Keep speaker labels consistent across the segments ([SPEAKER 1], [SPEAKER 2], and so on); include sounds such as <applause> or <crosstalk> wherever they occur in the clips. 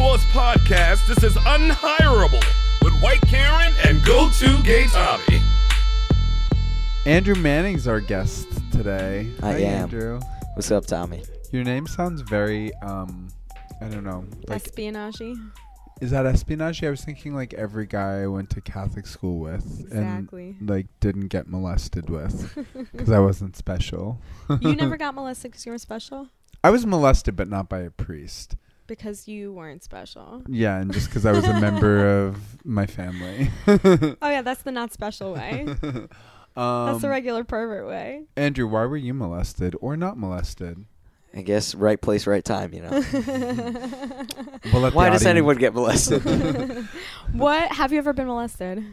[SPEAKER 1] podcast. This is Unhirable with White Karen and Go To Gay Tommy.
[SPEAKER 2] Andrew Manning's our guest today.
[SPEAKER 3] I
[SPEAKER 2] Hi,
[SPEAKER 3] am.
[SPEAKER 2] Andrew.
[SPEAKER 3] What's up, Tommy?
[SPEAKER 2] Your name sounds very, um, I don't know. Like,
[SPEAKER 4] espionage
[SPEAKER 3] <laughs>
[SPEAKER 2] is that espionage? I was thinking like every guy I went to Catholic school with
[SPEAKER 4] Exactly.
[SPEAKER 2] and like didn't get molested
[SPEAKER 4] <laughs>
[SPEAKER 2] with because I wasn't special.
[SPEAKER 4] you never got molested because you were special?
[SPEAKER 2] <laughs> I was molested, but not by a priest.
[SPEAKER 4] Because you weren't special.
[SPEAKER 2] Yeah, and just because I was a
[SPEAKER 4] <laughs>
[SPEAKER 2] member of my family.
[SPEAKER 4] Oh, yeah, that's the not
[SPEAKER 3] <laughs>
[SPEAKER 4] special way.
[SPEAKER 2] <laughs> Um,
[SPEAKER 4] that's the regular pervert way. <laughs>
[SPEAKER 2] Andrew, why were you molested or not molested?
[SPEAKER 3] I guess right place, right time, you
[SPEAKER 4] <laughs>
[SPEAKER 3] know.
[SPEAKER 2] We'll let the
[SPEAKER 3] Why does
[SPEAKER 2] audience-
[SPEAKER 3] anyone get molested?
[SPEAKER 2] <laughs>
[SPEAKER 4] What? Have you ever been molested?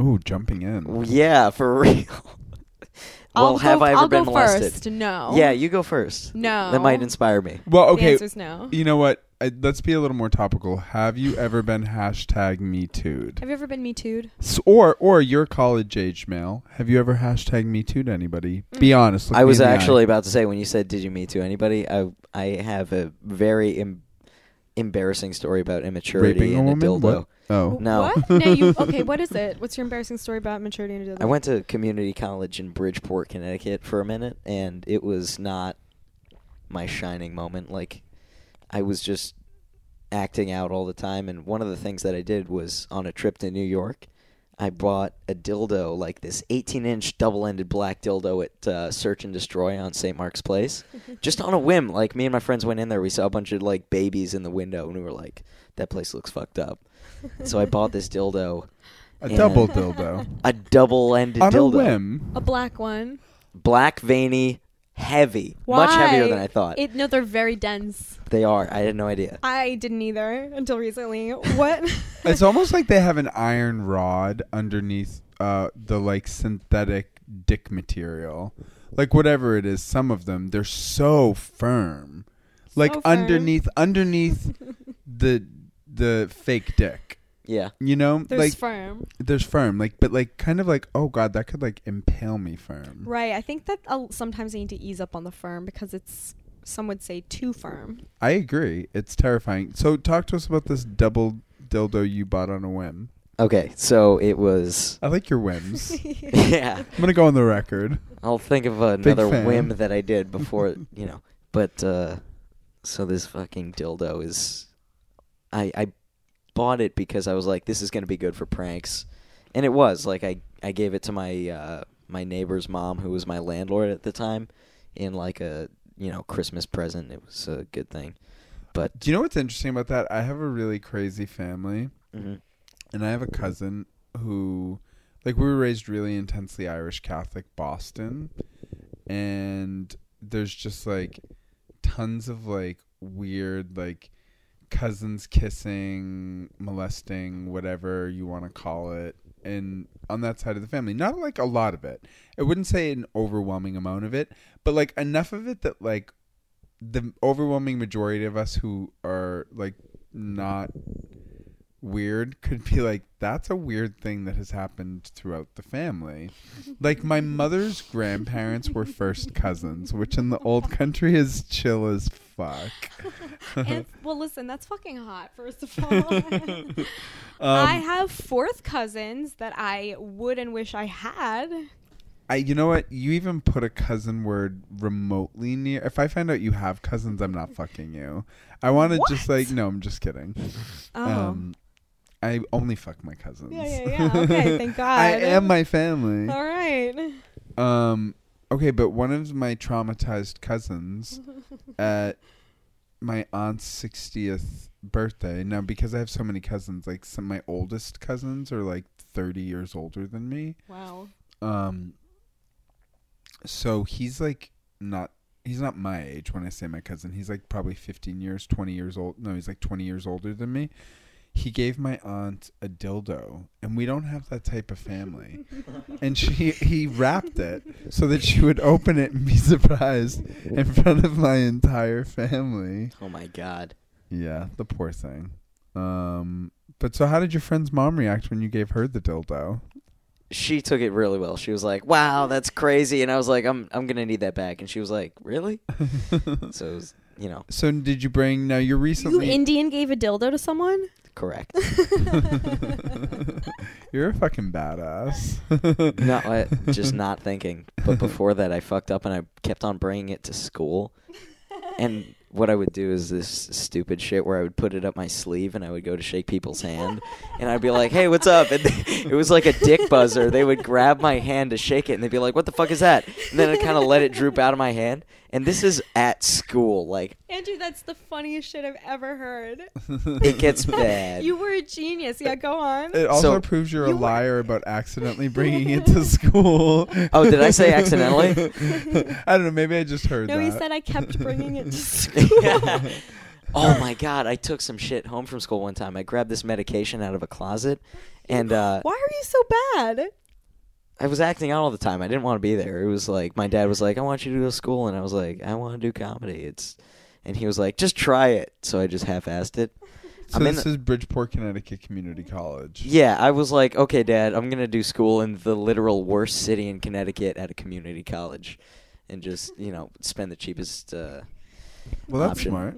[SPEAKER 2] Ooh, jumping in.
[SPEAKER 3] yeah, for real. well,
[SPEAKER 4] I'll
[SPEAKER 3] have
[SPEAKER 4] go,
[SPEAKER 3] I ever
[SPEAKER 4] will
[SPEAKER 3] been
[SPEAKER 4] go
[SPEAKER 3] molested?
[SPEAKER 4] first. No.
[SPEAKER 3] Yeah, you go first.
[SPEAKER 4] No.
[SPEAKER 3] That might inspire me.
[SPEAKER 2] Well,
[SPEAKER 4] The
[SPEAKER 2] okay.
[SPEAKER 4] answer's no.
[SPEAKER 2] You know what? I, let's be a little more topical. Have you ever been hashtag me too'd?
[SPEAKER 4] Have you ever been me too'd?
[SPEAKER 2] S- or or your college age male? Have you ever hashtag me too'd anybody?
[SPEAKER 4] Mm.
[SPEAKER 2] Be honest. look
[SPEAKER 3] I
[SPEAKER 2] me
[SPEAKER 3] was
[SPEAKER 2] in the eye.
[SPEAKER 3] actually about to say when you said did you meet to anybody, I I have a very em- embarrassing story about immaturity
[SPEAKER 2] raping a
[SPEAKER 3] and
[SPEAKER 2] woman.
[SPEAKER 3] a dildo.
[SPEAKER 2] What? Oh,
[SPEAKER 3] No.
[SPEAKER 4] What?
[SPEAKER 3] <laughs>
[SPEAKER 4] no, you, okay, what is it? What's your embarrassing story about maturity and a dildo?
[SPEAKER 3] I went to community college in Bridgeport, Connecticut for a minute, and it was not my shining moment. Like, I was just acting out all the time, and one of the things that I did was on a trip to New York. I bought a dildo, like this 18 inch double ended black dildo at uh, Search and Destroy on St. Mark's Place. Just on a whim. Like, me and my friends went in there. We saw a bunch of, like, babies in the window, and we were like, that place looks fucked up. So I bought this dildo,
[SPEAKER 2] a
[SPEAKER 3] Yeah.
[SPEAKER 2] double dildo
[SPEAKER 3] <laughs> a double ended
[SPEAKER 2] on a
[SPEAKER 3] dildo
[SPEAKER 2] whim.
[SPEAKER 4] a black one.
[SPEAKER 3] black, veiny, heavy,
[SPEAKER 4] Why?
[SPEAKER 3] much heavier than I thought.
[SPEAKER 4] It, no, they're very dense.
[SPEAKER 3] they are. I had no idea.
[SPEAKER 4] I didn't either until recently. What?
[SPEAKER 2] It's almost like they have an iron rod underneath uh, the like synthetic dick material, like whatever it is. Some of them they're so firm, like
[SPEAKER 4] firm.
[SPEAKER 2] underneath underneath the the fake dick.
[SPEAKER 3] Yeah,
[SPEAKER 2] You know,
[SPEAKER 4] <laughs> They're
[SPEAKER 2] like
[SPEAKER 4] firm.
[SPEAKER 2] there's firm, like but like kind of like oh god, that could like impale me firm.
[SPEAKER 4] Right. I think that uh, sometimes they need to ease up on the firm because it's some would say too firm. <laughs>
[SPEAKER 2] I agree, it's terrifying. So talk to us about this double dildo you bought on a whim.
[SPEAKER 3] Okay, so it was. <laughs>
[SPEAKER 2] I like your whims.
[SPEAKER 3] yeah,
[SPEAKER 2] I'm gonna go on the record.
[SPEAKER 3] I'll think of another
[SPEAKER 2] fan.
[SPEAKER 3] whim that I did before, <laughs> you know. But uh, so this fucking dildo is, I I bought it because I was like, this is gonna be good for pranks, and it was. Like I I gave it to my uh, my neighbor's mom, who was my landlord at the time, in like a you know Christmas present. It was a good thing, but
[SPEAKER 2] Do you know what's interesting about that? I have a really crazy family,
[SPEAKER 3] mhm.
[SPEAKER 2] and I have a cousin who, like, we were raised really intensely Irish Catholic Boston, and there's just like tons of like weird like cousins kissing, molesting, whatever you want to call it, and on that side of the family, not like a lot of it. I wouldn't say an overwhelming amount of it, but like enough of it that like the overwhelming majority of us who are like not weird <laughs> could be like that's a weird thing that has happened throughout the family like my mother's grandparents were first cousins which in the old country is chill as fuck <laughs>
[SPEAKER 4] and, well, listen, that's fucking hot. First of all, I
[SPEAKER 2] Um,
[SPEAKER 4] have fourth cousins that I would and wish I had.
[SPEAKER 2] I you know what you even put a cousin word remotely near if I find out you have cousins I'm not fucking you I want to just like no I'm just kidding
[SPEAKER 4] Oh,
[SPEAKER 2] um I only fuck my cousins
[SPEAKER 4] yeah, yeah, yeah.
[SPEAKER 2] <laughs>
[SPEAKER 4] Okay, thank God.
[SPEAKER 2] I am my family
[SPEAKER 4] All right.
[SPEAKER 2] Um. Okay, but one of my traumatized cousins at my aunt's sixtieth birthday. Now, because I have so many cousins, like some of my oldest cousins are like thirty years older than me.
[SPEAKER 4] Wow.
[SPEAKER 2] Um. So he's like not. He's not my age when I say my cousin. He's like probably 15 years, 20 years old. No, he's like 20 years older than me. He gave my aunt a dildo, and we don't have that type of family and she he wrapped it so that she would open it and be <laughs> surprised in front of my entire family.
[SPEAKER 3] oh my god.
[SPEAKER 2] Yeah, the poor thing. Um, but so how did your friend's mom react when you gave her the dildo?
[SPEAKER 3] she took it really well. She was like, "Wow, that's crazy," and I was like, "I'm I'm gonna need that back," and she was like, "Really?" so it was you know,
[SPEAKER 2] So did you bring? Now you're
[SPEAKER 4] You
[SPEAKER 2] recently.
[SPEAKER 4] Indian gave a dildo to someone? <laughs>
[SPEAKER 3] correct.
[SPEAKER 2] <laughs> <laughs> you're a fucking badass.
[SPEAKER 3] no, I,
[SPEAKER 2] <laughs>
[SPEAKER 3] just <laughs> not thinking. But before that, I fucked up and I kept on bringing it to school. And what I would do is this stupid shit where I would put it up my sleeve and I would go to shake people's hand and I'd be like, "Hey, what's up?" And <laughs> it was like a dick buzzer. They would grab my hand to shake it and they'd be like, "What the fuck is that?" And then I kind of let it droop out of my hand. And this is at school, like
[SPEAKER 4] Andrew, that's the funniest shit I've ever heard.
[SPEAKER 2] <laughs>
[SPEAKER 3] it gets bad.
[SPEAKER 4] <laughs> You were a genius. Yeah, go on.
[SPEAKER 2] It also
[SPEAKER 3] So-
[SPEAKER 2] proves you're
[SPEAKER 4] You
[SPEAKER 2] a
[SPEAKER 4] were-
[SPEAKER 2] liar about
[SPEAKER 4] <laughs>
[SPEAKER 2] accidentally bringing it to school.
[SPEAKER 3] <laughs> Oh, did I say accidentally?
[SPEAKER 2] <laughs> I don't know. Maybe I just heard
[SPEAKER 4] no,
[SPEAKER 2] that.
[SPEAKER 4] he said I kept
[SPEAKER 2] <laughs>
[SPEAKER 4] bringing it to school.
[SPEAKER 3] <laughs> oh my god, I took some shit home from school one time. I grabbed this medication out of a closet and uh
[SPEAKER 4] Why are you so bad?
[SPEAKER 3] I was acting out all the time. I didn't want to be there. It was like my dad was like, "I want you to go to school," and I was like, "I want to do comedy." It's, and he was like, "Just try it." So I just
[SPEAKER 2] <laughs>
[SPEAKER 3] half-assed it.
[SPEAKER 2] So
[SPEAKER 3] I'm in
[SPEAKER 2] this is Bridgeport, Connecticut Community College.
[SPEAKER 3] Yeah, I was like, "Okay, Dad, I'm gonna do school in the literal worst city in Connecticut at a community college, and just you know spend the cheapest." Uh,
[SPEAKER 2] Well, that's
[SPEAKER 3] option.
[SPEAKER 2] smart.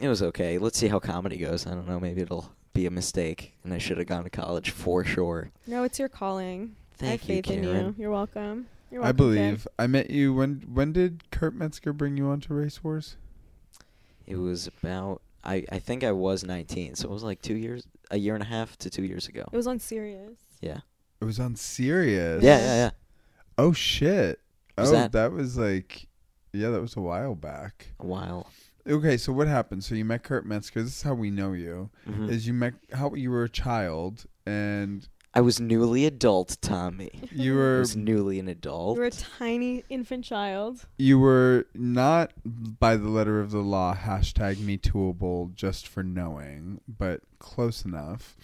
[SPEAKER 3] it was okay. Let's see how comedy goes. I don't know. Maybe it'll be a mistake, and I should have gone to college for sure.
[SPEAKER 4] No, it's your calling. I have
[SPEAKER 3] Thank you,
[SPEAKER 4] faith in you.
[SPEAKER 3] Karen.
[SPEAKER 4] You're welcome. You're welcome
[SPEAKER 2] I
[SPEAKER 4] Jen.
[SPEAKER 2] believe. I met you when. When did Kurt Metzger bring you onto Race Wars?
[SPEAKER 3] It was about. I, I think I was 19, so it was like two years, a year and a half to two years ago.
[SPEAKER 4] It was on serious.
[SPEAKER 3] Yeah.
[SPEAKER 2] It was on Sirius.
[SPEAKER 3] Yeah, yeah, yeah.
[SPEAKER 2] Oh shit.
[SPEAKER 3] Was
[SPEAKER 2] oh,
[SPEAKER 3] that-
[SPEAKER 2] was like, yeah, that was a while back.
[SPEAKER 3] A while.
[SPEAKER 2] Okay, so what happened? So you met Kurt Metzger. This is how we know you.
[SPEAKER 3] Hmm. Mm-hmm.
[SPEAKER 2] Is you met how you were a child
[SPEAKER 3] <laughs>
[SPEAKER 2] and
[SPEAKER 3] I was newly adult, Tommy.
[SPEAKER 2] you
[SPEAKER 3] I
[SPEAKER 2] were
[SPEAKER 3] was newly an
[SPEAKER 4] You
[SPEAKER 3] adult.
[SPEAKER 4] were a tiny infant child.
[SPEAKER 2] you were not by the letter of the law hashtag me tooable just for knowing, but close enough.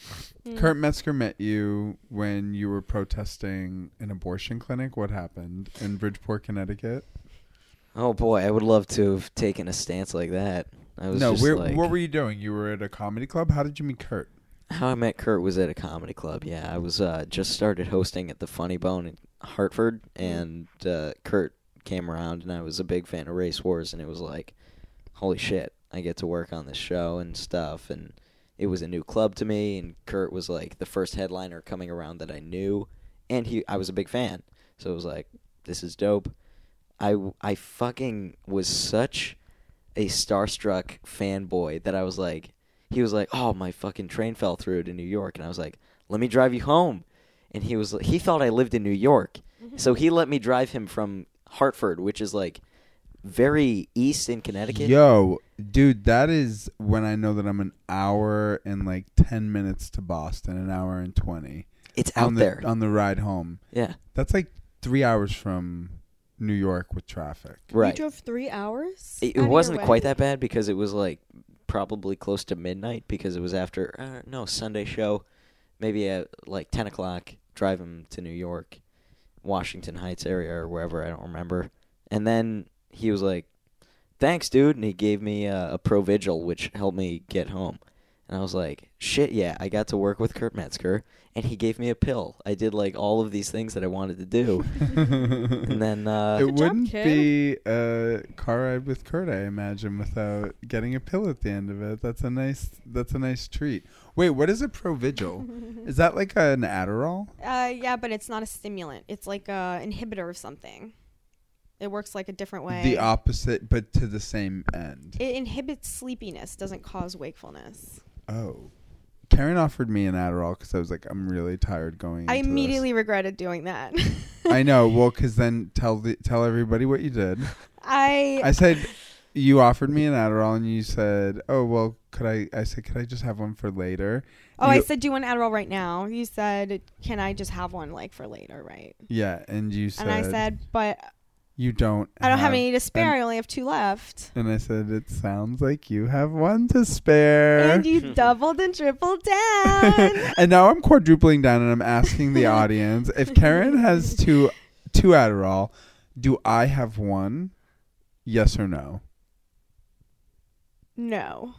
[SPEAKER 3] Hmm.
[SPEAKER 4] Mm.
[SPEAKER 2] Kurt Metzger met you when you were protesting an abortion clinic. What happened in Bridgeport, Connecticut?
[SPEAKER 3] Oh boy, I would love to have taken a stance like that. I was
[SPEAKER 2] No,
[SPEAKER 3] just
[SPEAKER 2] where,
[SPEAKER 3] like,
[SPEAKER 2] what were you doing? You were at a comedy club. How did you meet Kurt?
[SPEAKER 3] how I met Kurt was at a comedy club. Yeah, I was uh, just started hosting at the Funny Bone in Hartford, and uh, Kurt came around, and I was a big fan of Race Wars, and it was like, holy shit, I get to work on this show and stuff, and it was a new club to me, and Kurt was like the first headliner coming around that I knew, and he, I was a big fan, so it was like, this is dope. I I fucking was such a starstruck fanboy that I was like, he was like, "Oh, my fucking train fell through to New York," and I was like, "Let me drive you home." And he was he thought I lived in New York, so he let me drive him from Hartford, which is like very east in Connecticut.
[SPEAKER 2] Yo, dude, that is when I know that I'm an hour and like ten minutes to Boston, an hour and twenty
[SPEAKER 3] It's
[SPEAKER 2] on
[SPEAKER 3] out
[SPEAKER 2] the,
[SPEAKER 3] there.
[SPEAKER 2] on the ride home.
[SPEAKER 3] yeah,
[SPEAKER 2] That's like three hours from New York with traffic.
[SPEAKER 4] You
[SPEAKER 3] right.
[SPEAKER 4] drove three hours?
[SPEAKER 3] It,
[SPEAKER 4] out
[SPEAKER 3] it
[SPEAKER 4] of your
[SPEAKER 3] wasn't
[SPEAKER 4] way?
[SPEAKER 3] quite that bad because it was like probably close to midnight because it was after uh, no Sunday show, maybe at like ten o'clock. Drive him to New York, Washington Heights area or wherever I don't remember. And then he was like, "Thanks, dude," and he gave me uh, a Pro Vigil, which helped me get home. And I was like, "Shit, yeah!" I got to work with Kurt Metzger, and he gave me a pill. I did like all of these things that I wanted to do, and then uh,
[SPEAKER 2] it
[SPEAKER 4] job,
[SPEAKER 2] wouldn't
[SPEAKER 4] kid.
[SPEAKER 2] be a car ride with Kurt, I imagine, without getting a pill at the end of it. That's a nice. That's a nice treat. Wait, what is a Provigil?
[SPEAKER 4] <laughs>
[SPEAKER 2] is that like an Adderall?
[SPEAKER 4] Uh, yeah, but it's not a stimulant. It's like a inhibitor of something. It works like a different way.
[SPEAKER 2] The opposite, but to the same end.
[SPEAKER 4] it inhibits sleepiness, doesn't cause wakefulness.
[SPEAKER 2] Oh. Karen offered me an Adderall because I was like, I'm really tired going.
[SPEAKER 4] I
[SPEAKER 2] into this."
[SPEAKER 4] immediately regretted doing that.
[SPEAKER 2] I know. Well, because then tell the, tell everybody what you did.
[SPEAKER 4] <laughs> I,
[SPEAKER 2] I said you offered me an Adderall, and you said, "Oh, well, could I?" I said, "Could I just have one for later?"
[SPEAKER 4] oh, I
[SPEAKER 2] you-
[SPEAKER 4] said, do you want Adderall right now? You said, can I just have one like for later, right?
[SPEAKER 2] Yeah, and you said,
[SPEAKER 4] and I said, but
[SPEAKER 2] "You don't.
[SPEAKER 4] I don't have, any to spare. I only have two left.
[SPEAKER 2] And I said, "It sounds like you have one to spare."
[SPEAKER 4] And
[SPEAKER 3] <laughs>
[SPEAKER 4] you doubled and tripled down.
[SPEAKER 2] <laughs> and now I'm quadrupling down and I'm asking the audience if Karen has two two Adderall, do I have one? Yes or no?
[SPEAKER 4] no.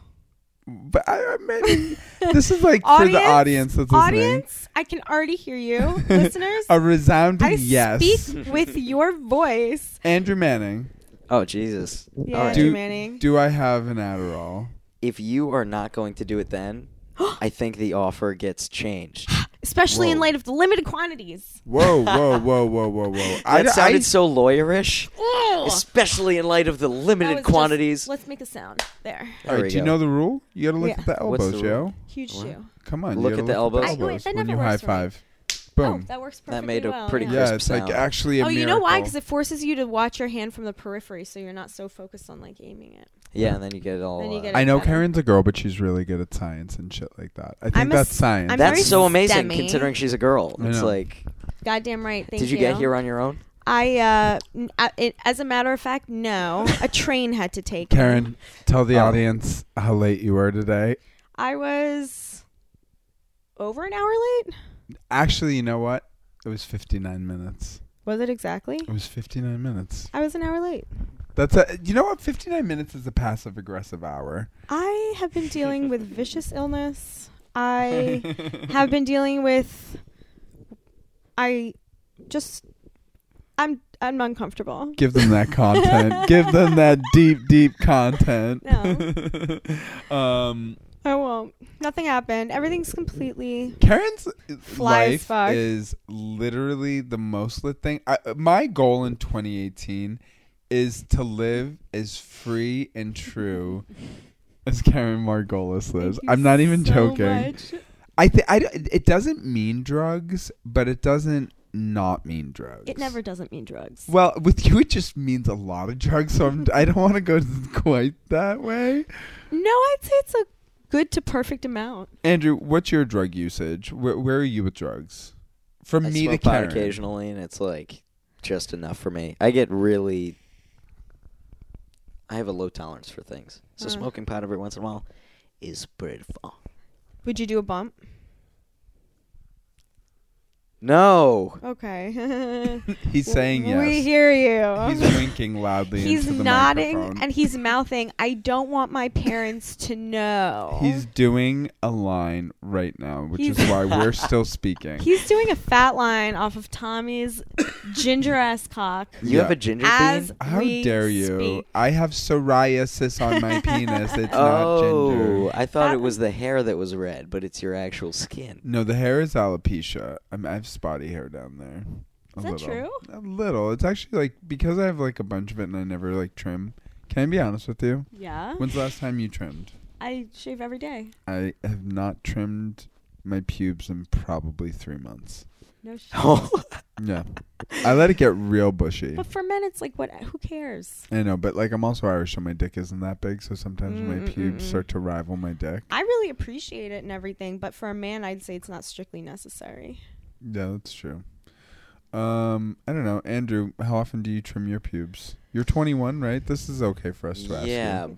[SPEAKER 2] But I, I mean, this is like for the audience
[SPEAKER 4] Audience?
[SPEAKER 2] that's listening.
[SPEAKER 4] Audience, I can already
[SPEAKER 2] <laughs>
[SPEAKER 4] hear you. Listeners,
[SPEAKER 2] A resounding
[SPEAKER 4] I
[SPEAKER 2] <laughs> yes. <laughs>
[SPEAKER 4] speak with your voice.
[SPEAKER 2] Andrew Manning.
[SPEAKER 3] Oh Jesus!
[SPEAKER 4] Yeah,
[SPEAKER 3] All right.
[SPEAKER 4] Andrew
[SPEAKER 2] Do-
[SPEAKER 4] Manning.
[SPEAKER 2] Do I have an Adderall?
[SPEAKER 3] If you are not going to do it then, I think the offer gets changed.
[SPEAKER 4] <gasps> Especially in
[SPEAKER 2] Whoa.
[SPEAKER 4] light of the limited quantities.
[SPEAKER 2] Whoa, whoa, whoa, whoa, whoa, whoa! <sighs> I, Oh.
[SPEAKER 3] That sounded
[SPEAKER 2] I,
[SPEAKER 3] so lawyerish,
[SPEAKER 4] Ew.
[SPEAKER 3] especially in light of the
[SPEAKER 4] That was
[SPEAKER 3] limited
[SPEAKER 4] just-
[SPEAKER 3] quantities.
[SPEAKER 4] let's make a sound. There.
[SPEAKER 3] There
[SPEAKER 2] all
[SPEAKER 3] we
[SPEAKER 2] right, do you
[SPEAKER 3] go.
[SPEAKER 2] know the rule? You gotta look
[SPEAKER 4] Yeah.
[SPEAKER 2] at the
[SPEAKER 3] What's
[SPEAKER 2] elbows,
[SPEAKER 3] the rule?
[SPEAKER 2] Joe.
[SPEAKER 4] Huge
[SPEAKER 3] What?
[SPEAKER 4] shoe.
[SPEAKER 2] Come on, you
[SPEAKER 3] Look
[SPEAKER 2] gotta
[SPEAKER 3] at the
[SPEAKER 2] look
[SPEAKER 3] elbows.
[SPEAKER 2] at
[SPEAKER 4] Oh,
[SPEAKER 2] the
[SPEAKER 4] wait,
[SPEAKER 2] elbows
[SPEAKER 4] that
[SPEAKER 2] when
[SPEAKER 4] never
[SPEAKER 2] you high
[SPEAKER 4] works for me.
[SPEAKER 2] five.
[SPEAKER 4] Oh,
[SPEAKER 2] Boom.
[SPEAKER 4] that works perfectly
[SPEAKER 3] That made a
[SPEAKER 4] well,
[SPEAKER 3] pretty
[SPEAKER 4] yeah.
[SPEAKER 3] crisp
[SPEAKER 2] yeah, it's like
[SPEAKER 3] sound.
[SPEAKER 2] actually a
[SPEAKER 4] Oh, you
[SPEAKER 2] miracle.
[SPEAKER 4] know why? Because it forces you to watch your hand from the periphery, so you're not so focused on like aiming it.
[SPEAKER 3] Yeah, and then you get it all.
[SPEAKER 4] Then you
[SPEAKER 3] uh,
[SPEAKER 4] get it.
[SPEAKER 2] I know
[SPEAKER 4] better.
[SPEAKER 2] Karen's a girl, but she's really good at science and shit like that. I think
[SPEAKER 4] I'm a
[SPEAKER 2] that's
[SPEAKER 4] s-
[SPEAKER 2] science.
[SPEAKER 4] I'm
[SPEAKER 3] That's
[SPEAKER 4] very
[SPEAKER 3] so amazing
[SPEAKER 4] STEMmy.
[SPEAKER 3] considering she's a girl.
[SPEAKER 2] I
[SPEAKER 3] It's
[SPEAKER 2] know.
[SPEAKER 3] like,
[SPEAKER 4] Goddamn right. Thank
[SPEAKER 3] did you, get here on your own?
[SPEAKER 4] I, uh, n- I- it, as a matter of fact, no.
[SPEAKER 2] <laughs>
[SPEAKER 4] A train had to take. me.
[SPEAKER 2] Karen, tell the
[SPEAKER 3] Um,
[SPEAKER 2] audience how late you were today.
[SPEAKER 4] I was over an hour late.
[SPEAKER 2] Actually, you know what? It was 59 minutes.
[SPEAKER 4] Was it exactly?
[SPEAKER 2] It was 59 minutes.
[SPEAKER 4] I was an hour late.
[SPEAKER 2] That's a You know what? 59 minutes is a passive aggressive hour.
[SPEAKER 4] I have been
[SPEAKER 2] <laughs>
[SPEAKER 4] dealing with vicious illness. I have been dealing with. I just. I'm I'm uncomfortable.
[SPEAKER 2] Give them that
[SPEAKER 4] <laughs>
[SPEAKER 2] content. Give them that deep deep content. <laughs> um
[SPEAKER 4] I won't. Nothing happened. Everything's completely.
[SPEAKER 2] Karen's
[SPEAKER 4] Fly as
[SPEAKER 2] life
[SPEAKER 4] fuck.
[SPEAKER 2] is literally the most lit thing. I, my goal in 2018 is to live as free and
[SPEAKER 4] <laughs>
[SPEAKER 2] true as Karen Margolis lives.
[SPEAKER 4] Thank you
[SPEAKER 2] I'm not even
[SPEAKER 4] so
[SPEAKER 2] joking.
[SPEAKER 4] much.
[SPEAKER 2] I think I don't- it doesn't mean drugs, but it doesn't not mean drugs.
[SPEAKER 4] It never doesn't mean drugs.
[SPEAKER 2] Well, with you, it just means a lot of drugs. So I'm, I don't want to go <laughs> quite that way.
[SPEAKER 4] No, I'd say it's a good to perfect amount.
[SPEAKER 2] Andrew, what's your drug usage? Where, where are you with drugs? From
[SPEAKER 3] I
[SPEAKER 2] me to
[SPEAKER 3] smoke pot
[SPEAKER 2] Karen.
[SPEAKER 3] occasionally, and it's like just enough for me. I get really. I have a low tolerance for things, so
[SPEAKER 4] Uh.
[SPEAKER 3] smoking pot every once in a while is pretty fun.
[SPEAKER 4] Would you do a bump?
[SPEAKER 3] No,
[SPEAKER 4] Okay. <laughs>
[SPEAKER 2] He's saying yes.
[SPEAKER 4] We hear you.
[SPEAKER 2] He's winking loudly.
[SPEAKER 4] He's
[SPEAKER 2] into the
[SPEAKER 4] nodding
[SPEAKER 2] microphone.
[SPEAKER 4] and he's mouthing, I don't want my parents to know.
[SPEAKER 2] he's doing a line right now, which is
[SPEAKER 4] Oh. He's-
[SPEAKER 2] why
[SPEAKER 4] <laughs>
[SPEAKER 2] we're still speaking.
[SPEAKER 4] He's doing a fat line off of Tommy's ginger ass cock.
[SPEAKER 3] you have
[SPEAKER 2] Yeah.
[SPEAKER 3] a ginger
[SPEAKER 4] As
[SPEAKER 3] bean.
[SPEAKER 2] How
[SPEAKER 4] we
[SPEAKER 2] dare you?
[SPEAKER 4] speak.
[SPEAKER 2] I have psoriasis on my
[SPEAKER 4] <laughs>
[SPEAKER 2] penis. It's not
[SPEAKER 3] Oh,
[SPEAKER 2] ginger.
[SPEAKER 3] I thought
[SPEAKER 4] That-
[SPEAKER 3] it was the hair that was red, but it's your actual skin.
[SPEAKER 2] <laughs> No, the hair is alopecia. I, mean, I have spotty hair down there. A
[SPEAKER 4] Is that
[SPEAKER 2] little.
[SPEAKER 4] true?
[SPEAKER 2] A little. It's actually like because I have like a bunch of it and I never like trim. Can I be honest with you?
[SPEAKER 4] Yeah.
[SPEAKER 2] When's the last time you trimmed?
[SPEAKER 4] I shave every day.
[SPEAKER 2] I have not trimmed my pubes in probably three months.
[SPEAKER 4] No shit.
[SPEAKER 3] Oh,
[SPEAKER 2] Yeah. I let it get real bushy.
[SPEAKER 4] But for men, it's like, what? Who cares?
[SPEAKER 2] I know, but like I'm also Irish, so my dick isn't that big, so sometimes my pubes
[SPEAKER 4] Mm-mm-mm-mm.
[SPEAKER 2] start to rival my dick.
[SPEAKER 4] I really appreciate it and everything, but for a man, I'd say it's not strictly necessary.
[SPEAKER 2] Yeah, that's true. Um, I don't know, Andrew. How often do you trim your pubes? You're 21, right? This is okay for us to ask. you.
[SPEAKER 3] yeah,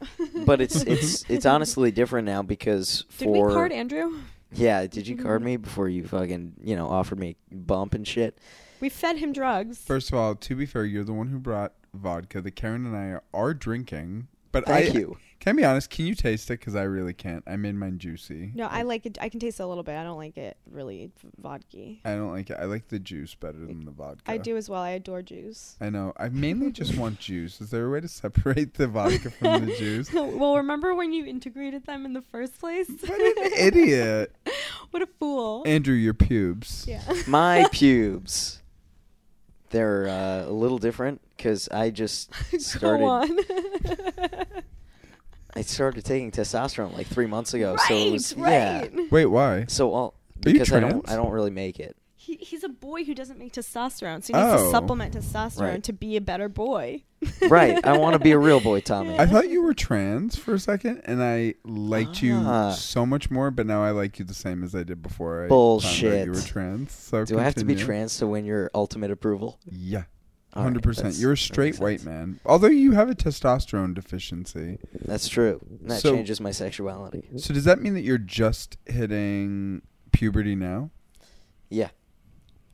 [SPEAKER 4] <laughs>
[SPEAKER 3] but it's it's it's honestly different now because
[SPEAKER 4] Did
[SPEAKER 3] for
[SPEAKER 4] we card Mm-hmm. Andrew?
[SPEAKER 3] yeah, did you card me before you fucking you know offered me bump and shit?
[SPEAKER 4] We fed him drugs.
[SPEAKER 2] First of all, to be fair, you're the one who brought vodka that Karen and I are drinking. But
[SPEAKER 3] Thank
[SPEAKER 2] I,
[SPEAKER 3] you.
[SPEAKER 2] Can I be honest? Can you taste it? Because I really can't. I made mine juicy.
[SPEAKER 4] no, I like it. I can taste it a little bit. I don't like it really vodka.
[SPEAKER 2] I don't like it. I like the juice better than the vodka.
[SPEAKER 4] I do as well. I adore juice. <laughs>
[SPEAKER 2] I know. I mainly just want juice. Is there a way to separate the vodka from the
[SPEAKER 4] <laughs>
[SPEAKER 2] juice?
[SPEAKER 4] well, remember when you integrated them in the first place? <laughs>
[SPEAKER 2] What an idiot.
[SPEAKER 4] what a fool.
[SPEAKER 2] Andrew, your pubes. <laughs>
[SPEAKER 4] yeah.
[SPEAKER 3] My pubes. They're uh, a little different because I just
[SPEAKER 4] <laughs> <laughs>
[SPEAKER 2] <laughs>
[SPEAKER 4] Go
[SPEAKER 3] started.
[SPEAKER 4] on.
[SPEAKER 3] I started taking testosterone like three months ago, so it was yeah.
[SPEAKER 4] right.
[SPEAKER 2] Wait, why?
[SPEAKER 3] So all
[SPEAKER 2] Are you
[SPEAKER 3] because I don't
[SPEAKER 2] trans?
[SPEAKER 3] I don't really make it.
[SPEAKER 4] He, he's a boy who doesn't make testosterone, so he needs
[SPEAKER 2] Oh.
[SPEAKER 4] to supplement testosterone
[SPEAKER 3] Right.
[SPEAKER 4] to be a better boy.
[SPEAKER 3] Right, I wanna be a real boy,
[SPEAKER 4] <laughs>
[SPEAKER 3] Tommy.
[SPEAKER 2] I thought you were trans for a second, and I liked
[SPEAKER 3] Ah.
[SPEAKER 2] you so much more, but now I like you the same as I did before. I Found out
[SPEAKER 3] Bullshit.
[SPEAKER 2] you were trans. So
[SPEAKER 3] Do I have to be
[SPEAKER 2] continue.
[SPEAKER 3] trans to win your ultimate approval?
[SPEAKER 2] Yeah,
[SPEAKER 3] All right,
[SPEAKER 2] hundred percent.
[SPEAKER 3] that's-
[SPEAKER 2] You're a
[SPEAKER 3] that
[SPEAKER 2] straight
[SPEAKER 3] makes
[SPEAKER 2] white
[SPEAKER 3] sense.
[SPEAKER 2] man, although you have a testosterone deficiency.
[SPEAKER 3] That's true. And that
[SPEAKER 2] So-
[SPEAKER 3] changes my sexuality.
[SPEAKER 2] So does that mean that you're just hitting puberty now?
[SPEAKER 3] Yeah.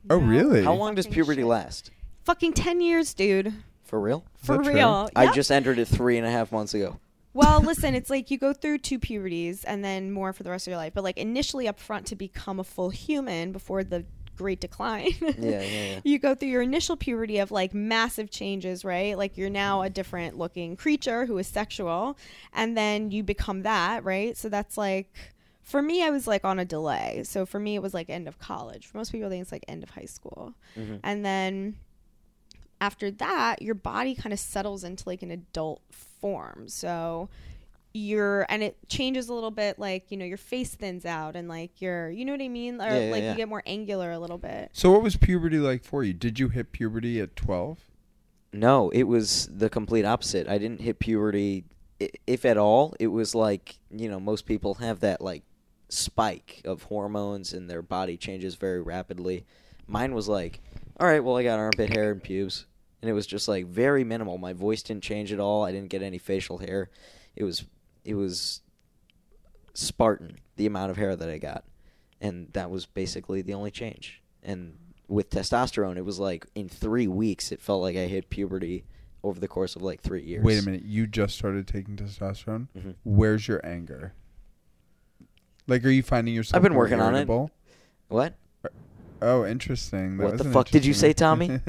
[SPEAKER 2] Oh,
[SPEAKER 4] No.
[SPEAKER 2] really?
[SPEAKER 3] How long does
[SPEAKER 4] Fucking
[SPEAKER 3] puberty
[SPEAKER 4] shit.
[SPEAKER 3] last?
[SPEAKER 4] Fucking 10 years, dude.
[SPEAKER 3] For real?
[SPEAKER 2] Is
[SPEAKER 4] For
[SPEAKER 2] that true?
[SPEAKER 4] real.
[SPEAKER 3] I
[SPEAKER 4] Yep.
[SPEAKER 3] just entered it three and a half months ago.
[SPEAKER 4] Well, listen, it's like you go through two puberties and then more for the rest of your life. But like initially up front to become a full human before the great decline.
[SPEAKER 3] Yeah, yeah, yeah.
[SPEAKER 4] <laughs> you go through your initial puberty of like massive changes, right? Like you're now a different looking creature who is sexual, and then you become that, right? So that's like for me, I was like on a delay. So for me, it was like end of college. For most people, I think it's like end of high school,
[SPEAKER 3] Mm-hmm.
[SPEAKER 4] and then after that, your body kind of settles into like an adult form. So you're and it changes a little bit like you know your face thins out and like your you know what i mean or
[SPEAKER 3] Yeah, yeah,
[SPEAKER 4] like
[SPEAKER 3] yeah.
[SPEAKER 4] you get more angular a little bit
[SPEAKER 2] So what was puberty like for you? Did you hit puberty at 12?
[SPEAKER 3] No, it was the complete opposite. I didn't hit puberty, i- if at all. It was like, you know, most people have that like spike of hormones and their body changes very rapidly. Mine was like, all right, well, I got armpit hair and pubes. And it was just like very minimal. My voice didn't change at all. I didn't get any facial hair. It was, it was Spartan, the amount of hair that I got. And that was basically the only change. And with testosterone, it was like in three weeks, it felt like I hit puberty over the course of like three years.
[SPEAKER 2] Wait a minute, you just started taking testosterone?
[SPEAKER 3] Mhm.
[SPEAKER 2] Where's your anger? Like are you finding yourself
[SPEAKER 3] I've been
[SPEAKER 2] more
[SPEAKER 3] working on it.
[SPEAKER 2] irritable?
[SPEAKER 3] What?
[SPEAKER 2] Oh, interesting. That
[SPEAKER 3] What the
[SPEAKER 2] was an
[SPEAKER 3] fuck did you
[SPEAKER 2] interesting- <laughs>
[SPEAKER 3] say, Tommy?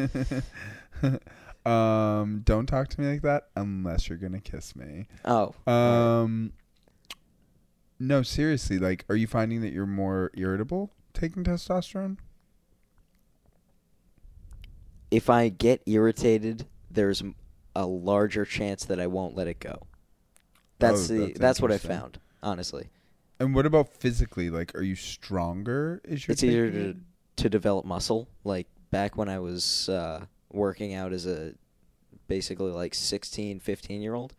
[SPEAKER 2] um, don't talk to me like that unless you're going to kiss me.
[SPEAKER 3] Oh.
[SPEAKER 2] Um, no, seriously, like, are you finding that you're more irritable taking testosterone?
[SPEAKER 3] if I get irritated, there's m- a larger chance that I won't let it go. That's
[SPEAKER 2] Oh,
[SPEAKER 3] the
[SPEAKER 2] that's
[SPEAKER 3] that's, what I
[SPEAKER 2] interesting.
[SPEAKER 3] found, honestly.
[SPEAKER 2] And what about physically? Like, are you stronger? Is your
[SPEAKER 3] it's easier
[SPEAKER 2] taking it?
[SPEAKER 3] to, to develop muscle. Like back when I was uh, working out as a basically like 16, 15 year old,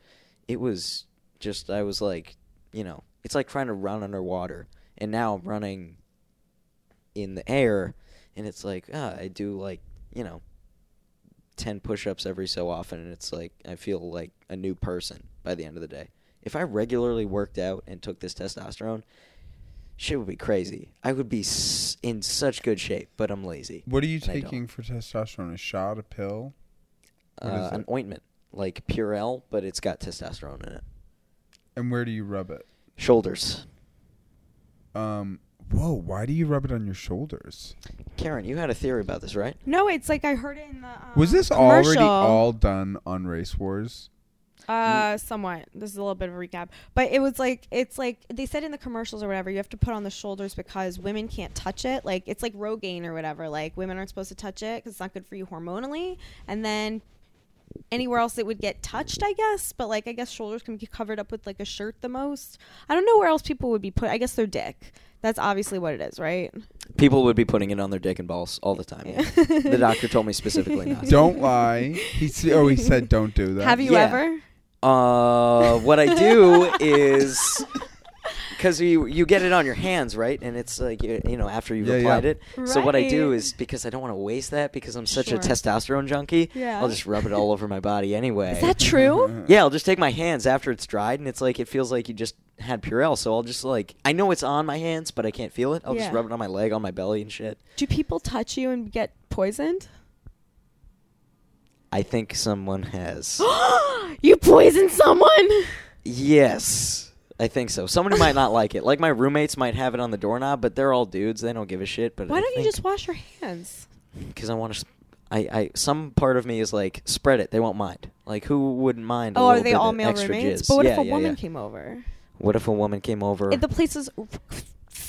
[SPEAKER 3] it was just, I was like, you know, it's like trying to run underwater. And now I'm running in the air, and it's like, ah, I do like, you know, 10 push ups every so often, and it's like, I feel like a new person by the end of the day. If I regularly worked out and took this testosterone, shit would be crazy. I would be s- in such good shape, but I'm lazy.
[SPEAKER 2] What are you
[SPEAKER 3] and I don't.
[SPEAKER 2] taking for testosterone? A shot, a pill? What
[SPEAKER 3] Uh,
[SPEAKER 2] is
[SPEAKER 3] an
[SPEAKER 2] it?
[SPEAKER 3] ointment, like Purell, but it's got testosterone in it.
[SPEAKER 2] And where do you rub it?
[SPEAKER 3] Shoulders.
[SPEAKER 2] Um, whoa, why do you rub it on your shoulders?
[SPEAKER 3] Karen, you had a theory about this, right?
[SPEAKER 4] no it's like i heard it in the um,
[SPEAKER 2] Was this already
[SPEAKER 4] commercial.
[SPEAKER 2] all done on Race Wars?
[SPEAKER 4] Uh, somewhat. This is a little bit of a recap, but it was like it's like they said in the commercials or whatever, you have to put on the shoulders because women can't touch it. Like it's like Rogaine or whatever. Like women aren't supposed to touch it because it's not good for you hormonally. And then anywhere else it would get touched, I guess. But like I guess shoulders can be covered up with like a shirt the most. I don't know where else people would be put. I guess their dick. That's obviously what it is, right?
[SPEAKER 3] People would be putting it on their dick and balls all the time. yeah. the doctor told me specifically <laughs> not. to.
[SPEAKER 4] <laughs>
[SPEAKER 2] Don't lie. He s- oh, he said don't do that.
[SPEAKER 4] Have you
[SPEAKER 3] Yeah.
[SPEAKER 4] ever?
[SPEAKER 3] Uh, what I do is <laughs> because you you get it on your hands, right? And it's like you, you know after you've
[SPEAKER 2] Yeah, yeah.
[SPEAKER 3] applied it. So what I do
[SPEAKER 4] Right.
[SPEAKER 3] is because I don't want to waste that because I'm such
[SPEAKER 4] Sure.
[SPEAKER 3] a testosterone junkie.
[SPEAKER 4] Yeah.
[SPEAKER 3] I'll just rub it all over my body anyway.
[SPEAKER 4] Is that
[SPEAKER 2] Uh-huh.
[SPEAKER 4] true?
[SPEAKER 3] Yeah, I'll just take my hands after it's dried, and it's like it feels like you just had Purell. So I'll just like I know it's on my hands, but I can't feel it. I'll
[SPEAKER 4] Yeah.
[SPEAKER 3] just rub it on my leg, on my belly, and shit.
[SPEAKER 4] Do people touch you and get poisoned?
[SPEAKER 3] I think someone has.
[SPEAKER 4] <gasps> you poison someone.
[SPEAKER 3] yes, I think so. Somebody might not like it. Like my roommates might have it on the doorknob, but they're all dudes. They don't give a shit. But
[SPEAKER 4] Why don't you just wash your hands?
[SPEAKER 3] Because I want to. I, I some part of me is like spread it. They won't mind. Like who wouldn't mind? a
[SPEAKER 4] Oh, are
[SPEAKER 3] little
[SPEAKER 4] they
[SPEAKER 3] bit
[SPEAKER 4] all
[SPEAKER 3] of
[SPEAKER 4] male
[SPEAKER 3] extra
[SPEAKER 4] roommates?
[SPEAKER 3] jizz?
[SPEAKER 4] But what
[SPEAKER 3] yeah,
[SPEAKER 4] if a
[SPEAKER 3] yeah,
[SPEAKER 4] woman
[SPEAKER 3] yeah.
[SPEAKER 4] came over?
[SPEAKER 3] What if a woman came over?
[SPEAKER 4] If the place is <laughs>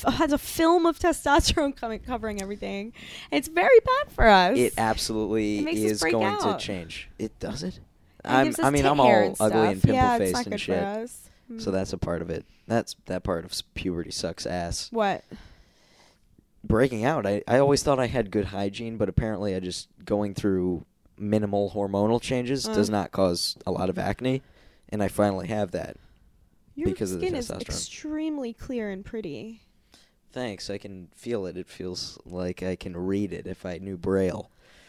[SPEAKER 4] has a film of testosterone coming, covering everything. It's very bad for us.
[SPEAKER 3] It absolutely
[SPEAKER 4] It makes us
[SPEAKER 3] is
[SPEAKER 4] break
[SPEAKER 3] going
[SPEAKER 4] out.
[SPEAKER 3] to change. It does it.
[SPEAKER 4] It
[SPEAKER 3] I'm,
[SPEAKER 4] gives us
[SPEAKER 3] I mean,
[SPEAKER 4] tit
[SPEAKER 3] I'm
[SPEAKER 4] hair
[SPEAKER 3] all ugly and
[SPEAKER 4] stuff.
[SPEAKER 3] pimple
[SPEAKER 4] yeah, it's
[SPEAKER 3] faced
[SPEAKER 4] not
[SPEAKER 3] and
[SPEAKER 4] good
[SPEAKER 3] shit.
[SPEAKER 4] For us.
[SPEAKER 3] So
[SPEAKER 4] Mm.
[SPEAKER 3] that's a part of it. That's that part of s- puberty sucks ass.
[SPEAKER 4] what.
[SPEAKER 3] Breaking out. I, I always thought I had good hygiene, but apparently I just going through minimal hormonal changes
[SPEAKER 4] Uh.
[SPEAKER 3] does not cause a lot of acne, and I finally have that.
[SPEAKER 4] Your
[SPEAKER 3] Because of the
[SPEAKER 4] skin is
[SPEAKER 3] testosterone.
[SPEAKER 4] extremely clear and pretty.
[SPEAKER 3] Thanks. I can feel it. It feels like I can read it if I knew Braille.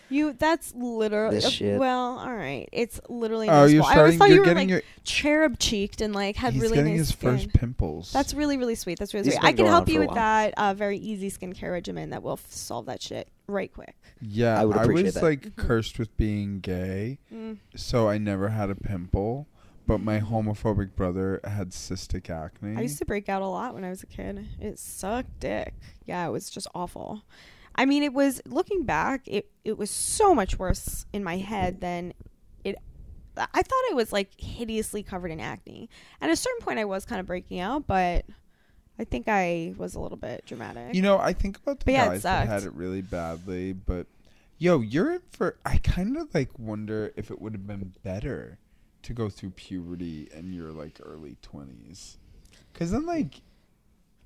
[SPEAKER 4] You that's literally uh,
[SPEAKER 3] This shit.
[SPEAKER 4] well, all right. It's literally.
[SPEAKER 2] Oh, you're
[SPEAKER 4] noticeable. I always
[SPEAKER 2] starting-
[SPEAKER 4] thought
[SPEAKER 2] you're
[SPEAKER 4] you were
[SPEAKER 2] getting
[SPEAKER 4] like
[SPEAKER 2] your-
[SPEAKER 4] cherub cheeked and like had
[SPEAKER 2] He's
[SPEAKER 4] really
[SPEAKER 2] getting
[SPEAKER 4] nice
[SPEAKER 2] his
[SPEAKER 4] skin.
[SPEAKER 2] first pimples.
[SPEAKER 4] That's really, really sweet. That's really
[SPEAKER 3] This
[SPEAKER 4] sweet.
[SPEAKER 3] has
[SPEAKER 4] I
[SPEAKER 3] been
[SPEAKER 4] can
[SPEAKER 3] going
[SPEAKER 4] help
[SPEAKER 3] on for
[SPEAKER 4] you
[SPEAKER 3] a
[SPEAKER 4] with
[SPEAKER 3] while.
[SPEAKER 4] that uh, very easy skincare regimen that will f- solve that shit right quick.
[SPEAKER 2] Yeah, I,
[SPEAKER 3] I would appreciate
[SPEAKER 2] was
[SPEAKER 3] that.
[SPEAKER 2] like
[SPEAKER 4] Mm-hmm.
[SPEAKER 2] cursed with being gay,
[SPEAKER 4] Mm.
[SPEAKER 2] so I never had a pimple. But my homophobic brother had cystic acne.
[SPEAKER 4] I used to break out a lot when I was a kid. It sucked dick. Yeah, it was just awful. I mean, it was looking back, it it was so much worse in my head than it. I thought I was like hideously covered in acne. At a certain point, I was kind of breaking out, but I think I was a little bit dramatic.
[SPEAKER 2] You know, I think about the
[SPEAKER 4] But yeah, it
[SPEAKER 2] guys that had
[SPEAKER 4] sucked.
[SPEAKER 2] it really badly, but yo, you're in for. I kind of like wonder if it would have been better to go through puberty in your like early twenties, because then like,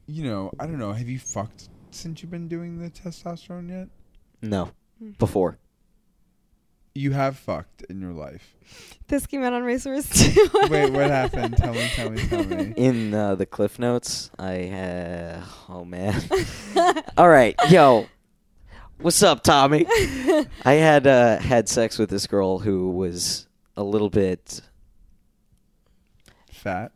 [SPEAKER 2] you know, I don't know. Have you fucked since you've been doing the testosterone yet?
[SPEAKER 3] No, before.
[SPEAKER 2] You have fucked in your life.
[SPEAKER 4] this came out on Racehorse too.
[SPEAKER 2] <laughs>
[SPEAKER 4] <laughs>
[SPEAKER 2] Wait, what happened? Tell me, tell me, tell me.
[SPEAKER 3] In uh, the cliff notes, I had. oh man. All right, yo. What's up, Tommy? I had uh, had sex with this girl who was a little bit.
[SPEAKER 2] Fat.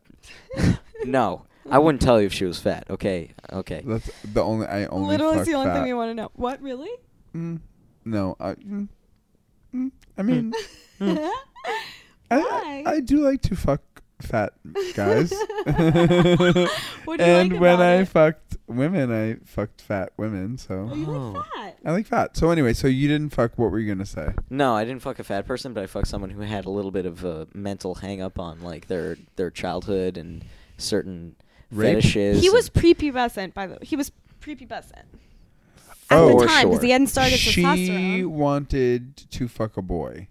[SPEAKER 3] No, I wouldn't tell you if she was fat. Okay, okay.
[SPEAKER 2] That's the only I only.
[SPEAKER 4] Literally, it's
[SPEAKER 2] fuck
[SPEAKER 4] the only
[SPEAKER 2] fat.
[SPEAKER 4] thing we want to know. What really?
[SPEAKER 2] Mm, no, I. Mm, mm, I mean. Hmm.
[SPEAKER 4] Why?
[SPEAKER 2] I, I do like to fuck fat
[SPEAKER 4] <laughs>
[SPEAKER 2] guys.
[SPEAKER 4] <laughs>
[SPEAKER 2] <laughs>
[SPEAKER 4] What do you
[SPEAKER 2] and
[SPEAKER 4] like
[SPEAKER 2] when
[SPEAKER 4] about
[SPEAKER 2] I
[SPEAKER 4] it?
[SPEAKER 2] fucked women, I fucked fat women. So
[SPEAKER 4] you
[SPEAKER 3] Oh.
[SPEAKER 4] like fat?
[SPEAKER 2] I like fat. So anyway, so you didn't fuck. What were you gonna say?
[SPEAKER 3] No, I didn't fuck a fat person, but I fucked someone who had a little bit of a mental hang up on like their their childhood and certain
[SPEAKER 2] Rape?
[SPEAKER 3] fetishes.
[SPEAKER 4] He was
[SPEAKER 3] and-
[SPEAKER 4] prepubescent, by the way. He was prepubescent at
[SPEAKER 2] Oh,
[SPEAKER 4] the
[SPEAKER 2] for
[SPEAKER 4] time because
[SPEAKER 3] sure.
[SPEAKER 4] he hadn't started
[SPEAKER 2] She
[SPEAKER 4] testosterone.
[SPEAKER 2] wanted to fuck a boy.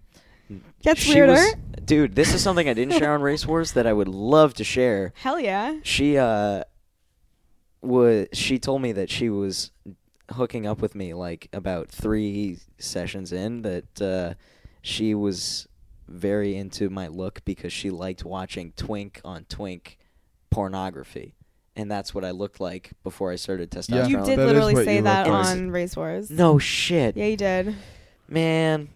[SPEAKER 4] Gets
[SPEAKER 3] she
[SPEAKER 4] weirder.
[SPEAKER 3] was- dude, this is something I didn't share on Race Wars that I would love to share.
[SPEAKER 4] Hell yeah!
[SPEAKER 3] She uh was she told me that she was hooking up with me like about 3 sessions in that uh she was very into my look because she liked watching twink on twink pornography. And that's what I looked like before I started testosterone.
[SPEAKER 4] You did
[SPEAKER 2] That is
[SPEAKER 4] literally
[SPEAKER 2] what
[SPEAKER 4] say
[SPEAKER 2] you
[SPEAKER 4] that
[SPEAKER 3] look like.
[SPEAKER 4] on Race Wars.
[SPEAKER 3] No shit.
[SPEAKER 4] Yeah, you did. <laughs>
[SPEAKER 3] Man.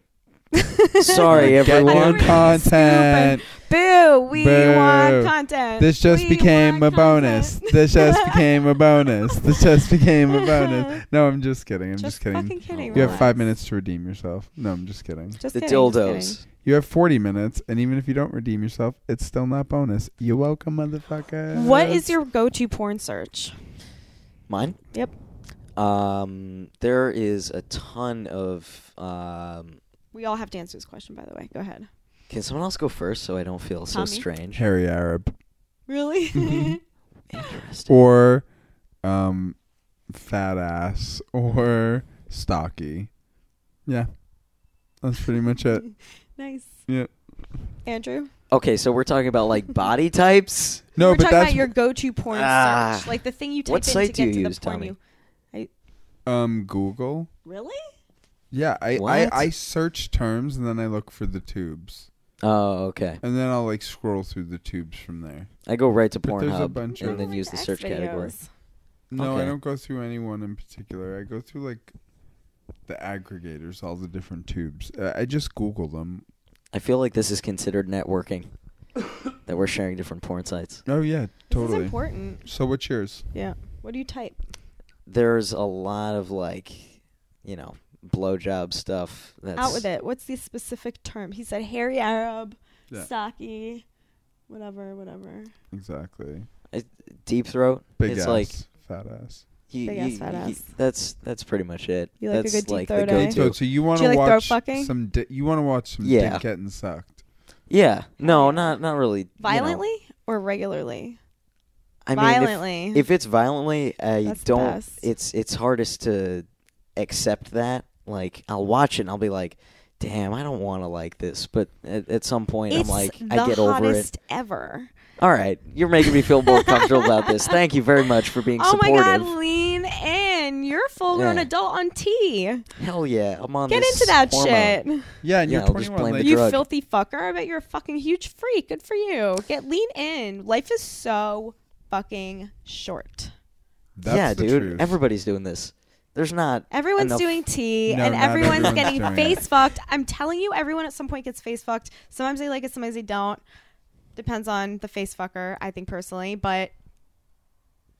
[SPEAKER 3] Sorry,
[SPEAKER 2] Get your
[SPEAKER 3] everyone.
[SPEAKER 2] content.
[SPEAKER 4] Boo! We
[SPEAKER 2] Boo.
[SPEAKER 4] want content.
[SPEAKER 2] This just
[SPEAKER 4] We
[SPEAKER 2] became a
[SPEAKER 4] want
[SPEAKER 2] bonus.
[SPEAKER 4] content.
[SPEAKER 2] This just became a bonus. This just became a
[SPEAKER 4] <laughs>
[SPEAKER 2] bonus. No, I'm just kidding. I'm just,
[SPEAKER 4] Just
[SPEAKER 2] kidding.
[SPEAKER 4] fucking kidding.
[SPEAKER 2] You have
[SPEAKER 4] relax.
[SPEAKER 2] five minutes to redeem yourself. No, I'm just kidding.
[SPEAKER 4] Just
[SPEAKER 3] The
[SPEAKER 4] kidding, just
[SPEAKER 3] dildos.
[SPEAKER 2] You have 40 minutes, and even if you don't redeem yourself, it's still not bonus. You're welcome, motherfucker.
[SPEAKER 4] kidding. What is your go-to porn search?
[SPEAKER 3] Mine?
[SPEAKER 4] Yep.
[SPEAKER 3] Um, there is a ton of. Um,
[SPEAKER 4] We all have to answer this question, by the way. Go ahead.
[SPEAKER 3] can someone else go first so I don't feel so
[SPEAKER 2] <laughs>
[SPEAKER 4] Tommy?
[SPEAKER 3] strange?
[SPEAKER 2] Harry Arab <laughs>
[SPEAKER 4] Really?
[SPEAKER 2] Mm-hmm.
[SPEAKER 3] Interesting.
[SPEAKER 2] or um, fat ass or stocky? Yeah, that's pretty much
[SPEAKER 4] <laughs>
[SPEAKER 2] it.
[SPEAKER 4] <laughs> nice.
[SPEAKER 2] Yeah.
[SPEAKER 4] Andrew,
[SPEAKER 3] Okay, so we're talking about like body types.
[SPEAKER 2] No,
[SPEAKER 4] we're
[SPEAKER 2] but
[SPEAKER 4] talking
[SPEAKER 2] that's
[SPEAKER 4] about your go-to porn
[SPEAKER 3] Ah.
[SPEAKER 4] search, like the thing you type
[SPEAKER 3] What
[SPEAKER 4] in
[SPEAKER 3] site
[SPEAKER 4] to
[SPEAKER 3] do
[SPEAKER 4] get
[SPEAKER 3] you
[SPEAKER 4] to
[SPEAKER 3] use,
[SPEAKER 4] the porn.
[SPEAKER 3] Tommy?
[SPEAKER 4] You
[SPEAKER 2] um Google.
[SPEAKER 4] really?
[SPEAKER 2] Yeah, I, I
[SPEAKER 3] What?
[SPEAKER 2] I search terms and then I look for the tubes,
[SPEAKER 3] Oh, okay.
[SPEAKER 2] and then I'll like scroll through the tubes from there.
[SPEAKER 3] I go right to
[SPEAKER 2] But there's a
[SPEAKER 3] Pornhub
[SPEAKER 2] bunch
[SPEAKER 3] and
[SPEAKER 2] of-
[SPEAKER 3] then use the search category.
[SPEAKER 2] No, I
[SPEAKER 3] Okay.
[SPEAKER 2] don't go through any one in particular. I go through like the aggregators, all the different tubes. Uh, I just Google them.
[SPEAKER 3] I feel like this is considered networking. that we're sharing different porn sites.
[SPEAKER 2] Oh yeah,
[SPEAKER 4] This is
[SPEAKER 2] totally.
[SPEAKER 4] important.
[SPEAKER 2] So what's yours?
[SPEAKER 4] Yeah. What do you type?
[SPEAKER 3] There's a lot of like, you know, blowjob stuff. That's
[SPEAKER 4] Out with it. What's the specific term? He said hairy Arab,
[SPEAKER 2] Yeah.
[SPEAKER 4] stocky, whatever, whatever.
[SPEAKER 2] Exactly.
[SPEAKER 3] Deep throat.
[SPEAKER 2] Big
[SPEAKER 3] it's
[SPEAKER 2] ass,
[SPEAKER 3] like
[SPEAKER 2] fat ass.
[SPEAKER 3] you,
[SPEAKER 4] Big ass,
[SPEAKER 3] you-
[SPEAKER 4] fat
[SPEAKER 3] you-
[SPEAKER 4] ass.
[SPEAKER 3] that's that's pretty much it.
[SPEAKER 4] You like a
[SPEAKER 3] that's
[SPEAKER 4] good deep
[SPEAKER 3] like
[SPEAKER 4] throat,
[SPEAKER 3] the go
[SPEAKER 4] eh? Deep
[SPEAKER 2] So,
[SPEAKER 3] to.
[SPEAKER 2] so you want
[SPEAKER 4] you
[SPEAKER 2] to
[SPEAKER 4] like throat
[SPEAKER 2] watch
[SPEAKER 4] fucking?
[SPEAKER 2] some? Di- you want to watch some
[SPEAKER 3] Yeah.
[SPEAKER 2] dick getting sucked?
[SPEAKER 3] Yeah. No, not not really. you know.
[SPEAKER 4] Violently or regularly?
[SPEAKER 3] I mean, if-
[SPEAKER 4] Violently.
[SPEAKER 3] If, it's violently, I
[SPEAKER 4] That's the
[SPEAKER 3] don't.
[SPEAKER 4] best.
[SPEAKER 3] It's it's hardest to accept that. Like I'll watch it and I'll be like, "Damn, I don't want to like this," but at, at some point
[SPEAKER 4] it's
[SPEAKER 3] I'm like,
[SPEAKER 4] the
[SPEAKER 3] "I get over it."
[SPEAKER 4] hottest ever.
[SPEAKER 3] All right, you're making me feel more comfortable about this. Thank you very much for being
[SPEAKER 4] Oh
[SPEAKER 3] supportive.
[SPEAKER 4] my god, lean in. You're a full grown
[SPEAKER 3] Yeah.
[SPEAKER 4] adult on T.
[SPEAKER 3] Hell yeah, I'm on.
[SPEAKER 4] Get
[SPEAKER 3] this
[SPEAKER 4] into that
[SPEAKER 3] hormone.
[SPEAKER 4] shit.
[SPEAKER 2] Yeah, and
[SPEAKER 3] Yeah,
[SPEAKER 2] you're
[SPEAKER 3] I'll just
[SPEAKER 2] 21.
[SPEAKER 3] blame the
[SPEAKER 2] like,
[SPEAKER 4] <laughs> You
[SPEAKER 3] drug.
[SPEAKER 4] filthy fucker. I bet you're a fucking huge freak. Good for you. Get lean in. Life is so fucking short.
[SPEAKER 2] that's
[SPEAKER 3] yeah,
[SPEAKER 2] the
[SPEAKER 3] dude,
[SPEAKER 2] truth.
[SPEAKER 3] everybody's doing this. There's not
[SPEAKER 4] Everyone's
[SPEAKER 3] enough-
[SPEAKER 4] doing tea
[SPEAKER 2] No,
[SPEAKER 4] and
[SPEAKER 2] not
[SPEAKER 4] everyone's
[SPEAKER 2] everyone's
[SPEAKER 4] getting
[SPEAKER 2] doing it.
[SPEAKER 4] face fucked. I'm telling you, everyone at some point gets face fucked. Sometimes they like it, sometimes they don't. Depends on the face fucker, I think personally, but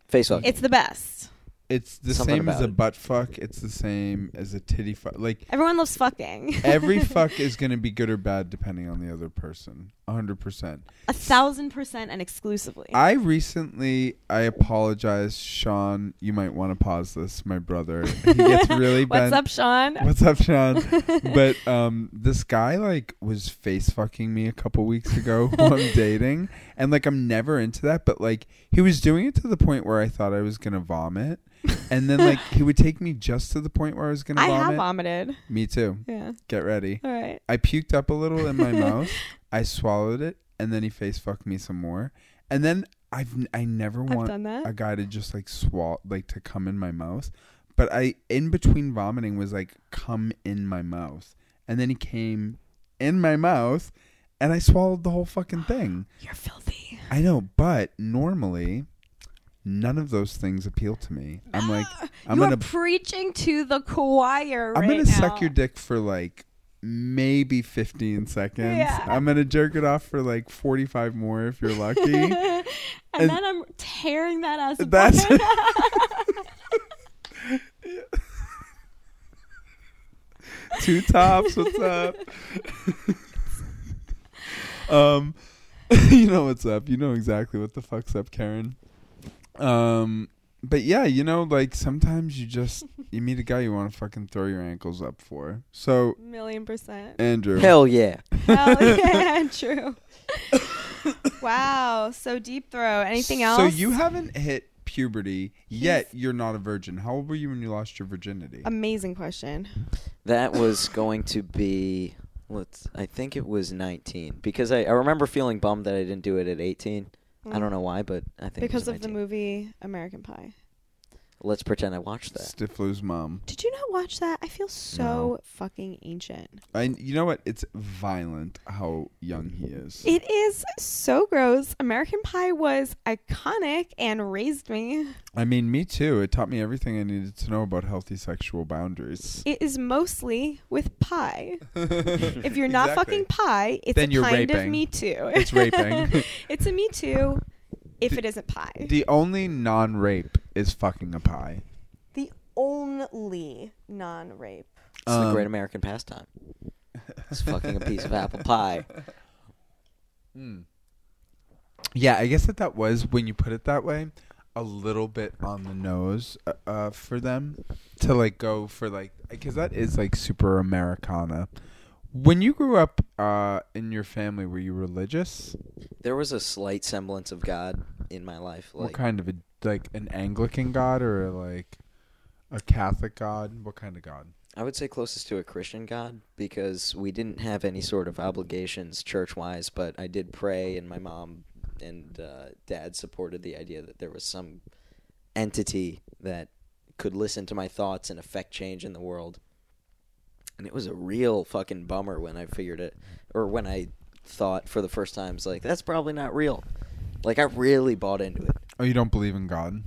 [SPEAKER 3] face fuck.
[SPEAKER 4] it's the best.
[SPEAKER 2] it's the
[SPEAKER 3] Something
[SPEAKER 2] same as
[SPEAKER 3] about
[SPEAKER 2] a
[SPEAKER 3] it.
[SPEAKER 2] butt fuck. It's the same as a titty fuck. Like
[SPEAKER 4] Everyone loves fucking.
[SPEAKER 2] every fuck is going to be good or bad depending on the other person. hundred percent.
[SPEAKER 4] <laughs> a thousand percent and exclusively.
[SPEAKER 2] I recently, I apologize, Sean. You might want to pause this. My brother, he
[SPEAKER 4] <laughs>
[SPEAKER 2] gets really
[SPEAKER 4] What's
[SPEAKER 2] bent.
[SPEAKER 4] up, Sean?
[SPEAKER 2] What's up, Sean?
[SPEAKER 4] <laughs>
[SPEAKER 2] but um, this guy like was face fucking me a couple weeks ago <laughs> who I'm dating, and like I'm never into that. But like he was doing it to the point where I thought I was gonna vomit, and then like he would take me just to the point where I was gonna
[SPEAKER 4] <laughs> I
[SPEAKER 2] vomit.
[SPEAKER 4] have vomited.
[SPEAKER 2] me too.
[SPEAKER 4] Yeah.
[SPEAKER 2] Get ready.
[SPEAKER 4] All right.
[SPEAKER 2] I puked up a little
[SPEAKER 4] <laughs>
[SPEAKER 2] in my mouth. I swallowed it, and then he face fucked me some more. And then I've n- I never
[SPEAKER 4] I've
[SPEAKER 2] want
[SPEAKER 4] done
[SPEAKER 2] a
[SPEAKER 4] that.
[SPEAKER 2] guy to just like swallow, like to come in my mouth. But I, in between vomiting, was like, come in my mouth. And then he came in my mouth and I swallowed the whole fucking thing.
[SPEAKER 4] You're filthy.
[SPEAKER 2] I know, but normally none of those things appeal to me. I'm like, I'm
[SPEAKER 4] Ah, you
[SPEAKER 2] going to,
[SPEAKER 4] are preaching to the choir.
[SPEAKER 2] I'm
[SPEAKER 4] right
[SPEAKER 2] going to suck
[SPEAKER 4] now.
[SPEAKER 2] your dick for like maybe 15 seconds.
[SPEAKER 4] Yeah.
[SPEAKER 2] I'm going to jerk it off for like 45 more if you're
[SPEAKER 4] <laughs>
[SPEAKER 2] lucky.
[SPEAKER 4] and,
[SPEAKER 2] and-
[SPEAKER 4] then I'm tearing that ass apart.
[SPEAKER 2] That's- <laughs> Two tops, what's
[SPEAKER 4] <laughs>
[SPEAKER 2] up? um <laughs> you know what's up. You know exactly what the fuck's up, Karen. Um but yeah, you know like sometimes you just you meet a guy you want to fucking throw your ankles up for. So,
[SPEAKER 4] Million percent.
[SPEAKER 2] Andrew.
[SPEAKER 3] Hell yeah.
[SPEAKER 4] Hell <laughs>
[SPEAKER 2] <laughs>
[SPEAKER 4] yeah, true. wow, so deep throw. Anything else?
[SPEAKER 2] So you haven't hit puberty yet, you're not a virgin. How old were you when you lost your virginity?
[SPEAKER 4] Amazing question.
[SPEAKER 3] That was going to be let's I think it was 19 because I, I remember feeling bummed that I didn't do it at 18. I don't know why, but I think it was
[SPEAKER 4] Mm. Because of the
[SPEAKER 3] 19.
[SPEAKER 4] movie American Pie.
[SPEAKER 3] Let's pretend I watched that.
[SPEAKER 2] Stifler's mom.
[SPEAKER 4] Did you not watch that? I feel so fucking ancient.
[SPEAKER 2] And you know what? It's violent how young he is.
[SPEAKER 4] It is so gross. American Pie was iconic and raised me.
[SPEAKER 2] I mean, me too. It taught me everything I needed to know about healthy sexual boundaries.
[SPEAKER 4] It is mostly with pie.
[SPEAKER 2] <laughs>
[SPEAKER 4] If you're not
[SPEAKER 2] Exactly.
[SPEAKER 4] fucking pie, it's
[SPEAKER 2] Then
[SPEAKER 4] a
[SPEAKER 2] you're
[SPEAKER 4] kind of
[SPEAKER 2] raping.
[SPEAKER 4] me too.
[SPEAKER 2] It's raping.
[SPEAKER 4] <laughs> it's a me too if it isn't pie.
[SPEAKER 2] The only non rape is fucking a pie.
[SPEAKER 4] The only non rape.
[SPEAKER 3] It's the
[SPEAKER 2] Um,
[SPEAKER 3] great American pastime. It's fucking a piece of apple pie.
[SPEAKER 2] Yeah, I guess that that was, when you put it that way, a little bit on the nose uh, uh, for them to like go for like, because that is like super Americana. When you grew up uh, in your family, were you religious?
[SPEAKER 3] There was a slight semblance of God in my life.
[SPEAKER 2] what
[SPEAKER 3] Like
[SPEAKER 2] kind of a, like an Anglican god or like a Catholic god? What kind of god?
[SPEAKER 3] I would say closest to a Christian God because we didn't have any sort of obligations church wise, but I did pray, and my mom and uh, dad supported the idea that there was some entity that could listen to my thoughts and affect change in the world. And it was a real fucking bummer when I figured it, or when I thought for the first time, it's like, that's probably not real. Like, I really bought into it.
[SPEAKER 2] Oh, you don't believe in God?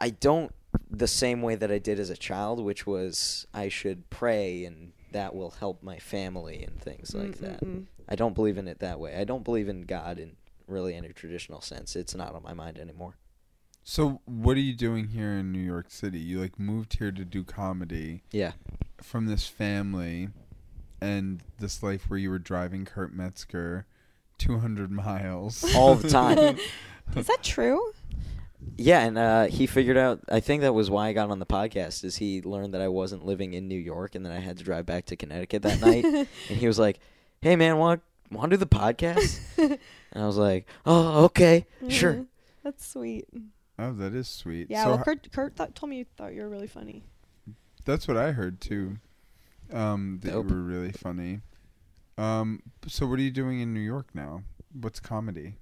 [SPEAKER 3] I don't the same way that I did as a child, which was I should pray and that will help my family and things like that. I don't believe in it that way. I don't believe in God in really any traditional sense. It's not on my mind anymore.
[SPEAKER 2] So, what are you doing here in New York City? You like moved here to do comedy
[SPEAKER 3] Yeah.
[SPEAKER 2] from this family and this life where you were driving Kurt Metzger 200 miles.
[SPEAKER 4] <laughs>
[SPEAKER 3] All the time.
[SPEAKER 4] Is that true?
[SPEAKER 3] yeah, and uh, he figured out I think that was why I got on the podcast is he learned that I wasn't living in New York and that I had to drive back to Connecticut that night. and he was like, Hey man, want wanna do the podcast? and I was like, Oh, okay, sure.
[SPEAKER 4] That's sweet.
[SPEAKER 2] Oh, that is sweet.
[SPEAKER 4] Yeah,
[SPEAKER 2] so
[SPEAKER 4] well,
[SPEAKER 2] h-
[SPEAKER 4] Kurt, Kurt thought, told me you thought you were really funny.
[SPEAKER 2] that's what I heard too. Um, that
[SPEAKER 3] Dope.
[SPEAKER 2] you were really funny. Um, so what are you doing in New York now? What's comedy?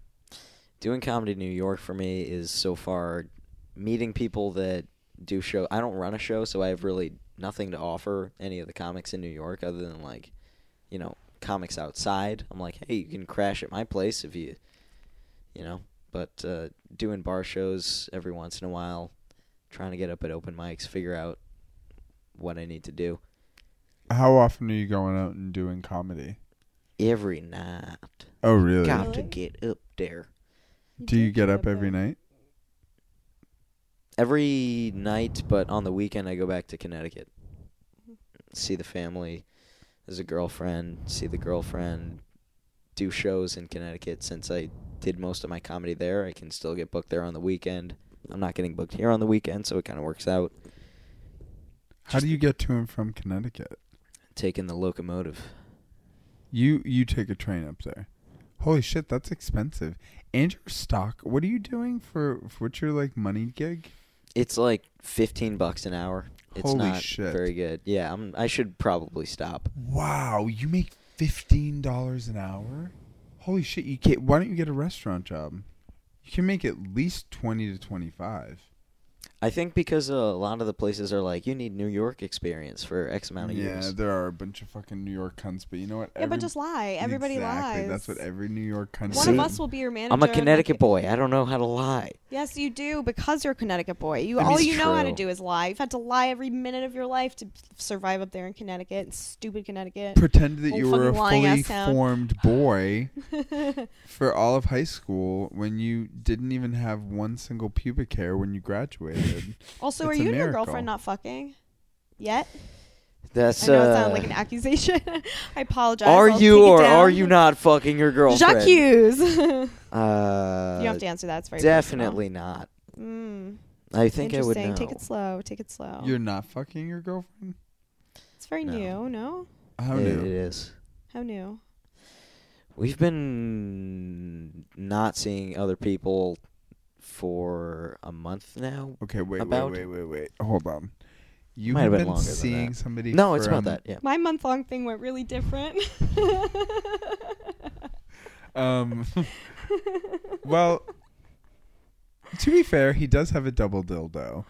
[SPEAKER 3] doing comedy in New York for me is so far meeting people that do show. I don't run a show, so I have really nothing to offer any of the comics in New York other than like, you know, comics outside. I'm like, hey, you can crash at my place if you, you know. But uh, doing bar shows every once in a while, trying to get up at open mics, figure out what I need to do
[SPEAKER 2] How often are you going out and doing comedy?
[SPEAKER 3] every night.
[SPEAKER 2] Oh, really?
[SPEAKER 3] Got to
[SPEAKER 4] Really?
[SPEAKER 3] get up there.
[SPEAKER 2] Do you get up every night?
[SPEAKER 3] every night, but on the weekend I go back to Connecticut, see the family. There's a girlfriend. See the girlfriend. do shows in Connecticut since I did most of my comedy there. I can still get booked there on the weekend. I'm not getting booked here on the weekend, so it kind of works out.
[SPEAKER 2] How do you get to and from Connecticut?
[SPEAKER 3] Taking the locomotive.
[SPEAKER 2] You you take a train up there. Holy shit, that's expensive. And your stock. What are you doing for? for what's your like money gig?
[SPEAKER 3] It's like 15 bucks an hour. It's
[SPEAKER 2] Holy
[SPEAKER 3] not
[SPEAKER 2] shit.
[SPEAKER 3] very good. Yeah, I'm, I should probably stop.
[SPEAKER 2] Wow, you make fifteen dollars an hour. Holy shit, you can't. Why don't you get a restaurant job? You can make at least twenty to twenty five.
[SPEAKER 3] I think because a lot of the places are like, you need New York experience for X amount of
[SPEAKER 2] Yeah,
[SPEAKER 3] years.
[SPEAKER 2] there are a bunch of fucking New York cunts, but you know what?
[SPEAKER 4] Yeah,
[SPEAKER 2] Every-
[SPEAKER 4] but just lie. Everybody
[SPEAKER 2] exactly.
[SPEAKER 4] lies.
[SPEAKER 2] That's what every New York cunt.
[SPEAKER 4] One
[SPEAKER 3] See?
[SPEAKER 4] of us will be your manager.
[SPEAKER 3] I'm a
[SPEAKER 4] and, like,
[SPEAKER 3] Connecticut boy. I don't know how to lie.
[SPEAKER 4] Yes, you do because you're a Connecticut boy. You
[SPEAKER 3] I mean,
[SPEAKER 4] all
[SPEAKER 3] it's
[SPEAKER 4] you know how to
[SPEAKER 3] true.
[SPEAKER 4] do is lie. You've had to lie every minute of your life to survive up there in Connecticut, in stupid Connecticut.
[SPEAKER 2] pretend that you
[SPEAKER 4] Little
[SPEAKER 2] were a
[SPEAKER 4] fucking lying
[SPEAKER 2] fully
[SPEAKER 4] ass hound.
[SPEAKER 2] formed boy for all of high school when you didn't even have one single pubic hair when you graduated.
[SPEAKER 4] Also,
[SPEAKER 2] It's
[SPEAKER 4] are
[SPEAKER 2] a
[SPEAKER 4] you and your
[SPEAKER 2] miracle.
[SPEAKER 4] girlfriend not fucking yet?
[SPEAKER 3] That's
[SPEAKER 4] I know
[SPEAKER 3] uh,
[SPEAKER 4] it sounded like an accusation. <laughs> I apologize.
[SPEAKER 3] Are
[SPEAKER 4] I'll
[SPEAKER 3] you
[SPEAKER 4] take it
[SPEAKER 3] or
[SPEAKER 4] down.
[SPEAKER 3] are you not fucking your girlfriend?
[SPEAKER 4] Jacques Hughes. <laughs> you
[SPEAKER 3] Uh,
[SPEAKER 4] don't have to answer that. It's very personal.
[SPEAKER 3] definitely not.
[SPEAKER 4] Mm,
[SPEAKER 3] I think I would
[SPEAKER 4] interesting.
[SPEAKER 3] know.
[SPEAKER 4] Take it slow. Take it slow.
[SPEAKER 2] You're not fucking your girlfriend?
[SPEAKER 4] it's very
[SPEAKER 3] No.
[SPEAKER 4] new. No,
[SPEAKER 2] How
[SPEAKER 3] It-
[SPEAKER 2] new?
[SPEAKER 3] it is.
[SPEAKER 4] how new?
[SPEAKER 3] We've been not seeing other people for a month now.
[SPEAKER 2] Okay, wait,
[SPEAKER 3] About-
[SPEAKER 2] wait, wait, wait, wait. Hold on. You
[SPEAKER 3] Might
[SPEAKER 2] have
[SPEAKER 3] have been
[SPEAKER 2] been,
[SPEAKER 3] longer than
[SPEAKER 2] seeing
[SPEAKER 3] that.
[SPEAKER 2] somebody.
[SPEAKER 3] No, it's
[SPEAKER 2] for,
[SPEAKER 3] about
[SPEAKER 2] um,
[SPEAKER 3] that. Yeah.
[SPEAKER 4] My month long thing went
[SPEAKER 2] <laughs>
[SPEAKER 4] really different.
[SPEAKER 2] Um, <laughs> well, to be fair, he does have a double dildo.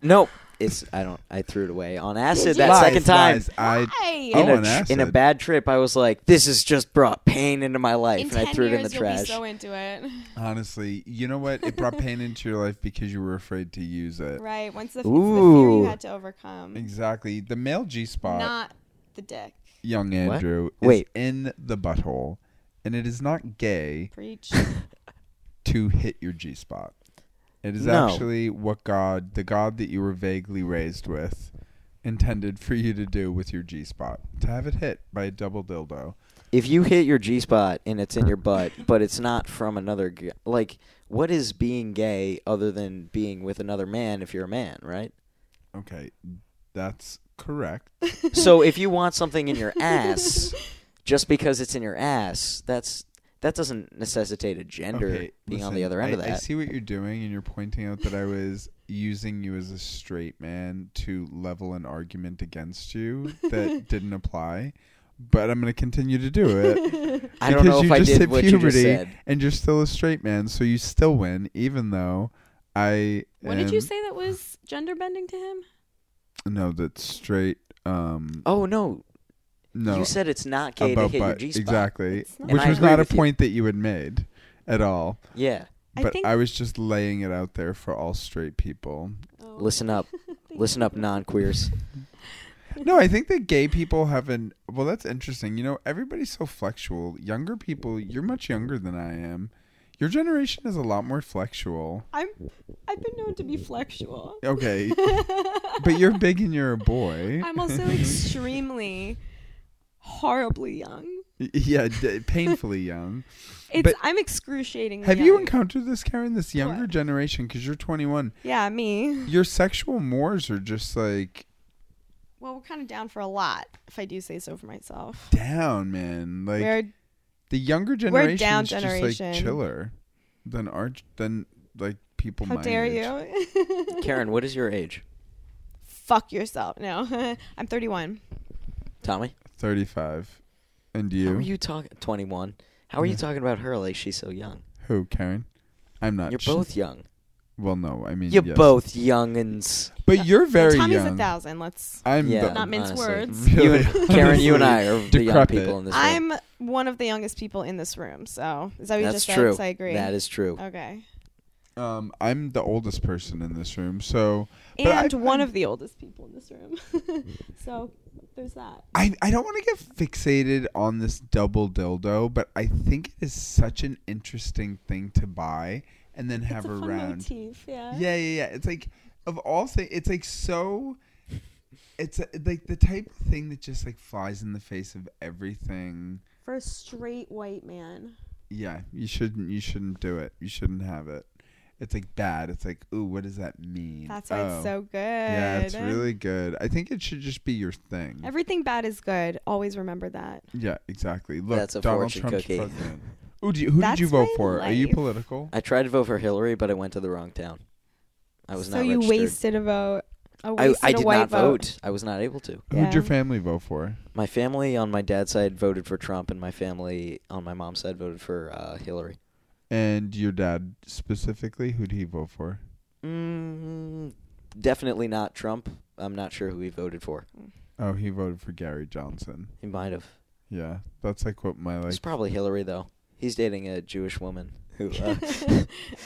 [SPEAKER 3] No, it's I don't. I threw it away on acid that
[SPEAKER 2] Lies,
[SPEAKER 3] second time.
[SPEAKER 2] lies. I
[SPEAKER 4] Hey,
[SPEAKER 2] Oh,
[SPEAKER 3] In,
[SPEAKER 2] on
[SPEAKER 3] a tr- in a
[SPEAKER 2] acid.
[SPEAKER 3] bad trip, I was like, "This has just brought pain into my life,"
[SPEAKER 4] in
[SPEAKER 3] and
[SPEAKER 4] ten
[SPEAKER 3] I threw
[SPEAKER 4] years
[SPEAKER 3] it in the
[SPEAKER 4] you'll
[SPEAKER 3] trash.
[SPEAKER 4] be so into it. <laughs>
[SPEAKER 2] honestly, you know what? It brought pain into your life because you were afraid to use it.
[SPEAKER 4] Right. Once the, it's the fear
[SPEAKER 3] Ooh.
[SPEAKER 4] you had to overcome,
[SPEAKER 2] Exactly. The male G spot.
[SPEAKER 4] not the dick.
[SPEAKER 2] young
[SPEAKER 3] What?
[SPEAKER 2] Andrew is
[SPEAKER 3] Wait.
[SPEAKER 2] in the butthole, and it is not gay <laughs>
[SPEAKER 4] Preach. <laughs>
[SPEAKER 2] to hit your G spot. It is
[SPEAKER 3] No.
[SPEAKER 2] actually what God, the God that you were vaguely raised with, intended for you to do with your G spot to have it hit by a double dildo.
[SPEAKER 3] if you hit your G spot and it's in your butt, but it's not from another g- like what is being gay other than being with another man if you're a man, right?
[SPEAKER 2] Okay, that's correct.
[SPEAKER 3] so if you want something in your ass just because it's in your ass, that's that doesn't necessitate a gender
[SPEAKER 2] Okay,
[SPEAKER 3] being on
[SPEAKER 2] listen,
[SPEAKER 3] the other end
[SPEAKER 2] I,
[SPEAKER 3] of
[SPEAKER 2] I
[SPEAKER 3] that.
[SPEAKER 2] see what you're doing, and you're pointing out that I was using you as a straight man to level an argument against you
[SPEAKER 3] <laughs>
[SPEAKER 2] that didn't apply. But I'm going to continue to do it
[SPEAKER 3] I don't know
[SPEAKER 2] because
[SPEAKER 3] if
[SPEAKER 2] you
[SPEAKER 3] I
[SPEAKER 2] just
[SPEAKER 3] did
[SPEAKER 2] hit
[SPEAKER 3] what you just
[SPEAKER 2] puberty.
[SPEAKER 3] said.
[SPEAKER 2] and you're still a straight man, so you still win, even though I.
[SPEAKER 4] what did you
[SPEAKER 2] am-
[SPEAKER 4] say that was gender bending to him?
[SPEAKER 2] No, that straight. Um,
[SPEAKER 3] Oh no,
[SPEAKER 2] no,
[SPEAKER 3] you said it's not gay to
[SPEAKER 2] about
[SPEAKER 3] hit your
[SPEAKER 2] butt
[SPEAKER 3] G spot.
[SPEAKER 2] exactly,
[SPEAKER 4] It's not. And
[SPEAKER 2] which
[SPEAKER 4] I
[SPEAKER 2] was
[SPEAKER 4] agree
[SPEAKER 2] not a
[SPEAKER 3] with you.
[SPEAKER 2] point that you had made at all.
[SPEAKER 3] Yeah.
[SPEAKER 4] I
[SPEAKER 2] But I,
[SPEAKER 4] think-
[SPEAKER 2] was just laying it out there for all straight people.
[SPEAKER 4] Oh.
[SPEAKER 3] Listen up. Listen up non-queers.
[SPEAKER 2] No, I think that gay people have an well. That's interesting. You know, everybody's so flexual. Younger people, you're much younger than I am. Your generation is a lot more flexual.
[SPEAKER 4] I'm. I've been known to be flexual. <laughs>
[SPEAKER 2] Okay, but you're big and you're a boy. <laughs>
[SPEAKER 4] I'm also extremely, horribly young.
[SPEAKER 2] yeah, d- painfully
[SPEAKER 4] <laughs>
[SPEAKER 2] young.
[SPEAKER 4] It's.
[SPEAKER 2] But-
[SPEAKER 4] I'm excruciatingly.
[SPEAKER 2] Have you
[SPEAKER 4] young.
[SPEAKER 2] encountered this, Karen? This younger
[SPEAKER 4] What?
[SPEAKER 2] generation, because you're 21.
[SPEAKER 4] Yeah, me.
[SPEAKER 2] Your sexual mores are just like
[SPEAKER 4] Well, we're kind of down for a lot, if I do say so for myself.
[SPEAKER 2] down, man. Like
[SPEAKER 4] We're
[SPEAKER 2] the younger
[SPEAKER 4] we're
[SPEAKER 2] generation
[SPEAKER 4] down
[SPEAKER 2] is just
[SPEAKER 4] generation.
[SPEAKER 2] like chiller than our than like people.
[SPEAKER 4] how
[SPEAKER 2] oh my
[SPEAKER 4] dare
[SPEAKER 2] age.
[SPEAKER 4] you? <laughs>
[SPEAKER 3] Karen, what is your age?
[SPEAKER 4] Fuck yourself. No, <laughs> I'm 31.
[SPEAKER 3] Tommy?
[SPEAKER 2] 35. And you?
[SPEAKER 3] How are you talking 21? How are you talking about her like she's so young?
[SPEAKER 2] Who, Karen? I'm not.
[SPEAKER 3] You're
[SPEAKER 2] sh-
[SPEAKER 3] both young.
[SPEAKER 2] Well, no, I mean.
[SPEAKER 3] You're
[SPEAKER 2] Mm, yes.
[SPEAKER 3] both youngins.
[SPEAKER 2] But you're very
[SPEAKER 4] Tommy's a
[SPEAKER 2] young.
[SPEAKER 4] thousand. Let's.
[SPEAKER 2] I'm
[SPEAKER 3] Yeah,
[SPEAKER 2] the,
[SPEAKER 4] Not mince
[SPEAKER 3] honestly. <laughs>
[SPEAKER 4] words.
[SPEAKER 3] You
[SPEAKER 2] Really, <laughs>
[SPEAKER 3] and, Karen, you and I
[SPEAKER 2] honestly,
[SPEAKER 3] are the young
[SPEAKER 2] decrepit.
[SPEAKER 3] people in this room.
[SPEAKER 4] I'm one of the youngest people in this room, so is that what you
[SPEAKER 3] That's
[SPEAKER 4] just
[SPEAKER 3] true.
[SPEAKER 4] said? So I agree. Oh.
[SPEAKER 3] That is true.
[SPEAKER 4] Okay.
[SPEAKER 2] Um, I'm the oldest person in this room, so. But
[SPEAKER 4] and
[SPEAKER 2] I-
[SPEAKER 4] one of the oldest people in this room. <laughs> so there's that.
[SPEAKER 2] I, I don't want to get fixated on this double dildo, but I think it is such an interesting thing to buy and then have
[SPEAKER 4] it's a fun
[SPEAKER 2] around.
[SPEAKER 4] motif, yeah.
[SPEAKER 2] Yeah, yeah, yeah. It's like of all things, it's like so. It's uh, like the type of thing that just like flies in the face of everything
[SPEAKER 4] for a straight white man.
[SPEAKER 2] Yeah, you shouldn't. You shouldn't do it. You shouldn't have it. It's like bad. It's like, ooh, what does that mean?
[SPEAKER 4] That's why
[SPEAKER 2] Oh.
[SPEAKER 4] it's so good.
[SPEAKER 2] Yeah, it's really good. I think it should just be your thing.
[SPEAKER 4] Mm. Everything bad is good. Always remember that.
[SPEAKER 2] yeah, exactly. Look,
[SPEAKER 3] That's a
[SPEAKER 2] Donald
[SPEAKER 3] fortune
[SPEAKER 2] Trump's
[SPEAKER 3] cookie.
[SPEAKER 2] president. Ooh, do you, who
[SPEAKER 4] That's
[SPEAKER 2] did you vote
[SPEAKER 4] my
[SPEAKER 2] for? Are you
[SPEAKER 4] life.
[SPEAKER 2] political?
[SPEAKER 3] I tried to vote for Hillary, but I went to the wrong town. I was
[SPEAKER 4] so
[SPEAKER 3] not
[SPEAKER 4] you
[SPEAKER 3] registered.
[SPEAKER 4] wasted a vote. A
[SPEAKER 3] I,
[SPEAKER 4] wasted
[SPEAKER 3] I did
[SPEAKER 4] a white
[SPEAKER 3] not
[SPEAKER 4] vote.
[SPEAKER 3] vote. I was not able to.
[SPEAKER 2] Who'd your
[SPEAKER 4] Yeah.
[SPEAKER 2] family vote for?
[SPEAKER 3] My family on my dad's side voted for Trump, and my family on my mom's side voted for uh, Hillary.
[SPEAKER 2] And your dad specifically, who'd he vote for?
[SPEAKER 3] Mm, definitely not Trump. I'm not sure who he voted for.
[SPEAKER 2] Oh, he voted for Gary Johnson.
[SPEAKER 3] He might have.
[SPEAKER 2] Yeah, that's like what my
[SPEAKER 3] It's
[SPEAKER 2] like
[SPEAKER 3] probably Hillary though. He's dating a Jewish woman. Who?
[SPEAKER 4] <laughs>
[SPEAKER 3] Uh,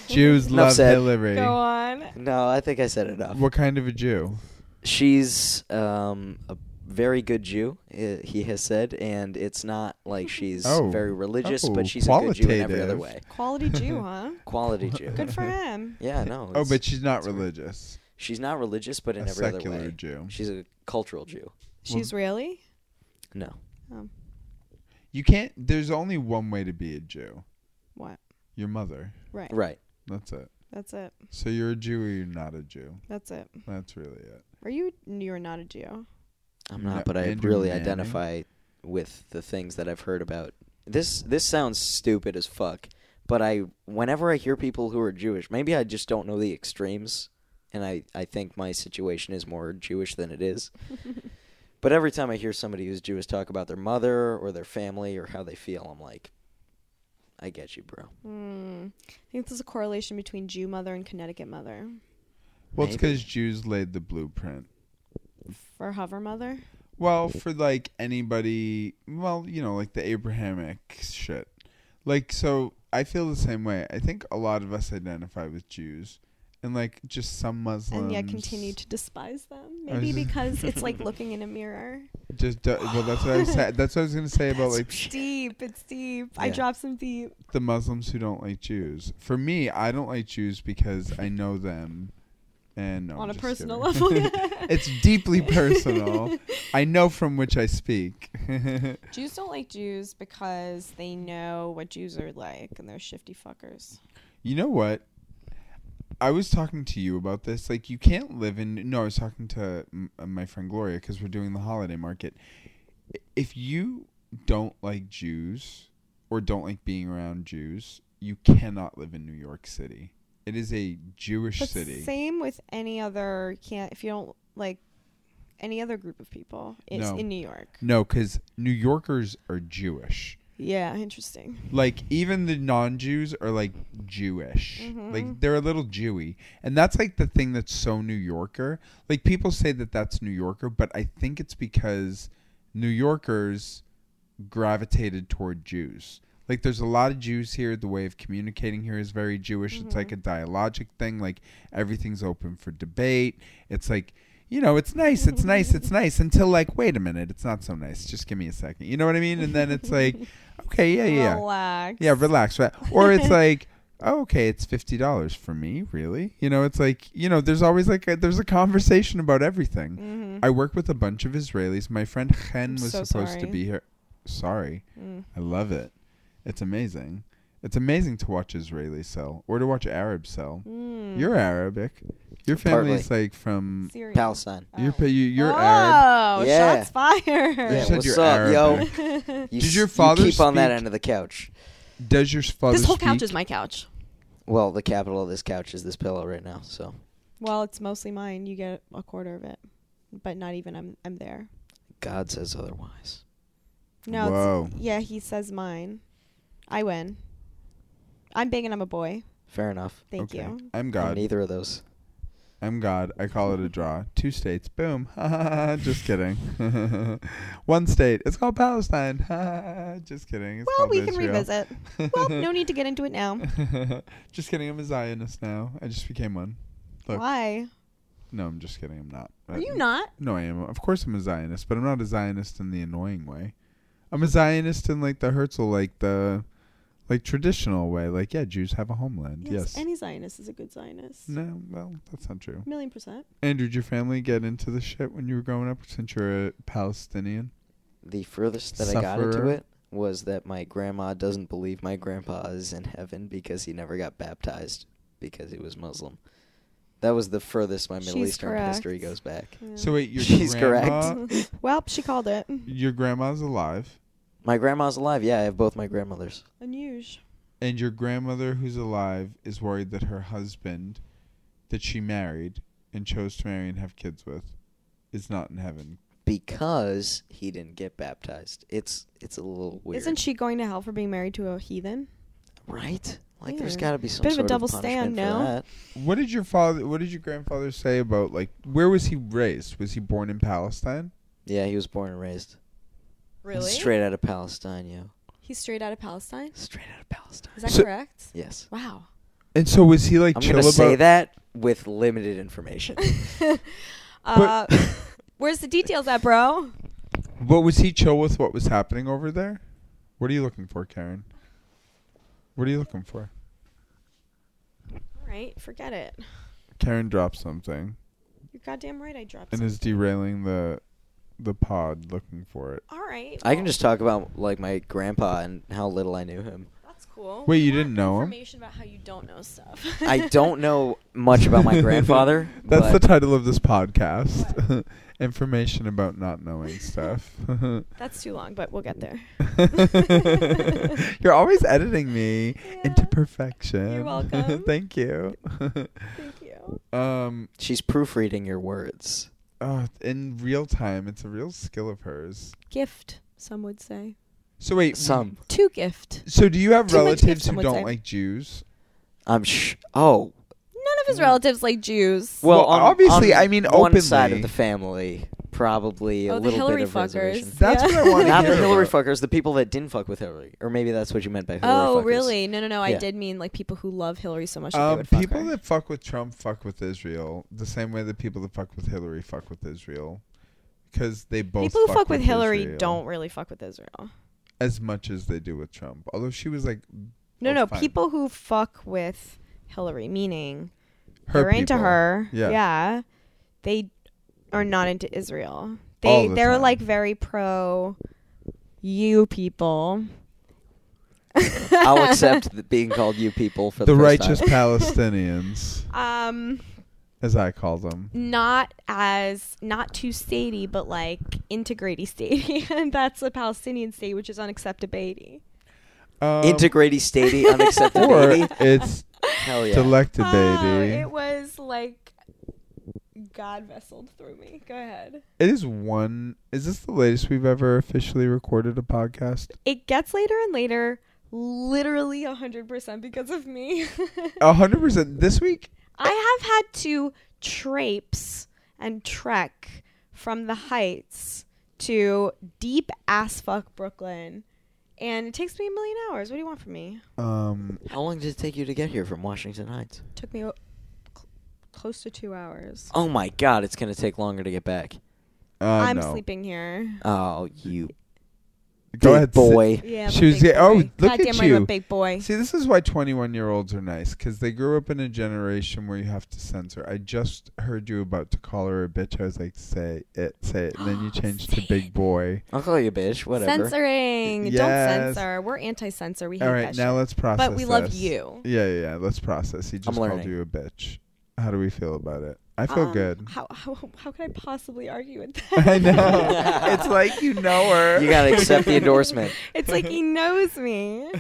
[SPEAKER 2] Jews
[SPEAKER 3] Enough
[SPEAKER 2] love
[SPEAKER 3] said.
[SPEAKER 2] Hillary.
[SPEAKER 4] Go on.
[SPEAKER 3] no, I think I said enough.
[SPEAKER 2] What kind of a Jew?
[SPEAKER 3] She's um, a very good Jew. i- He has said, and it's not like she's
[SPEAKER 2] Oh.
[SPEAKER 3] very religious,
[SPEAKER 2] Oh,
[SPEAKER 3] but she's a good Jew in every other
[SPEAKER 2] qualitative.
[SPEAKER 3] way.
[SPEAKER 4] Quality
[SPEAKER 3] <laughs>
[SPEAKER 4] Jew, huh?
[SPEAKER 3] Quality Jew.
[SPEAKER 4] Good
[SPEAKER 3] <laughs>
[SPEAKER 4] for him.
[SPEAKER 3] Yeah, no.
[SPEAKER 2] Oh,
[SPEAKER 3] it's-
[SPEAKER 2] but she's not
[SPEAKER 3] it's weird.
[SPEAKER 2] religious.
[SPEAKER 3] she's not religious, but in
[SPEAKER 2] a
[SPEAKER 3] every other
[SPEAKER 2] secular
[SPEAKER 3] way,
[SPEAKER 2] Jew.
[SPEAKER 3] she's a cultural Jew.
[SPEAKER 4] She's really.
[SPEAKER 3] No,
[SPEAKER 4] Um,
[SPEAKER 2] You can't. There's only one way to be a Jew.
[SPEAKER 4] what?
[SPEAKER 2] Your mother.
[SPEAKER 4] Right.
[SPEAKER 3] right?
[SPEAKER 2] That's it.
[SPEAKER 4] That's it.
[SPEAKER 2] So you're a Jew or you're not a Jew.
[SPEAKER 4] That's it.
[SPEAKER 2] That's really it.
[SPEAKER 4] Are you? You're not a Jew.
[SPEAKER 3] I'm
[SPEAKER 2] No,
[SPEAKER 3] not, but I
[SPEAKER 2] Andrew
[SPEAKER 3] really
[SPEAKER 2] Manning.
[SPEAKER 3] identify with the things that I've heard about. This this sounds stupid as fuck, but I whenever I hear people who are Jewish, maybe I just don't know the extremes, and I I think my situation is more Jewish than it is. but every time I hear somebody who's Jewish talk about their mother or their family or how they feel, I'm like, I get you, bro.
[SPEAKER 4] Hmm. I think there's a correlation between Jew mother and Connecticut mother
[SPEAKER 2] Well, it's
[SPEAKER 3] Maybe.
[SPEAKER 2] because Jews laid the blueprint.
[SPEAKER 4] for hover mother.
[SPEAKER 2] Well, for like anybody, well, you know, like the Abrahamic shit. Like, so I feel the same way. I think a lot of us identify with Jews and like just some Muslims.
[SPEAKER 4] and yet continue to despise
[SPEAKER 3] <laughs>
[SPEAKER 4] them.
[SPEAKER 2] I
[SPEAKER 4] Maybe
[SPEAKER 2] was-
[SPEAKER 4] because it's like looking in a mirror.
[SPEAKER 2] Just, do- well, that's what I
[SPEAKER 4] <laughs>
[SPEAKER 2] said. That's what I was gonna say about like
[SPEAKER 4] It's deep. It's deep. I
[SPEAKER 3] Yeah.
[SPEAKER 4] dropped some deep.
[SPEAKER 2] the Muslims who don't like Jews. For me, I don't like Jews because I know them, and no,
[SPEAKER 4] On
[SPEAKER 2] I'm
[SPEAKER 4] a
[SPEAKER 2] just
[SPEAKER 4] personal
[SPEAKER 2] kidding.
[SPEAKER 4] level.
[SPEAKER 2] <laughs> it's
[SPEAKER 4] <laughs>
[SPEAKER 2] deeply personal. I know from which I speak. <laughs>
[SPEAKER 4] Jews don't like Jews because they know what Jews are like and they're shifty fuckers.
[SPEAKER 2] You know what? I was talking to you about this. Like, you can't live in. No, I was talking to m- uh, my friend Gloria because we're doing the holiday market. I- If you don't like Jews or don't like being around Jews, you cannot live in New York City. It is a Jewish
[SPEAKER 4] But
[SPEAKER 2] city.
[SPEAKER 4] same with any other you can't if you don't like any other group of people it's
[SPEAKER 2] No.
[SPEAKER 4] in New York.
[SPEAKER 2] no, because New Yorkers are Jewish.
[SPEAKER 4] Yeah, interesting.
[SPEAKER 2] Like, even the non Jews are like Jewish. Like,
[SPEAKER 4] Mhm.
[SPEAKER 2] they're a little Jewy. And that's like the thing that's so New Yorker. Like, people say that that's New Yorker, but I think it's because New Yorkers gravitated toward Jews. Like, there's a lot of Jews here. The way of communicating here is very Jewish. It's like a dialogic thing. Like, everything's open for debate. It's like, you know, it's nice, it's nice, it's nice until like, wait a minute, it's not so nice. Just give me a second. You know what I mean? And then it's like, okay, yeah, yeah.
[SPEAKER 4] Relax.
[SPEAKER 2] Yeah, relax. Right? Or
[SPEAKER 4] <laughs>
[SPEAKER 2] it's like, oh, okay, it's fifty dollars for me, really? You know, it's like, you know, there's always like a, there's a conversation about everything.
[SPEAKER 4] Mhm.
[SPEAKER 2] I work with a bunch of Israelis. My friend Chen
[SPEAKER 4] I'm
[SPEAKER 2] was
[SPEAKER 4] so
[SPEAKER 2] supposed to
[SPEAKER 4] sorry.
[SPEAKER 2] be here. Sorry,
[SPEAKER 4] Mm.
[SPEAKER 2] I love it. It's amazing. It's amazing to watch Israelis sell or to watch Arabs sell.
[SPEAKER 4] Mm.
[SPEAKER 2] You're Arabic. Your family's like from.
[SPEAKER 4] Syrian.
[SPEAKER 3] Palestine.
[SPEAKER 2] You're pa- you- you're
[SPEAKER 4] oh,
[SPEAKER 2] Arab.
[SPEAKER 3] Yeah.
[SPEAKER 4] shots fired.
[SPEAKER 2] You
[SPEAKER 4] <laughs>
[SPEAKER 3] Yeah,
[SPEAKER 2] said
[SPEAKER 3] what's
[SPEAKER 2] you're
[SPEAKER 3] up, yo?
[SPEAKER 2] Arabic.
[SPEAKER 3] You
[SPEAKER 2] Did
[SPEAKER 3] s-
[SPEAKER 2] your father
[SPEAKER 3] you keep on that
[SPEAKER 2] speak-
[SPEAKER 3] end of the couch?
[SPEAKER 2] Does your father?
[SPEAKER 4] <laughs> this whole couch
[SPEAKER 2] speak-
[SPEAKER 4] is my couch.
[SPEAKER 3] Well, the capital of this couch is this pillow right now, so
[SPEAKER 4] Well, it's mostly mine. You get a quarter of it, but not even. I'm I'm there.
[SPEAKER 3] God says otherwise.
[SPEAKER 4] No.
[SPEAKER 2] Whoa.
[SPEAKER 4] It's, yeah, he says mine. I win. I'm big and I'm a boy.
[SPEAKER 3] Fair enough.
[SPEAKER 4] Thank
[SPEAKER 2] Okay.
[SPEAKER 4] you.
[SPEAKER 2] I'm
[SPEAKER 3] I'm
[SPEAKER 2] God.
[SPEAKER 3] neither of those.
[SPEAKER 2] I'm God. I call it a draw. Two states. Boom. <laughs> Just kidding. <laughs> One state. It's called Palestine. <laughs> Just kidding. It's
[SPEAKER 4] Well,
[SPEAKER 2] called
[SPEAKER 4] we can
[SPEAKER 2] Israel.
[SPEAKER 4] revisit.
[SPEAKER 2] <laughs>
[SPEAKER 4] well, no need to get into it now.
[SPEAKER 2] just kidding. I'm a Zionist now. I just became one. Look. uh,
[SPEAKER 4] Why?
[SPEAKER 2] No, I'm just kidding. I'm not.
[SPEAKER 4] Are you not?
[SPEAKER 2] No, I am. Of course, I'm a Zionist, but I'm not a Zionist in the annoying way. I'm a Zionist in like the Herzl, like the like traditional way. Like, yeah, Jews have a homeland. Yes.
[SPEAKER 4] Any Zionist is a good Zionist.
[SPEAKER 2] no, well, that's not true.
[SPEAKER 4] Million percent.
[SPEAKER 2] Andrew, did your family get into the shit when you were growing up since you're a Palestinian?
[SPEAKER 3] The furthest that I got into
[SPEAKER 2] Sufferer.
[SPEAKER 3] it was that my grandma doesn't believe my grandpa is in heaven because he never got baptized because he was Muslim. That was the furthest my Middle
[SPEAKER 4] She's
[SPEAKER 3] Eastern history
[SPEAKER 4] correct.
[SPEAKER 3] goes back.
[SPEAKER 4] Yeah.
[SPEAKER 2] So uh, wait, your
[SPEAKER 3] She's
[SPEAKER 2] grandma,
[SPEAKER 3] correct.
[SPEAKER 4] <laughs> well, she
[SPEAKER 2] <laughs>
[SPEAKER 4] called it.
[SPEAKER 2] Your grandma's alive,
[SPEAKER 3] My grandma's alive. Yeah, I have both my grandmothers.
[SPEAKER 4] Unusual.
[SPEAKER 2] and your grandmother who's alive is worried that her husband, that she married and chose to marry and have kids with, is not in heaven.
[SPEAKER 3] because he didn't get baptized. It's it's a little weird,
[SPEAKER 4] Isn't she going to hell for being married to a heathen?
[SPEAKER 3] Right? Like, there's
[SPEAKER 4] Yeah.
[SPEAKER 3] got to be some
[SPEAKER 4] Bit of a
[SPEAKER 3] sort
[SPEAKER 4] double
[SPEAKER 3] punishment
[SPEAKER 4] stand,
[SPEAKER 3] for
[SPEAKER 4] no?
[SPEAKER 3] that.
[SPEAKER 2] What did your father? What did your grandfather say about like where was he raised? Was he born in Palestine?
[SPEAKER 3] Yeah, he was born and raised straight out of Palestine. Yeah,
[SPEAKER 4] He's straight out of Palestine.
[SPEAKER 3] straight out of Palestine.
[SPEAKER 4] Is that
[SPEAKER 2] So-
[SPEAKER 4] correct?
[SPEAKER 2] <laughs>
[SPEAKER 3] yes,
[SPEAKER 4] Wow.
[SPEAKER 2] And so was he like
[SPEAKER 3] I'm
[SPEAKER 2] chill
[SPEAKER 3] gonna
[SPEAKER 2] about?
[SPEAKER 3] say that with limited information.
[SPEAKER 4] uh, <laughs> where's the details
[SPEAKER 2] <laughs>
[SPEAKER 4] at, bro?
[SPEAKER 2] But was he chill with what was happening over there? What are you looking for, Karen? What are you looking for?
[SPEAKER 4] All right, forget it.
[SPEAKER 2] Karen dropped something
[SPEAKER 4] You're goddamn right. I dropped.
[SPEAKER 2] and
[SPEAKER 4] some-
[SPEAKER 2] is derailing the the pod looking for it.
[SPEAKER 4] All right.
[SPEAKER 3] I can
[SPEAKER 4] well,
[SPEAKER 3] just talk about like my grandpa and how little I knew him.
[SPEAKER 4] That's cool.
[SPEAKER 2] Wait,
[SPEAKER 4] We
[SPEAKER 2] you
[SPEAKER 4] want
[SPEAKER 2] didn't know him?
[SPEAKER 4] Information about how you don't know stuff. <laughs>
[SPEAKER 3] I don't know much about my grandfather.
[SPEAKER 2] <laughs> That's the
[SPEAKER 3] but
[SPEAKER 2] title of this podcast. <laughs> Information about not knowing stuff. <laughs>
[SPEAKER 4] That's too long, but we'll get there.
[SPEAKER 2] You're always editing me into
[SPEAKER 4] Yeah.
[SPEAKER 2] perfection. <laughs>
[SPEAKER 4] You're welcome.
[SPEAKER 2] Thank you. <laughs>
[SPEAKER 4] Thank you.
[SPEAKER 2] um
[SPEAKER 3] she's proofreading your words.
[SPEAKER 2] oh, in real time, it's a real skill of hers.
[SPEAKER 4] Gift, some would say.
[SPEAKER 2] So wait,
[SPEAKER 3] Some
[SPEAKER 4] Two gift.
[SPEAKER 2] So do you have
[SPEAKER 4] Too much
[SPEAKER 2] relatives
[SPEAKER 4] gift, some
[SPEAKER 2] who
[SPEAKER 4] would
[SPEAKER 2] don't
[SPEAKER 4] say.
[SPEAKER 2] like Jews?
[SPEAKER 3] I'm sh. Oh,
[SPEAKER 4] None of his relatives like Jews.
[SPEAKER 3] Well,
[SPEAKER 2] Well,
[SPEAKER 3] on-
[SPEAKER 2] obviously,
[SPEAKER 3] on
[SPEAKER 2] I mean
[SPEAKER 3] one side
[SPEAKER 2] openly.
[SPEAKER 3] of the family, probably a
[SPEAKER 4] oh, the
[SPEAKER 3] little
[SPEAKER 4] Hillary
[SPEAKER 3] bit of
[SPEAKER 4] <laughs>
[SPEAKER 3] reservation.
[SPEAKER 4] fuckers.
[SPEAKER 2] That's
[SPEAKER 4] yeah.
[SPEAKER 2] what I wanna
[SPEAKER 3] Not the
[SPEAKER 2] hear.
[SPEAKER 3] Hillary fuckers, the people that didn't fuck with Hillary, or maybe that's what you meant by Hillary.
[SPEAKER 4] Oh,
[SPEAKER 3] fuckers.
[SPEAKER 4] really? No, no, no. I
[SPEAKER 3] Yeah.
[SPEAKER 4] did mean like people who love Hillary so much that they
[SPEAKER 2] Um,
[SPEAKER 4] would fuck
[SPEAKER 2] people
[SPEAKER 4] her.
[SPEAKER 2] that fuck with Trump fuck with Israel the same way that people that fuck with Hillary fuck with Israel because they both
[SPEAKER 4] people who fuck with Hillary
[SPEAKER 2] Israel
[SPEAKER 4] don't really fuck with Israel.
[SPEAKER 2] as much as they do with Trump. Although she was like
[SPEAKER 4] No,
[SPEAKER 2] Oh,
[SPEAKER 4] no.
[SPEAKER 2] fine.
[SPEAKER 4] People who fuck with Hillary, meaning
[SPEAKER 2] her
[SPEAKER 4] they're into
[SPEAKER 2] people.
[SPEAKER 4] her.
[SPEAKER 2] Yeah.
[SPEAKER 4] They are not into Israel.
[SPEAKER 2] All
[SPEAKER 4] They
[SPEAKER 2] the
[SPEAKER 4] they're
[SPEAKER 2] time.
[SPEAKER 4] like very pro
[SPEAKER 2] <laughs>
[SPEAKER 4] you people. <laughs>
[SPEAKER 3] I'll accept th- being called you people for
[SPEAKER 2] the
[SPEAKER 3] the, first
[SPEAKER 2] righteous
[SPEAKER 3] time.
[SPEAKER 2] Palestinians,
[SPEAKER 4] Um
[SPEAKER 2] as I call them.
[SPEAKER 4] not as not too statey, but like into Grady statey. <laughs> and that's a Palestinian state which is unacceptability.
[SPEAKER 2] Um,
[SPEAKER 3] Into Grady
[SPEAKER 2] <laughs>
[SPEAKER 3] Stady,
[SPEAKER 2] or
[SPEAKER 3] unacceptable.
[SPEAKER 2] it's
[SPEAKER 3] Hell <laughs> yeah.
[SPEAKER 2] delectability.
[SPEAKER 4] Oh, it was like God vesseled through me. Go ahead.
[SPEAKER 2] it is one. Is this the latest we've ever officially recorded a
[SPEAKER 4] <laughs>
[SPEAKER 2] podcast?
[SPEAKER 4] It gets later and later, literally 100% because of me. <laughs>
[SPEAKER 2] A hundred percent. This week
[SPEAKER 4] I have had to traipse and trek from the heights to deep ass fuck Brooklyn. And it takes me a million hours. What do you want from me?
[SPEAKER 2] Um,
[SPEAKER 3] How long did it take you to get here from Washington Heights?
[SPEAKER 4] took me o- cl- close to two hours.
[SPEAKER 3] Oh my God, it's gonna take longer to get back.
[SPEAKER 2] uh,
[SPEAKER 4] I'm
[SPEAKER 2] no.
[SPEAKER 4] sleeping here.
[SPEAKER 3] Oh, you
[SPEAKER 2] Go
[SPEAKER 3] big
[SPEAKER 2] ahead, sit-
[SPEAKER 3] boy.
[SPEAKER 4] Yeah. I'm a
[SPEAKER 2] She was
[SPEAKER 4] big
[SPEAKER 2] get- oh,
[SPEAKER 4] boy.
[SPEAKER 2] look
[SPEAKER 4] Goddamn
[SPEAKER 2] at
[SPEAKER 4] right, I'm
[SPEAKER 2] you.
[SPEAKER 4] a big boy.
[SPEAKER 2] See, this is why 21 year olds are nice because they grew up in a generation where you have to censor. I just heard you about to call her a bitch. I was like, say it, say it. And
[SPEAKER 4] <gasps>
[SPEAKER 2] then you changed to
[SPEAKER 4] Say
[SPEAKER 2] big boy.
[SPEAKER 3] I'll call you a bitch. Whatever.
[SPEAKER 4] Censoring.
[SPEAKER 2] Yes.
[SPEAKER 4] Don't censor. We're anti-censor. We hate
[SPEAKER 2] All right,
[SPEAKER 4] that
[SPEAKER 2] now
[SPEAKER 4] shit.
[SPEAKER 2] let's process.
[SPEAKER 4] But we love
[SPEAKER 2] this.
[SPEAKER 4] you.
[SPEAKER 2] Yeah, yeah, yeah. Let's process. He just called
[SPEAKER 3] learning.
[SPEAKER 2] you a bitch. How do we feel about it? I feel
[SPEAKER 4] Um, <laughs>
[SPEAKER 2] good.
[SPEAKER 4] How, how how could I possibly
[SPEAKER 2] <laughs>
[SPEAKER 4] argue with that?
[SPEAKER 2] I
[SPEAKER 4] <laughs>
[SPEAKER 2] know. it's like you know her.
[SPEAKER 3] You gotta
[SPEAKER 2] <laughs>
[SPEAKER 3] accept the endorsement.
[SPEAKER 4] It's like he knows me.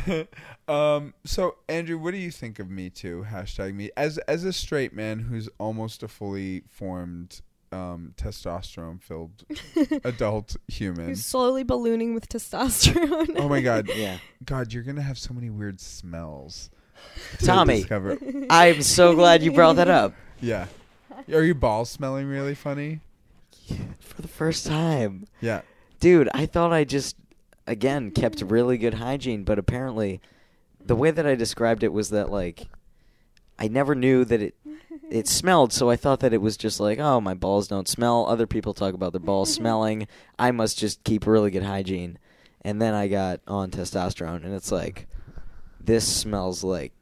[SPEAKER 2] um so andrew what do you think of me too hashtag me as as a straight man who's almost a fully formed um testosterone
[SPEAKER 4] <laughs>
[SPEAKER 2] filled adult human
[SPEAKER 4] Who's slowly ballooning with testosterone.
[SPEAKER 2] oh my god
[SPEAKER 3] Yeah.
[SPEAKER 2] god you're gonna have so many weird smells to
[SPEAKER 3] Tommy.
[SPEAKER 2] discover.
[SPEAKER 3] I'm so glad you brought that up.
[SPEAKER 2] yeah are your balls smelling really funny
[SPEAKER 3] For the first time.
[SPEAKER 2] yeah
[SPEAKER 3] Dude, I thought I just again kept really good hygiene, but apparently the way that I described it was that like I never knew that it it smelled, so I thought that it was just like, oh, my balls don't smell. Other people talk about their balls smelling. I must just keep really good hygiene. And then I got on testosterone and it's like this smells like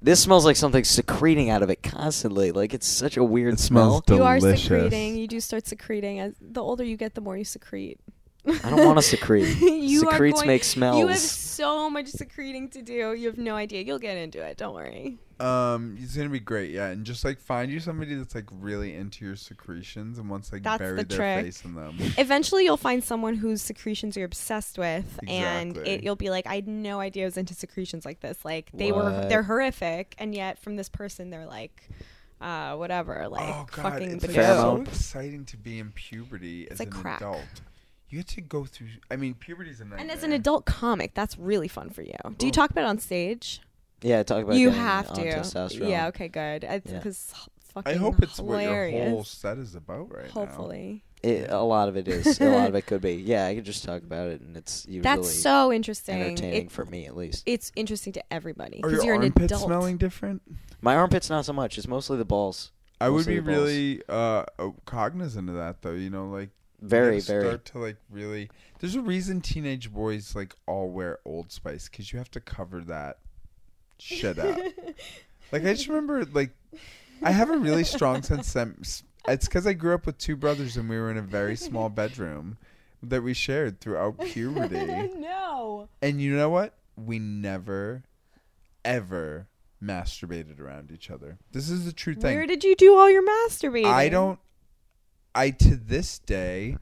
[SPEAKER 3] this smells like something secreting out of it constantly. Like it's such a weird
[SPEAKER 2] It smells del-
[SPEAKER 3] smell.
[SPEAKER 4] <laughs> You are
[SPEAKER 2] Delicious.
[SPEAKER 4] secreting. You do start secreting. As the older you get, the more you secrete.
[SPEAKER 3] I don't want to secrete.
[SPEAKER 4] <laughs> you are
[SPEAKER 3] Secretes
[SPEAKER 4] going-
[SPEAKER 3] make
[SPEAKER 4] You have
[SPEAKER 3] smells.
[SPEAKER 4] so much secreting to do. You have no idea. You'll get into it. Don't worry.
[SPEAKER 2] Um, it's gonna be great, yeah. And just like find you somebody that's like really into your secretions and wants like
[SPEAKER 4] That's
[SPEAKER 2] bury
[SPEAKER 4] the
[SPEAKER 2] their
[SPEAKER 4] trick.
[SPEAKER 2] face in them.
[SPEAKER 4] Eventually, you'll find someone whose secretions you're obsessed with, and
[SPEAKER 2] Exactly.
[SPEAKER 4] it, you'll be like, "I had no idea I was into secretions like this. Like they were,
[SPEAKER 3] What?
[SPEAKER 4] they're horrific, and yet from this person, they're like, uh, whatever, like
[SPEAKER 2] oh god,
[SPEAKER 4] fucking
[SPEAKER 2] it's like,
[SPEAKER 4] but no."
[SPEAKER 2] so
[SPEAKER 3] Pheromone.
[SPEAKER 2] exciting to be in puberty as an
[SPEAKER 4] like crack.
[SPEAKER 2] adult. You have to go through. I mean, puberty's a nightmare.
[SPEAKER 4] And as an adult comic, that's really fun for you. Do you talk about it on stage?
[SPEAKER 3] yeah, talk about
[SPEAKER 4] you
[SPEAKER 3] getting
[SPEAKER 4] have
[SPEAKER 3] on
[SPEAKER 4] to.
[SPEAKER 3] Testosterone.
[SPEAKER 4] Yeah. Okay. Good.
[SPEAKER 3] Yeah.
[SPEAKER 4] Because fucking.
[SPEAKER 2] I hope it's
[SPEAKER 4] hilarious.
[SPEAKER 2] what your whole set is about right now.
[SPEAKER 4] Hopefully.
[SPEAKER 3] It, a lot of it is. a
[SPEAKER 4] <laughs>
[SPEAKER 3] lot of it could be. Yeah, I could just talk about it, and it's usually
[SPEAKER 4] That's so interesting.
[SPEAKER 3] entertaining
[SPEAKER 4] It-
[SPEAKER 3] for me at least.
[SPEAKER 4] It's interesting to everybody
[SPEAKER 2] Are
[SPEAKER 4] because
[SPEAKER 2] your
[SPEAKER 4] you're an
[SPEAKER 2] armpits
[SPEAKER 4] adult.
[SPEAKER 2] smelling different?
[SPEAKER 3] My armpits not so much. It's mostly the balls.
[SPEAKER 2] I would
[SPEAKER 3] Mostly
[SPEAKER 2] be
[SPEAKER 3] the balls.
[SPEAKER 2] really uh, uh, cognizant of that, though. You know, like you
[SPEAKER 3] Very,
[SPEAKER 2] gotta
[SPEAKER 3] very.
[SPEAKER 2] start to like really. There's a reason teenage boys like all wear Old Spice because you have to cover that shit
[SPEAKER 3] <laughs>
[SPEAKER 2] up. like I just remember, like I have a really strong sense that it's because I grew up with two brothers and we were in a very small bedroom that we shared throughout puberty.
[SPEAKER 3] <laughs>
[SPEAKER 4] no.
[SPEAKER 2] And you know what? We never, ever masturbated around each other. This is the true thing.
[SPEAKER 4] Where did you do all your masturbating?
[SPEAKER 2] I don't. I to this day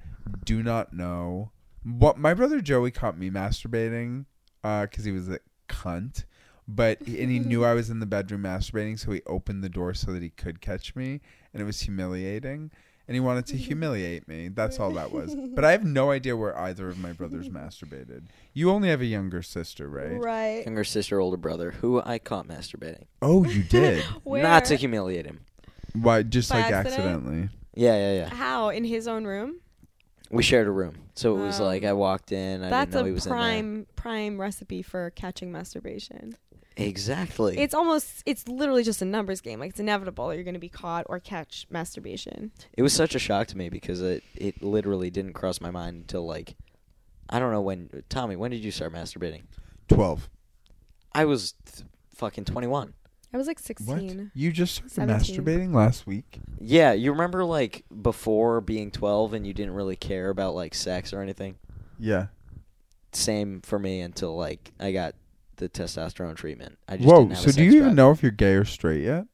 [SPEAKER 2] do not know what my brother Joey caught me masturbating because he was a cunt, but and
[SPEAKER 4] <laughs>
[SPEAKER 2] he knew I was in the bedroom masturbating, so he opened the door so that he could catch me, and it was humiliating. And he wanted
[SPEAKER 4] <laughs>
[SPEAKER 2] to humiliate me. That's all that was. But I have no idea where either of my brothers masturbated. You only have a younger sister, right?
[SPEAKER 4] Right.
[SPEAKER 3] Younger sister, older brother, who I caught masturbating.
[SPEAKER 2] Oh,
[SPEAKER 4] <laughs>
[SPEAKER 2] you did.
[SPEAKER 4] Where?
[SPEAKER 3] Not to humiliate him.
[SPEAKER 2] Why? Just
[SPEAKER 4] By
[SPEAKER 2] like
[SPEAKER 4] accident?
[SPEAKER 2] accidentally.
[SPEAKER 3] Yeah, yeah, yeah.
[SPEAKER 4] How in his own room?
[SPEAKER 3] We shared a room, so it was
[SPEAKER 4] Um,
[SPEAKER 3] like I walked in. I
[SPEAKER 4] That's
[SPEAKER 3] didn't know he
[SPEAKER 4] a
[SPEAKER 3] was in
[SPEAKER 4] prime prime recipe for catching masturbation.
[SPEAKER 3] there. Exactly.
[SPEAKER 4] It's almost it's literally just a numbers game. Like it's inevitable that you're going to be caught or catch masturbation.
[SPEAKER 3] it was such a shock to me because it it literally didn't cross my mind until like I don't know when. Tommy, when did you start masturbating?
[SPEAKER 2] Twelve.
[SPEAKER 3] I was th- fucking twenty one.
[SPEAKER 4] I was like
[SPEAKER 2] What?
[SPEAKER 4] 16.
[SPEAKER 2] You just started
[SPEAKER 4] 17.
[SPEAKER 2] masturbating last week?
[SPEAKER 3] Yeah, you remember like before being twelve and you didn't really care about like sex or anything.
[SPEAKER 2] Yeah.
[SPEAKER 3] Same for me until like I got the testosterone treatment. I just
[SPEAKER 2] Whoa.
[SPEAKER 3] Didn't have a
[SPEAKER 2] So do
[SPEAKER 3] sex
[SPEAKER 2] you even
[SPEAKER 3] drive.
[SPEAKER 2] know if you're gay or straight yet?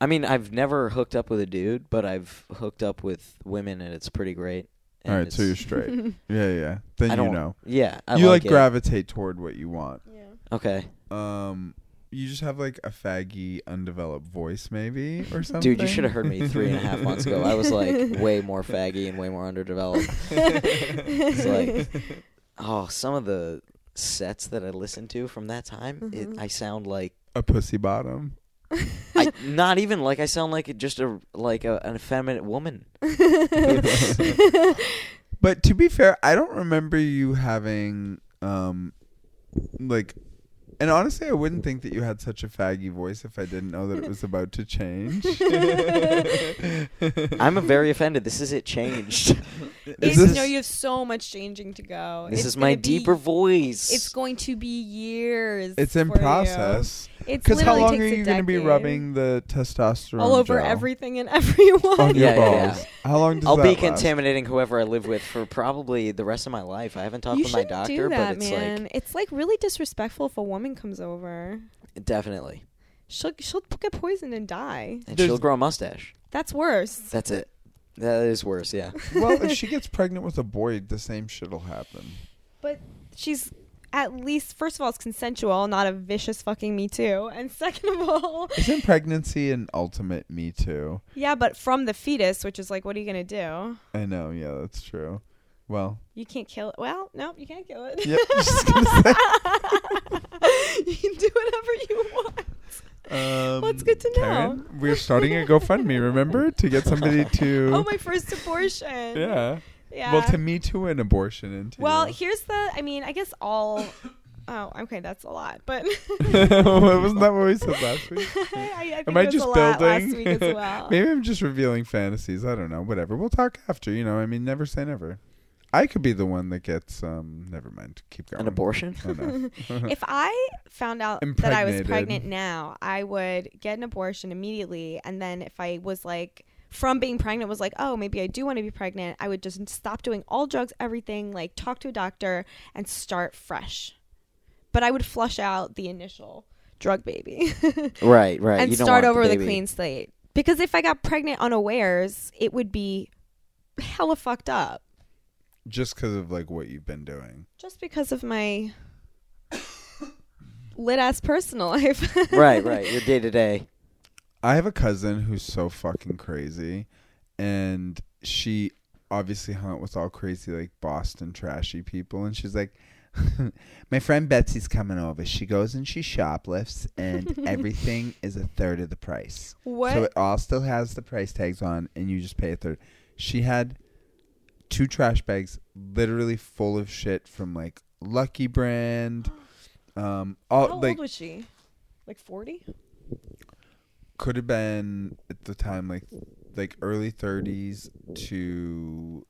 [SPEAKER 3] I mean, I've never hooked up with a dude, but I've hooked up with women, and it's pretty great. And
[SPEAKER 2] All right. So
[SPEAKER 3] it's-
[SPEAKER 2] you're
[SPEAKER 3] <laughs>
[SPEAKER 2] straight.
[SPEAKER 4] <laughs>
[SPEAKER 2] yeah. Yeah. Then
[SPEAKER 3] I
[SPEAKER 2] you
[SPEAKER 3] don't
[SPEAKER 2] know.
[SPEAKER 3] Yeah, I
[SPEAKER 2] you like,
[SPEAKER 3] it.
[SPEAKER 2] gravitate toward what you want.
[SPEAKER 3] Okay,
[SPEAKER 2] Um, you just have like a faggy, undeveloped voice, maybe or something.
[SPEAKER 3] <laughs> dude, you should have heard me three and a half months ago. I
[SPEAKER 2] <laughs>
[SPEAKER 3] was like way more faggy and way more underdeveloped.
[SPEAKER 2] it's
[SPEAKER 3] like- Oh, some of the sets that I listened to from that time, it, I sound like
[SPEAKER 2] a pussy bottom.
[SPEAKER 3] I, not even like I sound like just a like a, an effeminate woman.
[SPEAKER 2] But to be fair, I don't remember you having um like and honestly I wouldn't think that you had such a faggy voice if I didn't know that it was about to change.
[SPEAKER 3] <laughs>
[SPEAKER 2] <laughs>
[SPEAKER 3] I'm a
[SPEAKER 4] <laughs>
[SPEAKER 3] very offended. This is it changed.
[SPEAKER 4] It's,
[SPEAKER 2] Is this-
[SPEAKER 4] no, you have so much changing to go.
[SPEAKER 3] This
[SPEAKER 4] It's
[SPEAKER 3] is my
[SPEAKER 4] gonna be-
[SPEAKER 3] deeper voice.
[SPEAKER 4] It's going to be years.
[SPEAKER 2] it's in
[SPEAKER 4] for you.
[SPEAKER 2] process.
[SPEAKER 4] It's
[SPEAKER 2] Because how
[SPEAKER 4] literally
[SPEAKER 2] long are
[SPEAKER 4] takes a
[SPEAKER 2] you going to be
[SPEAKER 4] decade.
[SPEAKER 2] rubbing the testosterone
[SPEAKER 4] all over
[SPEAKER 2] gel
[SPEAKER 4] everything and <laughs> everyone?
[SPEAKER 2] on your
[SPEAKER 3] Yeah, yeah, yeah.
[SPEAKER 2] balls? How long does
[SPEAKER 3] I'll
[SPEAKER 2] that
[SPEAKER 3] be
[SPEAKER 2] last?
[SPEAKER 3] <laughs> contaminating whoever I live with for probably the rest of my life. I haven't talked
[SPEAKER 4] you
[SPEAKER 3] with my
[SPEAKER 4] shouldn't
[SPEAKER 3] doctor,
[SPEAKER 4] do that,
[SPEAKER 3] but it's
[SPEAKER 4] man. it's like really disrespectful if a woman comes over.
[SPEAKER 3] like definitely.
[SPEAKER 4] She'll she'll get poisoned and die.
[SPEAKER 3] And
[SPEAKER 2] There's-
[SPEAKER 3] she'll grow a mustache.
[SPEAKER 4] That's worse.
[SPEAKER 3] That's it. That is worse, yeah.
[SPEAKER 2] well, if she gets pregnant with a boy, the same shit'll happen.
[SPEAKER 4] But she's at least first of all it's consensual, not a vicious fucking me too. And second of all,
[SPEAKER 2] Isn't pregnancy an ultimate me too?
[SPEAKER 4] yeah, but from the fetus, which is like, what are you gonna do?
[SPEAKER 2] I know, yeah, that's true. Well,
[SPEAKER 4] You can't kill it. Well, no, you can't kill it. <laughs>
[SPEAKER 2] yeah, <laughs> I was just gonna say.
[SPEAKER 4] you can do whatever you want.
[SPEAKER 2] Um,
[SPEAKER 4] Well, it's good to know.
[SPEAKER 2] Karen, we're starting a GoFundMe,
[SPEAKER 4] <laughs>
[SPEAKER 2] remember, to get somebody to.
[SPEAKER 4] Oh, my first
[SPEAKER 2] <laughs>
[SPEAKER 4] abortion.
[SPEAKER 2] yeah.
[SPEAKER 4] Yeah.
[SPEAKER 2] Well, to me too, an abortion and to
[SPEAKER 4] Well,
[SPEAKER 2] you.
[SPEAKER 4] here's the. I mean, I guess all. Oh, okay, that's a lot.
[SPEAKER 2] <laughs>
[SPEAKER 4] But <laughs>
[SPEAKER 2] wasn't that what we said last week?
[SPEAKER 4] I, I think
[SPEAKER 2] Am I
[SPEAKER 4] it was
[SPEAKER 2] just
[SPEAKER 4] a lot
[SPEAKER 2] building?
[SPEAKER 4] last
[SPEAKER 2] <laughs>
[SPEAKER 4] week as well.
[SPEAKER 2] Maybe I'm just revealing fantasies. I don't know. Whatever. We'll talk after. You know. I mean, never say never. I could be the one that gets. Um. Never mind. Keep going. <laughs>
[SPEAKER 3] An abortion?
[SPEAKER 4] <laughs>
[SPEAKER 2] Enough.
[SPEAKER 4] if I found out that I was
[SPEAKER 2] Impregnated.
[SPEAKER 4] pregnant now, I would get an abortion immediately, and then if I was like from being pregnant was like, oh, maybe I do want to be pregnant, I would just stop doing all drugs, everything, like talk to a doctor and start fresh. But I would flush out the initial drug baby
[SPEAKER 3] <laughs>
[SPEAKER 4] <laughs>
[SPEAKER 3] Right, right.
[SPEAKER 4] and
[SPEAKER 3] you don't
[SPEAKER 4] start
[SPEAKER 3] want
[SPEAKER 4] over with a
[SPEAKER 3] baby.
[SPEAKER 4] clean slate. Because if I got pregnant unawares, it would be hella fucked up
[SPEAKER 2] just because of like what you've been doing.
[SPEAKER 4] just because of my <coughs> lit ass personal life.
[SPEAKER 3] <laughs>
[SPEAKER 4] <laughs>
[SPEAKER 3] right, right. Your day to day.
[SPEAKER 2] I have a cousin who's so fucking crazy, and she obviously hung out with all crazy like Boston trashy people, and she's like, <laughs> "My friend Betsy's coming over. She goes and she shoplifts,
[SPEAKER 4] <laughs>
[SPEAKER 2] and everything is a third of the price.
[SPEAKER 4] What?
[SPEAKER 2] So it all still has the price tags on, and you just pay a third." She had two trash bags literally full of shit from like Lucky
[SPEAKER 4] <gasps>
[SPEAKER 2] Brand. Um, all
[SPEAKER 4] How
[SPEAKER 2] like
[SPEAKER 4] old was she? Like 40?
[SPEAKER 2] could have been at the time like like early 30s to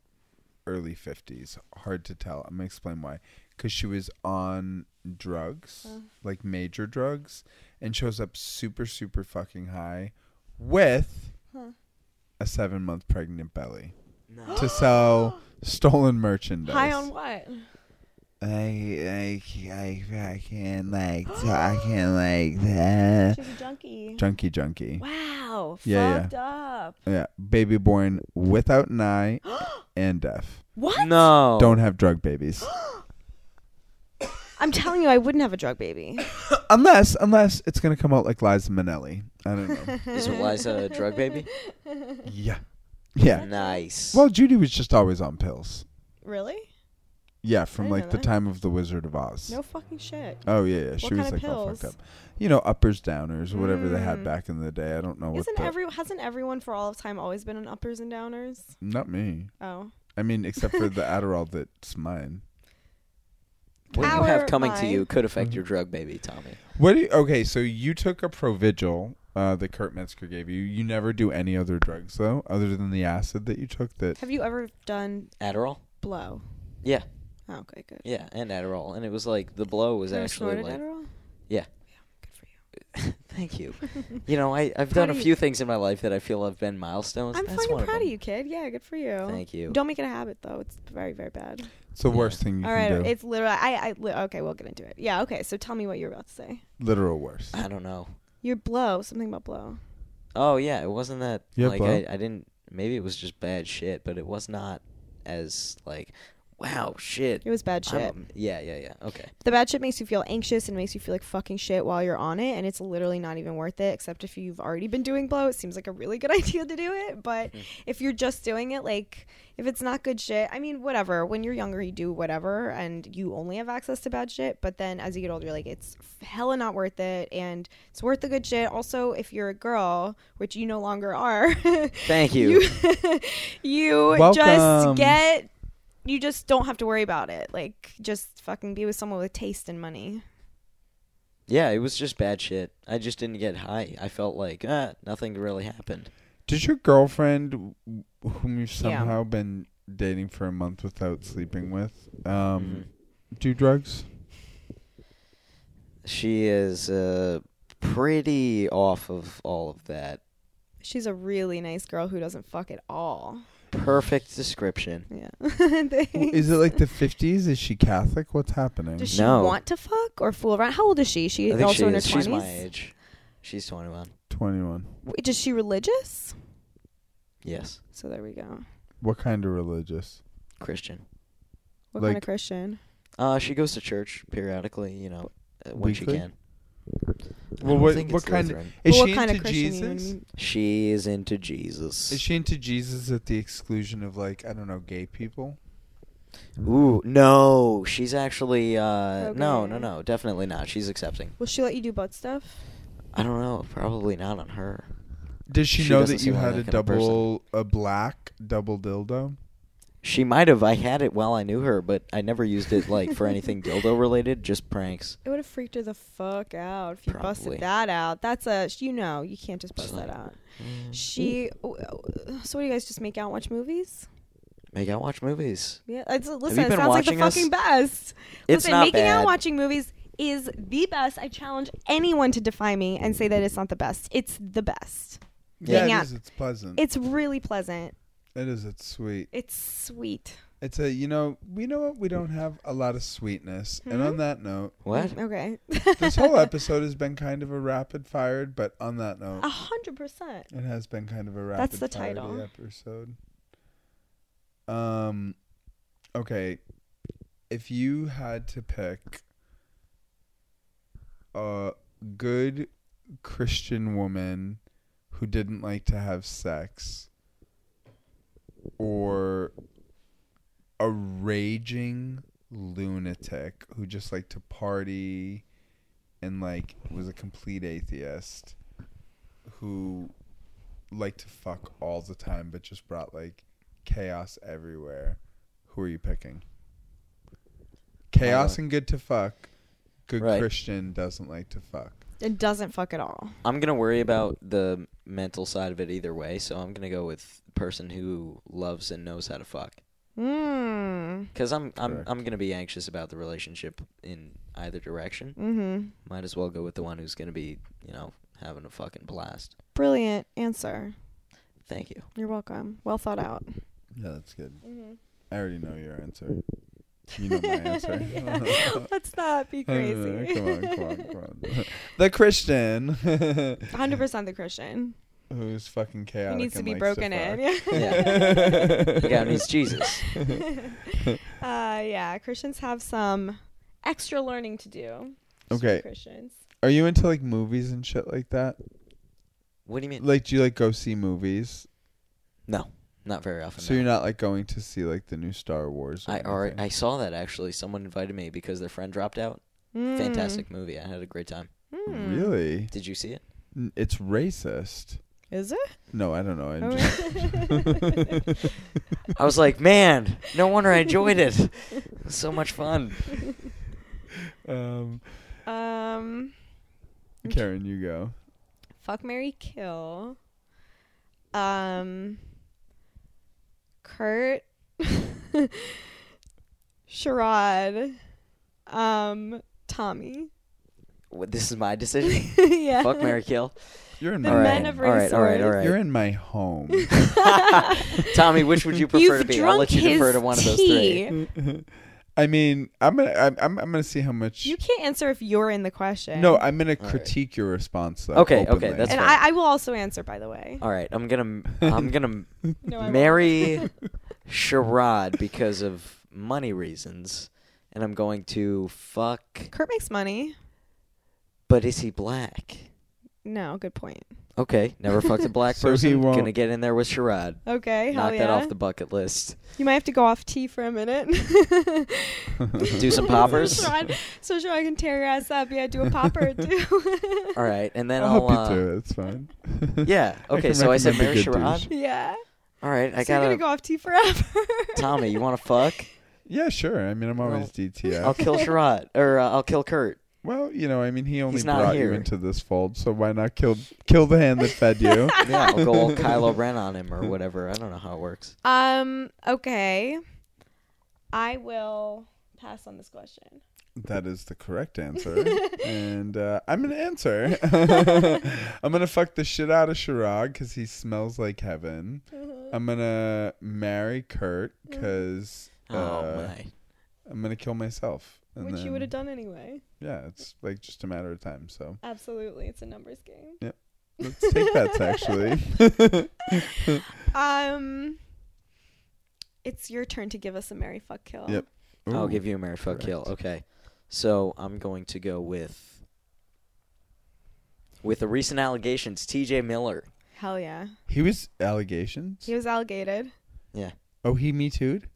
[SPEAKER 2] early 50s hard to tell i'm gonna explain why because she was on drugs like major drugs and shows up super super fucking high with
[SPEAKER 4] Huh.
[SPEAKER 2] a seven month pregnant belly to
[SPEAKER 4] <gasps>
[SPEAKER 2] sell stolen merchandise
[SPEAKER 4] High <gasps> on what?
[SPEAKER 2] I, I, I, I can't like i can't like that
[SPEAKER 4] She's a junkie.
[SPEAKER 2] junkie junkie
[SPEAKER 4] wow.
[SPEAKER 2] Yeah,
[SPEAKER 4] fucked up.
[SPEAKER 2] Yeah, baby born without an
[SPEAKER 4] <gasps>
[SPEAKER 2] eye and deaf.
[SPEAKER 4] What?
[SPEAKER 3] No.
[SPEAKER 2] Don't have drug
[SPEAKER 4] <gasps>
[SPEAKER 2] babies.
[SPEAKER 4] I'm telling you, I wouldn't have a
[SPEAKER 2] <laughs>
[SPEAKER 4] drug baby.
[SPEAKER 2] unless unless it's going to come out like Liza Minnelli. I don't
[SPEAKER 4] <laughs>
[SPEAKER 2] know.
[SPEAKER 3] Is Eliza a drug baby?
[SPEAKER 2] yeah. Yeah.
[SPEAKER 3] Nice.
[SPEAKER 2] Well, Judy was just always on pills.
[SPEAKER 4] really?
[SPEAKER 2] Yeah,
[SPEAKER 4] I
[SPEAKER 2] from
[SPEAKER 4] didn't
[SPEAKER 2] like
[SPEAKER 4] know
[SPEAKER 2] the
[SPEAKER 4] that.
[SPEAKER 2] time of The Wizard of Oz.
[SPEAKER 4] No fucking shit.
[SPEAKER 2] Oh yeah, yeah. She
[SPEAKER 4] What
[SPEAKER 2] was
[SPEAKER 4] kind of
[SPEAKER 2] like all fucked
[SPEAKER 4] pills?
[SPEAKER 2] up. You know, uppers, downers, whatever they had
[SPEAKER 4] Mm.
[SPEAKER 2] back in the day. I don't know what
[SPEAKER 4] Isn't
[SPEAKER 2] the-
[SPEAKER 4] every hasn't everyone for all of time always been on uppers and downers?
[SPEAKER 2] Not me.
[SPEAKER 4] Oh.
[SPEAKER 2] I mean, except for
[SPEAKER 4] <laughs>
[SPEAKER 2] the Adderall that's mine.
[SPEAKER 3] what you
[SPEAKER 4] Our
[SPEAKER 3] have coming to you
[SPEAKER 4] mind.
[SPEAKER 3] could
[SPEAKER 2] Mm-hmm.
[SPEAKER 3] affect your drug baby, Tommy.
[SPEAKER 2] What do you, okay, so you took a Provigil uh, that Kurt Metzger gave you. You never do any other drugs though, other than the acid that you took. That
[SPEAKER 4] Have you ever done
[SPEAKER 3] Adderall.
[SPEAKER 4] blow?
[SPEAKER 3] Yeah,
[SPEAKER 4] Oh, okay, good.
[SPEAKER 3] yeah, and Adderall, and it was like the blow was
[SPEAKER 4] Ever
[SPEAKER 3] actually
[SPEAKER 4] snorted
[SPEAKER 3] like.
[SPEAKER 4] Adderall?
[SPEAKER 3] Yeah.
[SPEAKER 4] Good for you.
[SPEAKER 3] <laughs> Thank
[SPEAKER 4] <laughs>
[SPEAKER 3] you. You know, I I've
[SPEAKER 4] Proud
[SPEAKER 3] done a
[SPEAKER 4] of you.
[SPEAKER 3] few things in my life that I feel have been milestones.
[SPEAKER 4] I'm
[SPEAKER 3] That's
[SPEAKER 4] fucking
[SPEAKER 3] one
[SPEAKER 4] proud
[SPEAKER 3] them.
[SPEAKER 4] of you, kid. Yeah, good for you.
[SPEAKER 3] Thank you.
[SPEAKER 4] Don't make it a habit though. It's very, very bad.
[SPEAKER 2] it's the
[SPEAKER 3] Yeah.
[SPEAKER 2] worst thing you
[SPEAKER 4] All right,
[SPEAKER 2] can do.
[SPEAKER 4] it's literal. I, I, li- okay, we'll get into it. Yeah, okay. So tell me what you're about to say.
[SPEAKER 2] Literal worst.
[SPEAKER 3] I don't know.
[SPEAKER 4] Your blow, something about blow.
[SPEAKER 3] Oh yeah, it wasn't that
[SPEAKER 2] Yeah,
[SPEAKER 3] like
[SPEAKER 2] blow.
[SPEAKER 3] I, I didn't maybe it was just bad shit, but it was not as like wow shit.
[SPEAKER 4] It was bad shit.
[SPEAKER 3] I'm a- yeah, yeah, yeah. Okay.
[SPEAKER 4] the bad shit makes you feel anxious and makes you feel like fucking shit while you're on it, and it's literally not even worth it. Except if you've already been doing blow, it seems like a really good <laughs> idea to do it. But if you're just doing it, like if it's not good shit, I mean, whatever. When you're younger, you do whatever, and you only have access to bad shit. But then as you get older, you're like it's hella not worth it, and it's worth the good shit. Also, if you're a girl, which you no longer are, <laughs>
[SPEAKER 3] Thank you.
[SPEAKER 4] you, you
[SPEAKER 2] Welcome.
[SPEAKER 4] just get you just don't have to worry about it like just fucking be with someone with taste and money
[SPEAKER 3] yeah, it was just bad shit. I just didn't get high. I felt like ah, nothing really happened.
[SPEAKER 2] Did your girlfriend, whom you've somehow been dating for a month without sleeping with, um, do
[SPEAKER 4] <laughs>
[SPEAKER 2] drugs?
[SPEAKER 3] She is uh pretty off of all of that.
[SPEAKER 4] she's a really nice girl who doesn't fuck at all
[SPEAKER 3] Perfect description.
[SPEAKER 4] <laughs> yeah
[SPEAKER 2] W- Is it like the fifties? Is she Catholic? What's happening?
[SPEAKER 4] does she
[SPEAKER 3] No.
[SPEAKER 4] want to fuck or fool around how old is she she
[SPEAKER 3] I
[SPEAKER 4] is
[SPEAKER 3] think
[SPEAKER 4] also
[SPEAKER 3] she
[SPEAKER 4] in her
[SPEAKER 3] is. She's
[SPEAKER 4] 20s
[SPEAKER 3] my age. She's 21.
[SPEAKER 2] Twenty one.
[SPEAKER 4] Wait, is she religious
[SPEAKER 3] Yes,
[SPEAKER 4] so there we go
[SPEAKER 2] What kind of religious?
[SPEAKER 3] Christian.
[SPEAKER 4] what
[SPEAKER 2] Like-
[SPEAKER 4] kind of christian
[SPEAKER 3] Uh, she goes to church periodically, you know, uh, when she
[SPEAKER 2] Weekly?
[SPEAKER 3] can. I
[SPEAKER 2] Well,
[SPEAKER 3] don't
[SPEAKER 2] what-
[SPEAKER 3] think
[SPEAKER 2] what
[SPEAKER 3] it's
[SPEAKER 2] kind of-
[SPEAKER 3] Lutheran.
[SPEAKER 2] Is
[SPEAKER 4] Well, what
[SPEAKER 2] she
[SPEAKER 4] kind of
[SPEAKER 2] into
[SPEAKER 4] Christian you
[SPEAKER 2] Jesus?
[SPEAKER 4] mean?
[SPEAKER 3] She is into Jesus.
[SPEAKER 2] Is she into Jesus at the exclusion of like I don't know, gay people?
[SPEAKER 3] Ooh, no, she's actually uh no, no,
[SPEAKER 4] Okay.
[SPEAKER 3] no, definitely not. She's accepting.
[SPEAKER 4] will she let you do butt stuff
[SPEAKER 3] I don't know, probably not on her.
[SPEAKER 2] Did she,
[SPEAKER 3] She
[SPEAKER 2] know
[SPEAKER 3] doesn't
[SPEAKER 2] that you
[SPEAKER 3] seem like
[SPEAKER 2] had a
[SPEAKER 3] that kind of person.
[SPEAKER 2] double, a black double dildo?
[SPEAKER 3] She might have. I had it while I knew her, but I never used it like for
[SPEAKER 4] <laughs>
[SPEAKER 3] anything dildo related, just pranks.
[SPEAKER 4] it would have freaked her the fuck out if you
[SPEAKER 3] Probably.
[SPEAKER 4] busted that out. That's a you know you can't just bust
[SPEAKER 3] Just
[SPEAKER 4] that
[SPEAKER 3] like- "Mm."
[SPEAKER 4] out. She. So what do you guys just make out, and watch movies?
[SPEAKER 3] Make out watch movies.
[SPEAKER 4] Yeah, it's, listen, it
[SPEAKER 3] been
[SPEAKER 4] sounds like the
[SPEAKER 3] watching us?
[SPEAKER 4] fucking best.
[SPEAKER 3] It's
[SPEAKER 4] listen,
[SPEAKER 3] not
[SPEAKER 4] making out,
[SPEAKER 3] bad.
[SPEAKER 4] and watching movies is the best. I challenge anyone to defy me and say that it's not the best. It's the best.
[SPEAKER 2] Yeah,
[SPEAKER 4] hang
[SPEAKER 2] it
[SPEAKER 4] out.
[SPEAKER 2] is. It's pleasant.
[SPEAKER 4] It's really pleasant.
[SPEAKER 2] it is. It's sweet.
[SPEAKER 4] It's sweet.
[SPEAKER 2] It's a, you know, we know what? We don't have a lot of sweetness. And
[SPEAKER 4] Hmm?
[SPEAKER 2] on that
[SPEAKER 4] <laughs>
[SPEAKER 2] note,
[SPEAKER 3] What?
[SPEAKER 4] Mm, Okay.
[SPEAKER 2] this whole episode has been kind of a rapid fired, but on that note,
[SPEAKER 4] <laughs> A hundred percent.
[SPEAKER 2] it has been kind of a rapid
[SPEAKER 4] Oh. That's the
[SPEAKER 2] fire-y
[SPEAKER 4] title.
[SPEAKER 2] episode. Um, okay. If you had to pick a good Christian woman who didn't like to have sex or a raging lunatic who just liked to party and like was a complete atheist who liked to fuck all the time but just brought like chaos everywhere who are you picking chaos and good to fuck good
[SPEAKER 3] Right.
[SPEAKER 2] christian doesn't like to fuck
[SPEAKER 4] It doesn't fuck at all.
[SPEAKER 3] I'm gonna worry about the mental side of it either way, so I'm gonna go with person who loves and knows how to fuck.
[SPEAKER 4] Mm.
[SPEAKER 3] Because I'm I'm
[SPEAKER 2] Correct.
[SPEAKER 3] I'm gonna be anxious about the relationship in either direction.
[SPEAKER 4] Mm-hmm.
[SPEAKER 3] Might as well go with the one who's gonna be you know having a fucking blast.
[SPEAKER 4] Brilliant answer.
[SPEAKER 3] Thank you.
[SPEAKER 4] You're welcome. Well thought out.
[SPEAKER 2] Mm-hmm. yeah that's good
[SPEAKER 4] Mm-hmm.
[SPEAKER 2] i already know your answer you
[SPEAKER 4] <laughs>
[SPEAKER 2] know my answer <laughs>
[SPEAKER 3] <laughs>
[SPEAKER 4] Let's not be <laughs> crazy.
[SPEAKER 2] come on come on come <laughs> on the christian
[SPEAKER 4] 100% the Christian.
[SPEAKER 2] <laughs> who's fucking chaotic
[SPEAKER 4] He needs to
[SPEAKER 2] and
[SPEAKER 4] be
[SPEAKER 2] likes
[SPEAKER 4] broken
[SPEAKER 2] fuck. <laughs>
[SPEAKER 4] in. Yeah.
[SPEAKER 3] The guy who needs Jesus.
[SPEAKER 4] <laughs> Uh, yeah, Christians have some extra learning to do.
[SPEAKER 2] Okay.
[SPEAKER 4] Christians.
[SPEAKER 2] Are you into like movies and shit like that?
[SPEAKER 3] What do you mean?
[SPEAKER 2] Like, do you like go see movies?
[SPEAKER 3] No, not very often.
[SPEAKER 2] So
[SPEAKER 3] no.
[SPEAKER 2] you're not like going to see like the new Star Wars. Or
[SPEAKER 3] I already,
[SPEAKER 2] anything?
[SPEAKER 3] I saw that actually. Someone invited me because their friend dropped out. Mm. Fantastic movie. I had a great time.
[SPEAKER 4] Mm.
[SPEAKER 2] really.
[SPEAKER 3] Did you see it?
[SPEAKER 2] N- It's racist.
[SPEAKER 4] Is it?
[SPEAKER 2] No, I don't know. I'm
[SPEAKER 4] Oh.
[SPEAKER 2] just
[SPEAKER 3] I was like, man, no wonder I enjoyed it. It was so much fun.
[SPEAKER 2] <laughs> um,
[SPEAKER 4] Um,
[SPEAKER 2] Karen, you go.
[SPEAKER 4] fuck Mary Kill. Um, Kurt, <laughs> Sherrod, um, Tommy. <laughs>
[SPEAKER 3] What, this is my decision.
[SPEAKER 4] yeah.
[SPEAKER 3] Fuck
[SPEAKER 4] <laughs>
[SPEAKER 3] Mary Kill.
[SPEAKER 2] You're in
[SPEAKER 4] The
[SPEAKER 2] my.
[SPEAKER 3] All
[SPEAKER 4] men
[SPEAKER 3] right,
[SPEAKER 4] of
[SPEAKER 3] all right, all right, all
[SPEAKER 4] resource.
[SPEAKER 3] right.
[SPEAKER 2] You're in my home.
[SPEAKER 3] Tommy, which would you
[SPEAKER 4] <laughs>
[SPEAKER 3] prefer
[SPEAKER 4] You've
[SPEAKER 3] to be?
[SPEAKER 4] drunk
[SPEAKER 3] I'll let you
[SPEAKER 4] his
[SPEAKER 3] defer to one of those
[SPEAKER 4] tea.
[SPEAKER 3] three.
[SPEAKER 2] I mean, I'm gonna, I'm, I'm, I'm gonna see how much.
[SPEAKER 4] You can't answer if you're in the question.
[SPEAKER 2] no, I'm gonna
[SPEAKER 3] right.
[SPEAKER 2] critique your response. Though,
[SPEAKER 3] Okay, okay,
[SPEAKER 2] openly.
[SPEAKER 3] that's
[SPEAKER 4] and
[SPEAKER 3] fair. Uh,
[SPEAKER 4] I, I will also answer, by the way.
[SPEAKER 3] All right, I'm
[SPEAKER 4] <laughs>
[SPEAKER 3] gonna, I'm gonna
[SPEAKER 4] No, I <laughs>
[SPEAKER 3] marry Sherrod because of money reasons, and I'm going to fuck.
[SPEAKER 4] Kurt makes money.
[SPEAKER 3] But is he black?
[SPEAKER 4] No, good point.
[SPEAKER 3] Okay, never fucked a
[SPEAKER 2] <laughs>
[SPEAKER 3] black
[SPEAKER 2] So he
[SPEAKER 3] person.
[SPEAKER 2] won't-
[SPEAKER 3] Gonna get in there with Sherrod.
[SPEAKER 4] Okay, hell
[SPEAKER 3] Knock
[SPEAKER 4] yeah.
[SPEAKER 3] that off the bucket
[SPEAKER 4] <laughs>
[SPEAKER 3] list.
[SPEAKER 4] you might have to go off tea for
[SPEAKER 3] <laughs>
[SPEAKER 4] a minute. <laughs>
[SPEAKER 3] Do some poppers.
[SPEAKER 4] so, Sherrod, so Sherrod can tear your ass up. Yeah, do
[SPEAKER 3] <laughs>
[SPEAKER 4] a popper too.
[SPEAKER 3] All right, and then
[SPEAKER 2] I'll,
[SPEAKER 3] I'll,
[SPEAKER 2] help
[SPEAKER 3] uh,
[SPEAKER 2] you through it. It's
[SPEAKER 3] <laughs>
[SPEAKER 2] fine.
[SPEAKER 3] Yeah.
[SPEAKER 2] I
[SPEAKER 3] Okay.
[SPEAKER 2] can
[SPEAKER 3] so I said Mary
[SPEAKER 2] recommend a good
[SPEAKER 3] Sherrod.
[SPEAKER 2] douche.
[SPEAKER 4] <laughs> yeah.
[SPEAKER 3] All right. I
[SPEAKER 4] so you're
[SPEAKER 3] gotta.
[SPEAKER 4] gonna go off tea forever.
[SPEAKER 3] Tommy, you want to fuck?
[SPEAKER 2] <laughs> Yeah, sure. I mean, I'm always DTF.
[SPEAKER 3] I'll <laughs> kill Sherrod, or uh, I'll kill Kurt.
[SPEAKER 2] Well, you know, I mean, he only
[SPEAKER 3] He's not
[SPEAKER 2] brought you
[SPEAKER 3] here.
[SPEAKER 2] into this fold, so why not kill kill the hand that fed
[SPEAKER 3] <laughs>
[SPEAKER 2] you?
[SPEAKER 3] Yeah, I'll
[SPEAKER 2] <laughs>
[SPEAKER 3] go all Kylo Ren on him or whatever. I don't know how it works.
[SPEAKER 4] <laughs> Um. Okay. I will pass on this question.
[SPEAKER 2] that is the correct answer, and uh, I'm gonna
[SPEAKER 3] <laughs>
[SPEAKER 2] answer. I'm gonna fuck the shit out of Sharag because he smells like heaven.
[SPEAKER 3] Mm-hmm.
[SPEAKER 2] I'm gonna marry Kurt because
[SPEAKER 3] Oh
[SPEAKER 2] uh,
[SPEAKER 3] my.
[SPEAKER 2] I'm gonna kill myself. and
[SPEAKER 4] Which you
[SPEAKER 2] then-
[SPEAKER 4] would have done anyway.
[SPEAKER 2] Yeah, it's like just a matter of time. So
[SPEAKER 4] Absolutely, it's a numbers game.
[SPEAKER 2] let's take that. Actually,
[SPEAKER 3] <laughs>
[SPEAKER 4] Um. It's your turn to give us a Mary fuck kill.
[SPEAKER 2] Yep.
[SPEAKER 3] I'll
[SPEAKER 2] Ooh.
[SPEAKER 3] give you a Mary fuck kill. Okay. So I'm going to go with with the recent allegations. T.J. Miller.
[SPEAKER 4] Hell yeah.
[SPEAKER 2] He was allegations.
[SPEAKER 4] He was alligated.
[SPEAKER 2] oh, he me too'd.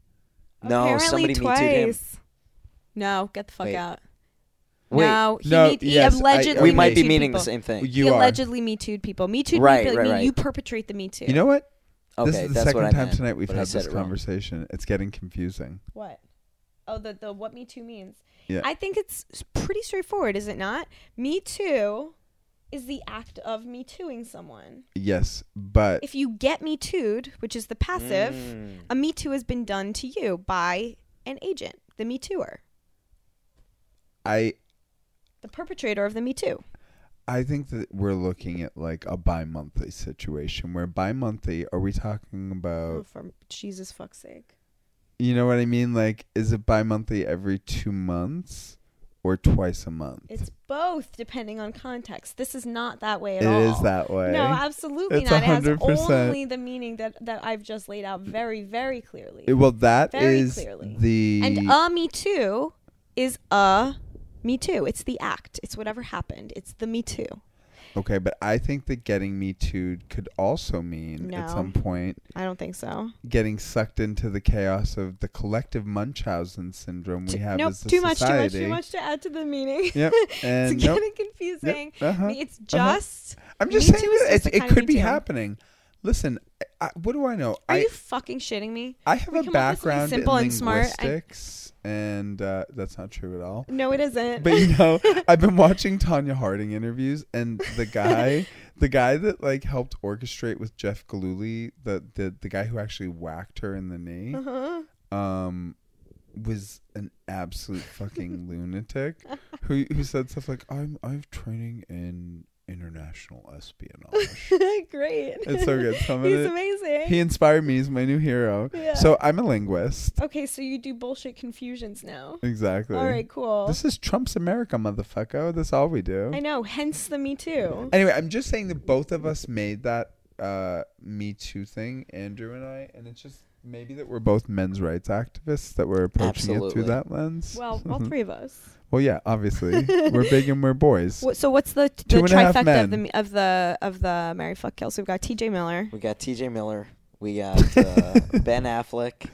[SPEAKER 3] No,
[SPEAKER 4] Apparently
[SPEAKER 3] somebody
[SPEAKER 4] twice.
[SPEAKER 3] me too him.
[SPEAKER 4] No, get the fuck
[SPEAKER 3] Wait.
[SPEAKER 4] out.
[SPEAKER 3] Wait,
[SPEAKER 4] no, he,
[SPEAKER 2] No,
[SPEAKER 4] me- he
[SPEAKER 2] yes, I-
[SPEAKER 4] allegedly
[SPEAKER 3] we
[SPEAKER 2] okay.
[SPEAKER 3] might be
[SPEAKER 4] Me-too'd
[SPEAKER 3] meaning
[SPEAKER 4] people.
[SPEAKER 3] the same thing.
[SPEAKER 4] he
[SPEAKER 2] You are.
[SPEAKER 4] allegedly me too people. Me too
[SPEAKER 3] Right,
[SPEAKER 4] people.
[SPEAKER 3] right,
[SPEAKER 4] mean
[SPEAKER 3] right.
[SPEAKER 4] You perpetrate the me too.
[SPEAKER 2] You know what?
[SPEAKER 3] Okay,
[SPEAKER 2] this is the
[SPEAKER 3] that's
[SPEAKER 2] second
[SPEAKER 3] what I
[SPEAKER 2] time
[SPEAKER 3] meant,
[SPEAKER 2] tonight we've
[SPEAKER 3] but I
[SPEAKER 2] had
[SPEAKER 3] said
[SPEAKER 2] this
[SPEAKER 3] it wrong.
[SPEAKER 2] conversation. It's getting confusing.
[SPEAKER 4] What? Oh, the the what me too means.
[SPEAKER 2] Yeah.
[SPEAKER 4] I think it's s- pretty straightforward, is it not? Me too is the act of me tooing someone.
[SPEAKER 2] Yes, but
[SPEAKER 4] If you get me tooed, which is the passive,
[SPEAKER 3] Mm.
[SPEAKER 4] a me too has been done to you by an agent, the me tooer,
[SPEAKER 2] I
[SPEAKER 4] the perpetrator of the me too.
[SPEAKER 2] I think that we're looking at like a bi-monthly situation where bi-monthly are we talking
[SPEAKER 4] Oh,
[SPEAKER 2] about
[SPEAKER 4] for Jesus fuck's sake.
[SPEAKER 2] you know what I mean like is it bi-monthly every 2 months or twice a month?
[SPEAKER 4] It's both depending on context. This is not that way at
[SPEAKER 2] It
[SPEAKER 4] all.
[SPEAKER 2] is that way.
[SPEAKER 4] No, absolutely
[SPEAKER 2] It's
[SPEAKER 4] not. It has
[SPEAKER 2] 100%.
[SPEAKER 4] only the meaning that, that I've just laid out very, very clearly.
[SPEAKER 2] It- well that
[SPEAKER 4] Very
[SPEAKER 2] is
[SPEAKER 4] clearly.
[SPEAKER 2] the
[SPEAKER 4] and uh me too is uh me too. It's the act. It's whatever happened. It's the me too.
[SPEAKER 2] Okay, but I think that getting me too could also mean
[SPEAKER 4] No.
[SPEAKER 2] at some point
[SPEAKER 4] I don't think so.
[SPEAKER 2] getting sucked into the chaos of the collective Munchausen syndrome we
[SPEAKER 4] Too-
[SPEAKER 2] have
[SPEAKER 4] nope,
[SPEAKER 2] as a
[SPEAKER 4] too much, too much,
[SPEAKER 2] society.
[SPEAKER 4] too much to add to the meaning.
[SPEAKER 2] Yep, and
[SPEAKER 4] <laughs> it's
[SPEAKER 2] nope,
[SPEAKER 4] getting confusing.
[SPEAKER 2] Yep, uh-huh,
[SPEAKER 4] It's just.
[SPEAKER 2] I'm just
[SPEAKER 4] Me
[SPEAKER 2] saying
[SPEAKER 4] Too is
[SPEAKER 2] that
[SPEAKER 4] just
[SPEAKER 2] it's,
[SPEAKER 4] the
[SPEAKER 2] it
[SPEAKER 4] kind of
[SPEAKER 2] could
[SPEAKER 4] Me
[SPEAKER 2] be
[SPEAKER 4] Too.
[SPEAKER 2] happening. Listen, I, I, what do I know?
[SPEAKER 4] Are
[SPEAKER 2] I
[SPEAKER 4] you fucking shitting me?
[SPEAKER 2] I have
[SPEAKER 4] we
[SPEAKER 2] a
[SPEAKER 4] come up with something
[SPEAKER 2] background in
[SPEAKER 4] simple and smart, I-
[SPEAKER 2] linguistics, and uh, that's not true at all.
[SPEAKER 4] No, it isn't.
[SPEAKER 2] But you know, I've been watching Tanya Harding interviews, and the
[SPEAKER 4] <laughs>
[SPEAKER 2] guy, the guy that like helped orchestrate with Jeff Galooly, the the the guy who actually whacked her in the knee,
[SPEAKER 4] uh-huh.
[SPEAKER 2] um, was an absolute
[SPEAKER 4] <laughs>
[SPEAKER 2] fucking lunatic who who said stuff like, "I'm I have training in international espionage."
[SPEAKER 4] <laughs> Great.
[SPEAKER 2] it's
[SPEAKER 4] <laughs>
[SPEAKER 2] so good. Some of
[SPEAKER 4] He's
[SPEAKER 2] it-
[SPEAKER 4] amazing.
[SPEAKER 2] He inspired me. He's my new hero.
[SPEAKER 4] Yeah.
[SPEAKER 2] So I'm a linguist.
[SPEAKER 4] okay, so you do bullshit confusions now.
[SPEAKER 2] Exactly.
[SPEAKER 4] All right, cool.
[SPEAKER 2] This is Trump's America, motherfucker. That's all we do.
[SPEAKER 4] I know. Hence the Me Too.
[SPEAKER 2] Anyway, I'm just saying that both of us made that uh, Me Too thing, Andrew and I, and it's just maybe that we're both men's rights activists that we're approaching it
[SPEAKER 3] Absolutely.
[SPEAKER 2] through that lens.
[SPEAKER 4] Well, all three of us.
[SPEAKER 2] <laughs> Well, yeah, obviously we're big and we're boys.
[SPEAKER 4] Wha- So what's the
[SPEAKER 2] Two
[SPEAKER 4] the
[SPEAKER 2] and a half
[SPEAKER 4] trifecta of the
[SPEAKER 2] men.
[SPEAKER 4] me- of the of the Mary fuck kills? We've got T.J. Miller.
[SPEAKER 3] We got T.J. Miller.
[SPEAKER 2] <laughs>
[SPEAKER 3] We got uh, Ben Affleck.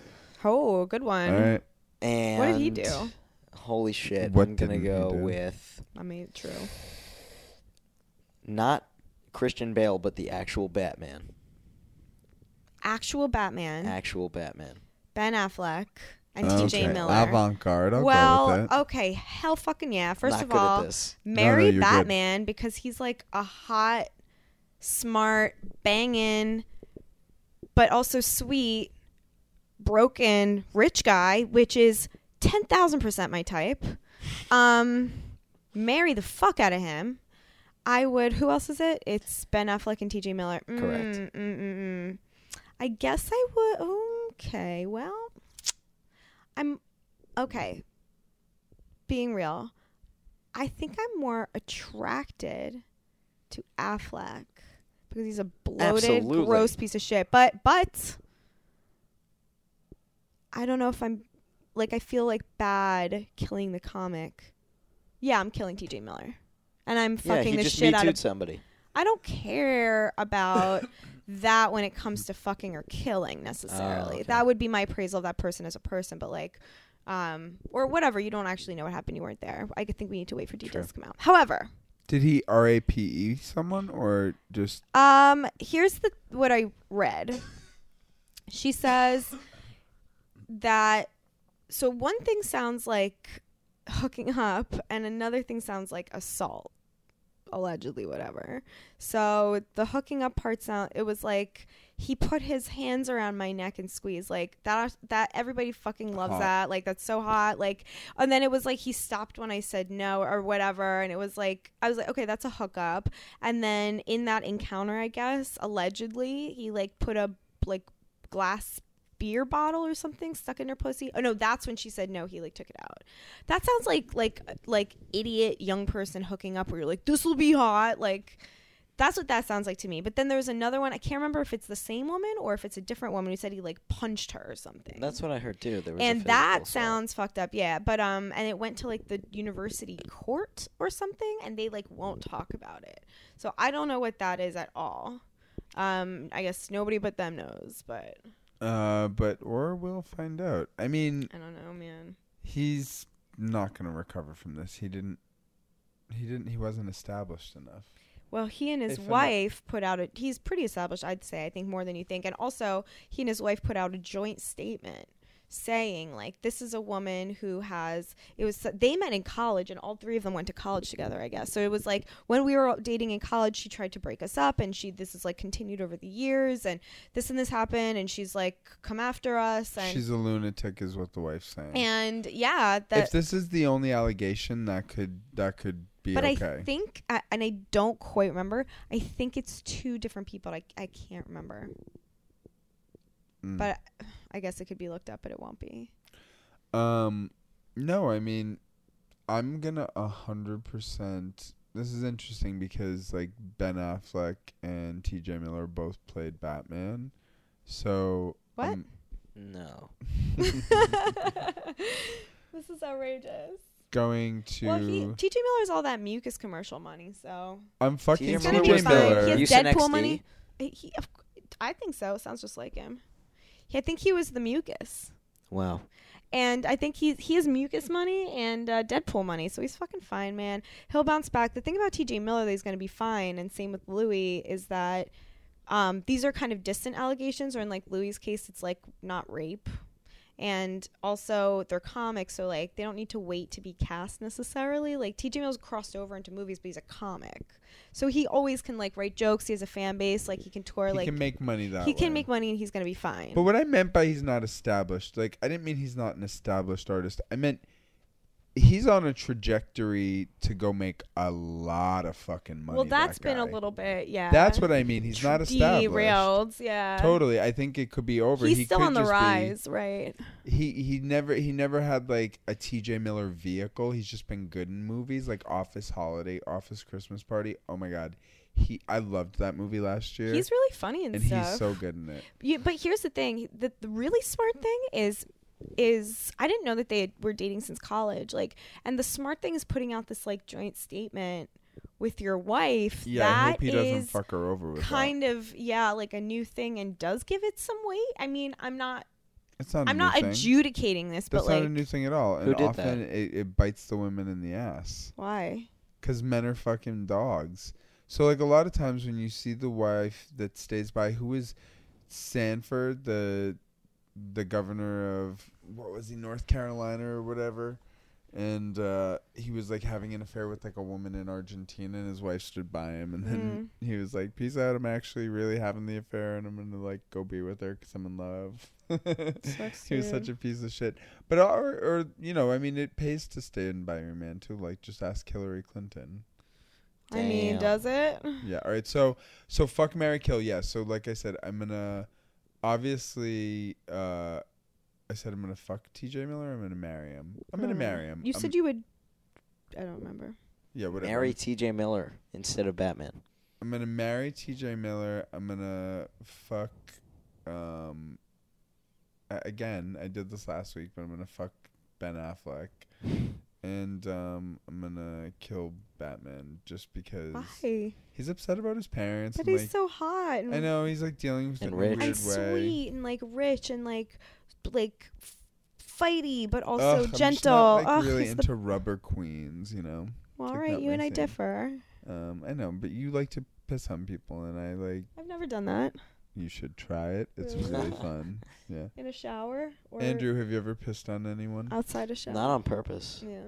[SPEAKER 4] Oh, good one.
[SPEAKER 2] All right,
[SPEAKER 3] And
[SPEAKER 4] What did he do?
[SPEAKER 3] Holy shit!
[SPEAKER 2] What
[SPEAKER 3] I'm gonna
[SPEAKER 2] didn't he
[SPEAKER 3] go
[SPEAKER 2] do?
[SPEAKER 3] with
[SPEAKER 4] I mean, true.
[SPEAKER 3] not Christian Bale, but the actual Batman.
[SPEAKER 4] Actual Batman,
[SPEAKER 3] Actual Batman.
[SPEAKER 4] Ben Affleck, and T.J.
[SPEAKER 2] okay.
[SPEAKER 4] Miller.
[SPEAKER 2] avant-garde. I'll go with
[SPEAKER 4] well, uh,
[SPEAKER 2] it.
[SPEAKER 4] okay, hell fucking yeah. First
[SPEAKER 3] not
[SPEAKER 4] of
[SPEAKER 3] good
[SPEAKER 4] all,
[SPEAKER 3] at this.
[SPEAKER 4] marry
[SPEAKER 2] you're good.
[SPEAKER 4] Batman because he's like a hot, smart, banging, but also sweet, broken, rich guy, which is ten thousand percent my type. Um, marry the fuck out of him. I would. Who else is it? It's Ben Affleck and T.J. Miller. Mm,
[SPEAKER 3] Correct.
[SPEAKER 4] Mm, mm, mm. I guess I would. Okay. Well, I'm okay. Being real, I think I'm more attracted to Affleck because he's a bloated,
[SPEAKER 3] Absolutely.
[SPEAKER 4] gross piece of shit. But but I don't know if I'm like I feel like bad killing the comic. Yeah, I'm killing T.J. Miller, and I'm
[SPEAKER 3] Yeah,
[SPEAKER 4] fucking
[SPEAKER 3] he
[SPEAKER 4] the
[SPEAKER 3] just
[SPEAKER 4] shit
[SPEAKER 3] me
[SPEAKER 4] out
[SPEAKER 3] too
[SPEAKER 4] of.
[SPEAKER 3] somebody.
[SPEAKER 4] I don't care about that when it comes to fucking or killing necessarily.
[SPEAKER 3] okay.
[SPEAKER 4] That would be my appraisal of that person as a person, but like, um, or whatever. You don't actually know what happened. You weren't there. I think we need to wait for details to come out. However,
[SPEAKER 2] Did he rape E someone or just?
[SPEAKER 4] Um, here's the what I read. She says that so one thing sounds like hooking up and another thing sounds like assault. Allegedly whatever. So the hooking up part sound it was like he put his hands around my neck and squeezed like that that everybody fucking loves
[SPEAKER 2] Hot.
[SPEAKER 4] that. Like that's so hot. Like and then it was like he stopped when I said no or whatever and it was like I was like okay, that's a hookup. And then in that encounter, I guess, allegedly, he like put a like glass beer bottle or something stuck in her pussy. Oh no, that's when she said no, he like took it out. That sounds like like like idiot young person hooking up where you're like this will be hot like that's what that sounds like to me. But then there was another one. I can't remember if it's the same woman or if it's a different woman who said he like punched her or something
[SPEAKER 3] That's what I heard too. There was a
[SPEAKER 4] and
[SPEAKER 3] physical
[SPEAKER 4] that
[SPEAKER 3] assault.
[SPEAKER 4] sounds fucked up yeah but um and it went to like the university court or something and they like won't talk about it so i don't know what that is at all um i guess nobody but them knows but
[SPEAKER 2] Uh, but or we'll find out. I mean,
[SPEAKER 4] i don't know man
[SPEAKER 2] he's not going to recover from this. He didn't. He didn't. He wasn't established enough.
[SPEAKER 4] well he and his
[SPEAKER 2] If I'm not-
[SPEAKER 4] wife put out a he's pretty established i'd say i think more than you think and also he and his wife put out a joint statement saying like this is a woman who has it was they met in college and all three of them went to college together i guess so it was like when we were dating in college she tried to break us up and she this is like continued over the years and this and this happened and she's like come after us and
[SPEAKER 2] She's a lunatic, is what the wife's saying.
[SPEAKER 4] and yeah
[SPEAKER 2] if
[SPEAKER 4] that
[SPEAKER 2] this is the only allegation that could that could be
[SPEAKER 4] but
[SPEAKER 2] okay.
[SPEAKER 4] I think, I, and I don't quite remember. I think it's two different people. I I can't remember,
[SPEAKER 2] Mm.
[SPEAKER 4] but I guess it could be looked up, but it won't be.
[SPEAKER 2] Um, no, I mean, I'm gonna a hundred percent. This is interesting because like Ben Affleck and T.J. Miller both played Batman, so
[SPEAKER 4] What?
[SPEAKER 2] um,
[SPEAKER 3] No.
[SPEAKER 2] Mm.
[SPEAKER 4] <laughs> this is outrageous.
[SPEAKER 2] going to
[SPEAKER 4] Well, he, TJ Miller's all that mucus commercial money, so
[SPEAKER 2] I'm fucking
[SPEAKER 4] He's gonna be
[SPEAKER 2] T.J.
[SPEAKER 4] fine.
[SPEAKER 2] Miller.
[SPEAKER 4] He has
[SPEAKER 3] Houston
[SPEAKER 4] Deadpool
[SPEAKER 3] XD.
[SPEAKER 4] money. he, he- of c- I think so. It sounds just like him. Yeah, I think he was the mucus,
[SPEAKER 3] Wow.
[SPEAKER 4] and I think he he has mucus money and uh, Deadpool money, so he's fucking fine, man. He'll bounce back. The thing about T.J. Miller that he's going to be fine, and same with Louis, is that um, these are kind of distant allegations, or in like Louis' case, it's like not rape. And also, they're comics, so like they don't need to wait to be cast necessarily. Like T.J. Miller's crossed over into movies, but he's a comic, so he always can like write jokes. He has a fan base, like he can tour,
[SPEAKER 2] He
[SPEAKER 4] like
[SPEAKER 2] can make money that
[SPEAKER 4] he
[SPEAKER 2] way.
[SPEAKER 4] can make money, and he's gonna be fine.
[SPEAKER 2] But what I meant by he's not established, like I didn't mean he's not an established artist. I meant he's on a trajectory to go make a lot of fucking money.
[SPEAKER 4] well, that's
[SPEAKER 2] that
[SPEAKER 4] been a
[SPEAKER 2] guy.
[SPEAKER 4] little bit, yeah.
[SPEAKER 2] That's what I mean. He's not established.
[SPEAKER 4] derailed, yeah.
[SPEAKER 2] Totally. I think it could be over.
[SPEAKER 4] He's
[SPEAKER 2] he
[SPEAKER 4] still
[SPEAKER 2] could
[SPEAKER 4] on the
[SPEAKER 2] just be-
[SPEAKER 4] rise, right?
[SPEAKER 2] he he never he never had like a TJ Miller vehicle. He's just been good in movies like Office Holiday, Office Christmas Party. Oh my god. He I loved that movie last year.
[SPEAKER 4] He's really funny and,
[SPEAKER 2] and
[SPEAKER 4] stuff.
[SPEAKER 2] he's so good in it.
[SPEAKER 4] Yeah, but here's the thing: the, the really smart thing is, is I didn't know that they had, were dating since college. Like, and the smart thing is putting out this like joint statement with your wife.
[SPEAKER 2] Yeah, I hope
[SPEAKER 4] That
[SPEAKER 2] he doesn't
[SPEAKER 4] is
[SPEAKER 2] fuck her over with that.
[SPEAKER 4] kind of yeah, like a new thing, and does give it some weight. I mean, I'm not,
[SPEAKER 2] It's not a
[SPEAKER 4] I'm
[SPEAKER 2] new
[SPEAKER 4] not
[SPEAKER 2] thing.
[SPEAKER 4] adjudicating this,
[SPEAKER 2] That's
[SPEAKER 4] but
[SPEAKER 2] not
[SPEAKER 4] like,
[SPEAKER 2] a new thing at all. And
[SPEAKER 3] Who did that?
[SPEAKER 2] often It, it bites the women in the ass
[SPEAKER 4] why?
[SPEAKER 2] because men are fucking dogs. So, like, a lot of times when you see the wife that stays by, who is Sanford, the the governor of, what was he, North Carolina or whatever? And uh, he was like having an affair with like a woman in Argentina, and his wife stood by him. And then
[SPEAKER 4] Mm.
[SPEAKER 2] he was like, Peace out, I'm actually really having the affair, and I'm gonna like go be with her because I'm in love. <laughs>
[SPEAKER 4] Sucks,
[SPEAKER 2] he was
[SPEAKER 4] dude.
[SPEAKER 2] such a piece of shit. But or or you know, I mean, it pays to stand by your man too. Like just ask Hillary Clinton.
[SPEAKER 4] I mean,
[SPEAKER 3] Damn.
[SPEAKER 4] does it?
[SPEAKER 2] Yeah. All right. So so fuck Mary Kill. Yeah. So like I said, I'm gonna obviously. uh I said I'm gonna fuck T.J. Miller. I'm gonna marry him. I'm gonna
[SPEAKER 4] Mm.
[SPEAKER 2] marry him.
[SPEAKER 4] You
[SPEAKER 2] I'm-
[SPEAKER 4] said you would. I don't remember.
[SPEAKER 2] yeah. Whatever.
[SPEAKER 3] Marry T.J. Miller instead of Batman.
[SPEAKER 2] I'm gonna marry T.J. Miller. I'm gonna fuck. Um. a- Again, I did this last week, but I'm gonna fuck Ben Affleck, and um, I'm gonna kill Batman just because
[SPEAKER 4] Why?
[SPEAKER 2] he's upset about his parents.
[SPEAKER 4] But
[SPEAKER 2] and,
[SPEAKER 4] he's
[SPEAKER 2] like,
[SPEAKER 4] so hot. And
[SPEAKER 2] I know he's like dealing with it
[SPEAKER 3] And
[SPEAKER 2] in a
[SPEAKER 3] rich.
[SPEAKER 2] weird
[SPEAKER 4] and
[SPEAKER 2] way.
[SPEAKER 4] sweet and like rich and like like f- fighty but
[SPEAKER 2] Ugh,
[SPEAKER 4] also
[SPEAKER 2] I'm
[SPEAKER 4] gentle.
[SPEAKER 2] just not, like,
[SPEAKER 4] Ugh,
[SPEAKER 2] really
[SPEAKER 4] it's the-
[SPEAKER 2] into rubber queens, you know.
[SPEAKER 4] well, all
[SPEAKER 2] like,
[SPEAKER 4] right,
[SPEAKER 2] not
[SPEAKER 4] you and
[SPEAKER 2] my
[SPEAKER 4] I
[SPEAKER 2] thing.
[SPEAKER 4] differ.
[SPEAKER 2] Um, I know, but you like to piss on people, and I like
[SPEAKER 4] I've never done that
[SPEAKER 2] you should try it. It's
[SPEAKER 4] Really?
[SPEAKER 2] really fun. Yeah.
[SPEAKER 4] in a shower <laughs> or
[SPEAKER 2] Andrew, have you ever pissed on anyone?
[SPEAKER 4] outside a shower.
[SPEAKER 3] Not on purpose.
[SPEAKER 4] yeah,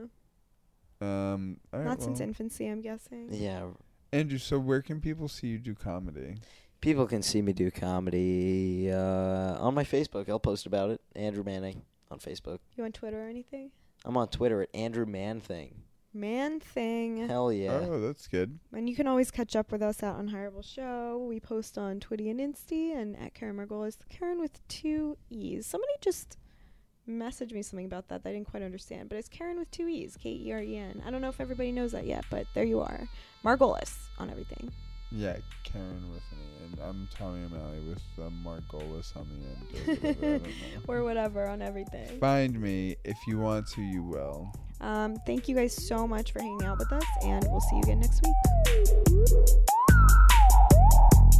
[SPEAKER 2] Um, all right,
[SPEAKER 4] not since
[SPEAKER 2] well.
[SPEAKER 4] infancy, I'm guessing.
[SPEAKER 3] Yeah.
[SPEAKER 2] Andrew, so where can people see you do comedy?
[SPEAKER 3] People can see me do comedy uh, on my Facebook. I'll post about it. Andrew Manning on Facebook.
[SPEAKER 4] You on Twitter or anything?
[SPEAKER 3] I'm on Twitter at Andrew Man Thing.
[SPEAKER 4] Man thing.
[SPEAKER 3] Hell yeah.
[SPEAKER 2] Oh, that's good.
[SPEAKER 4] And you can always catch up with us at Unhireable Show. We post on Twitty and Insty and at Karen Margolis, is Karen with two E's. Somebody just messaged me something about that that I didn't quite understand, but it's Karen with two E's, K E R E N. I don't know if everybody knows that yet, but there you are. Margolis on everything.
[SPEAKER 2] Yeah, Karen with me, and I'm Tommy O'Malley with uh, Margolis on the end. Or whatever, I
[SPEAKER 4] <laughs>
[SPEAKER 2] don't know.
[SPEAKER 4] Or whatever on everything.
[SPEAKER 2] Find me if you want to. You will.
[SPEAKER 4] Um, thank you guys so much for hanging out with us, and we'll see you again next week.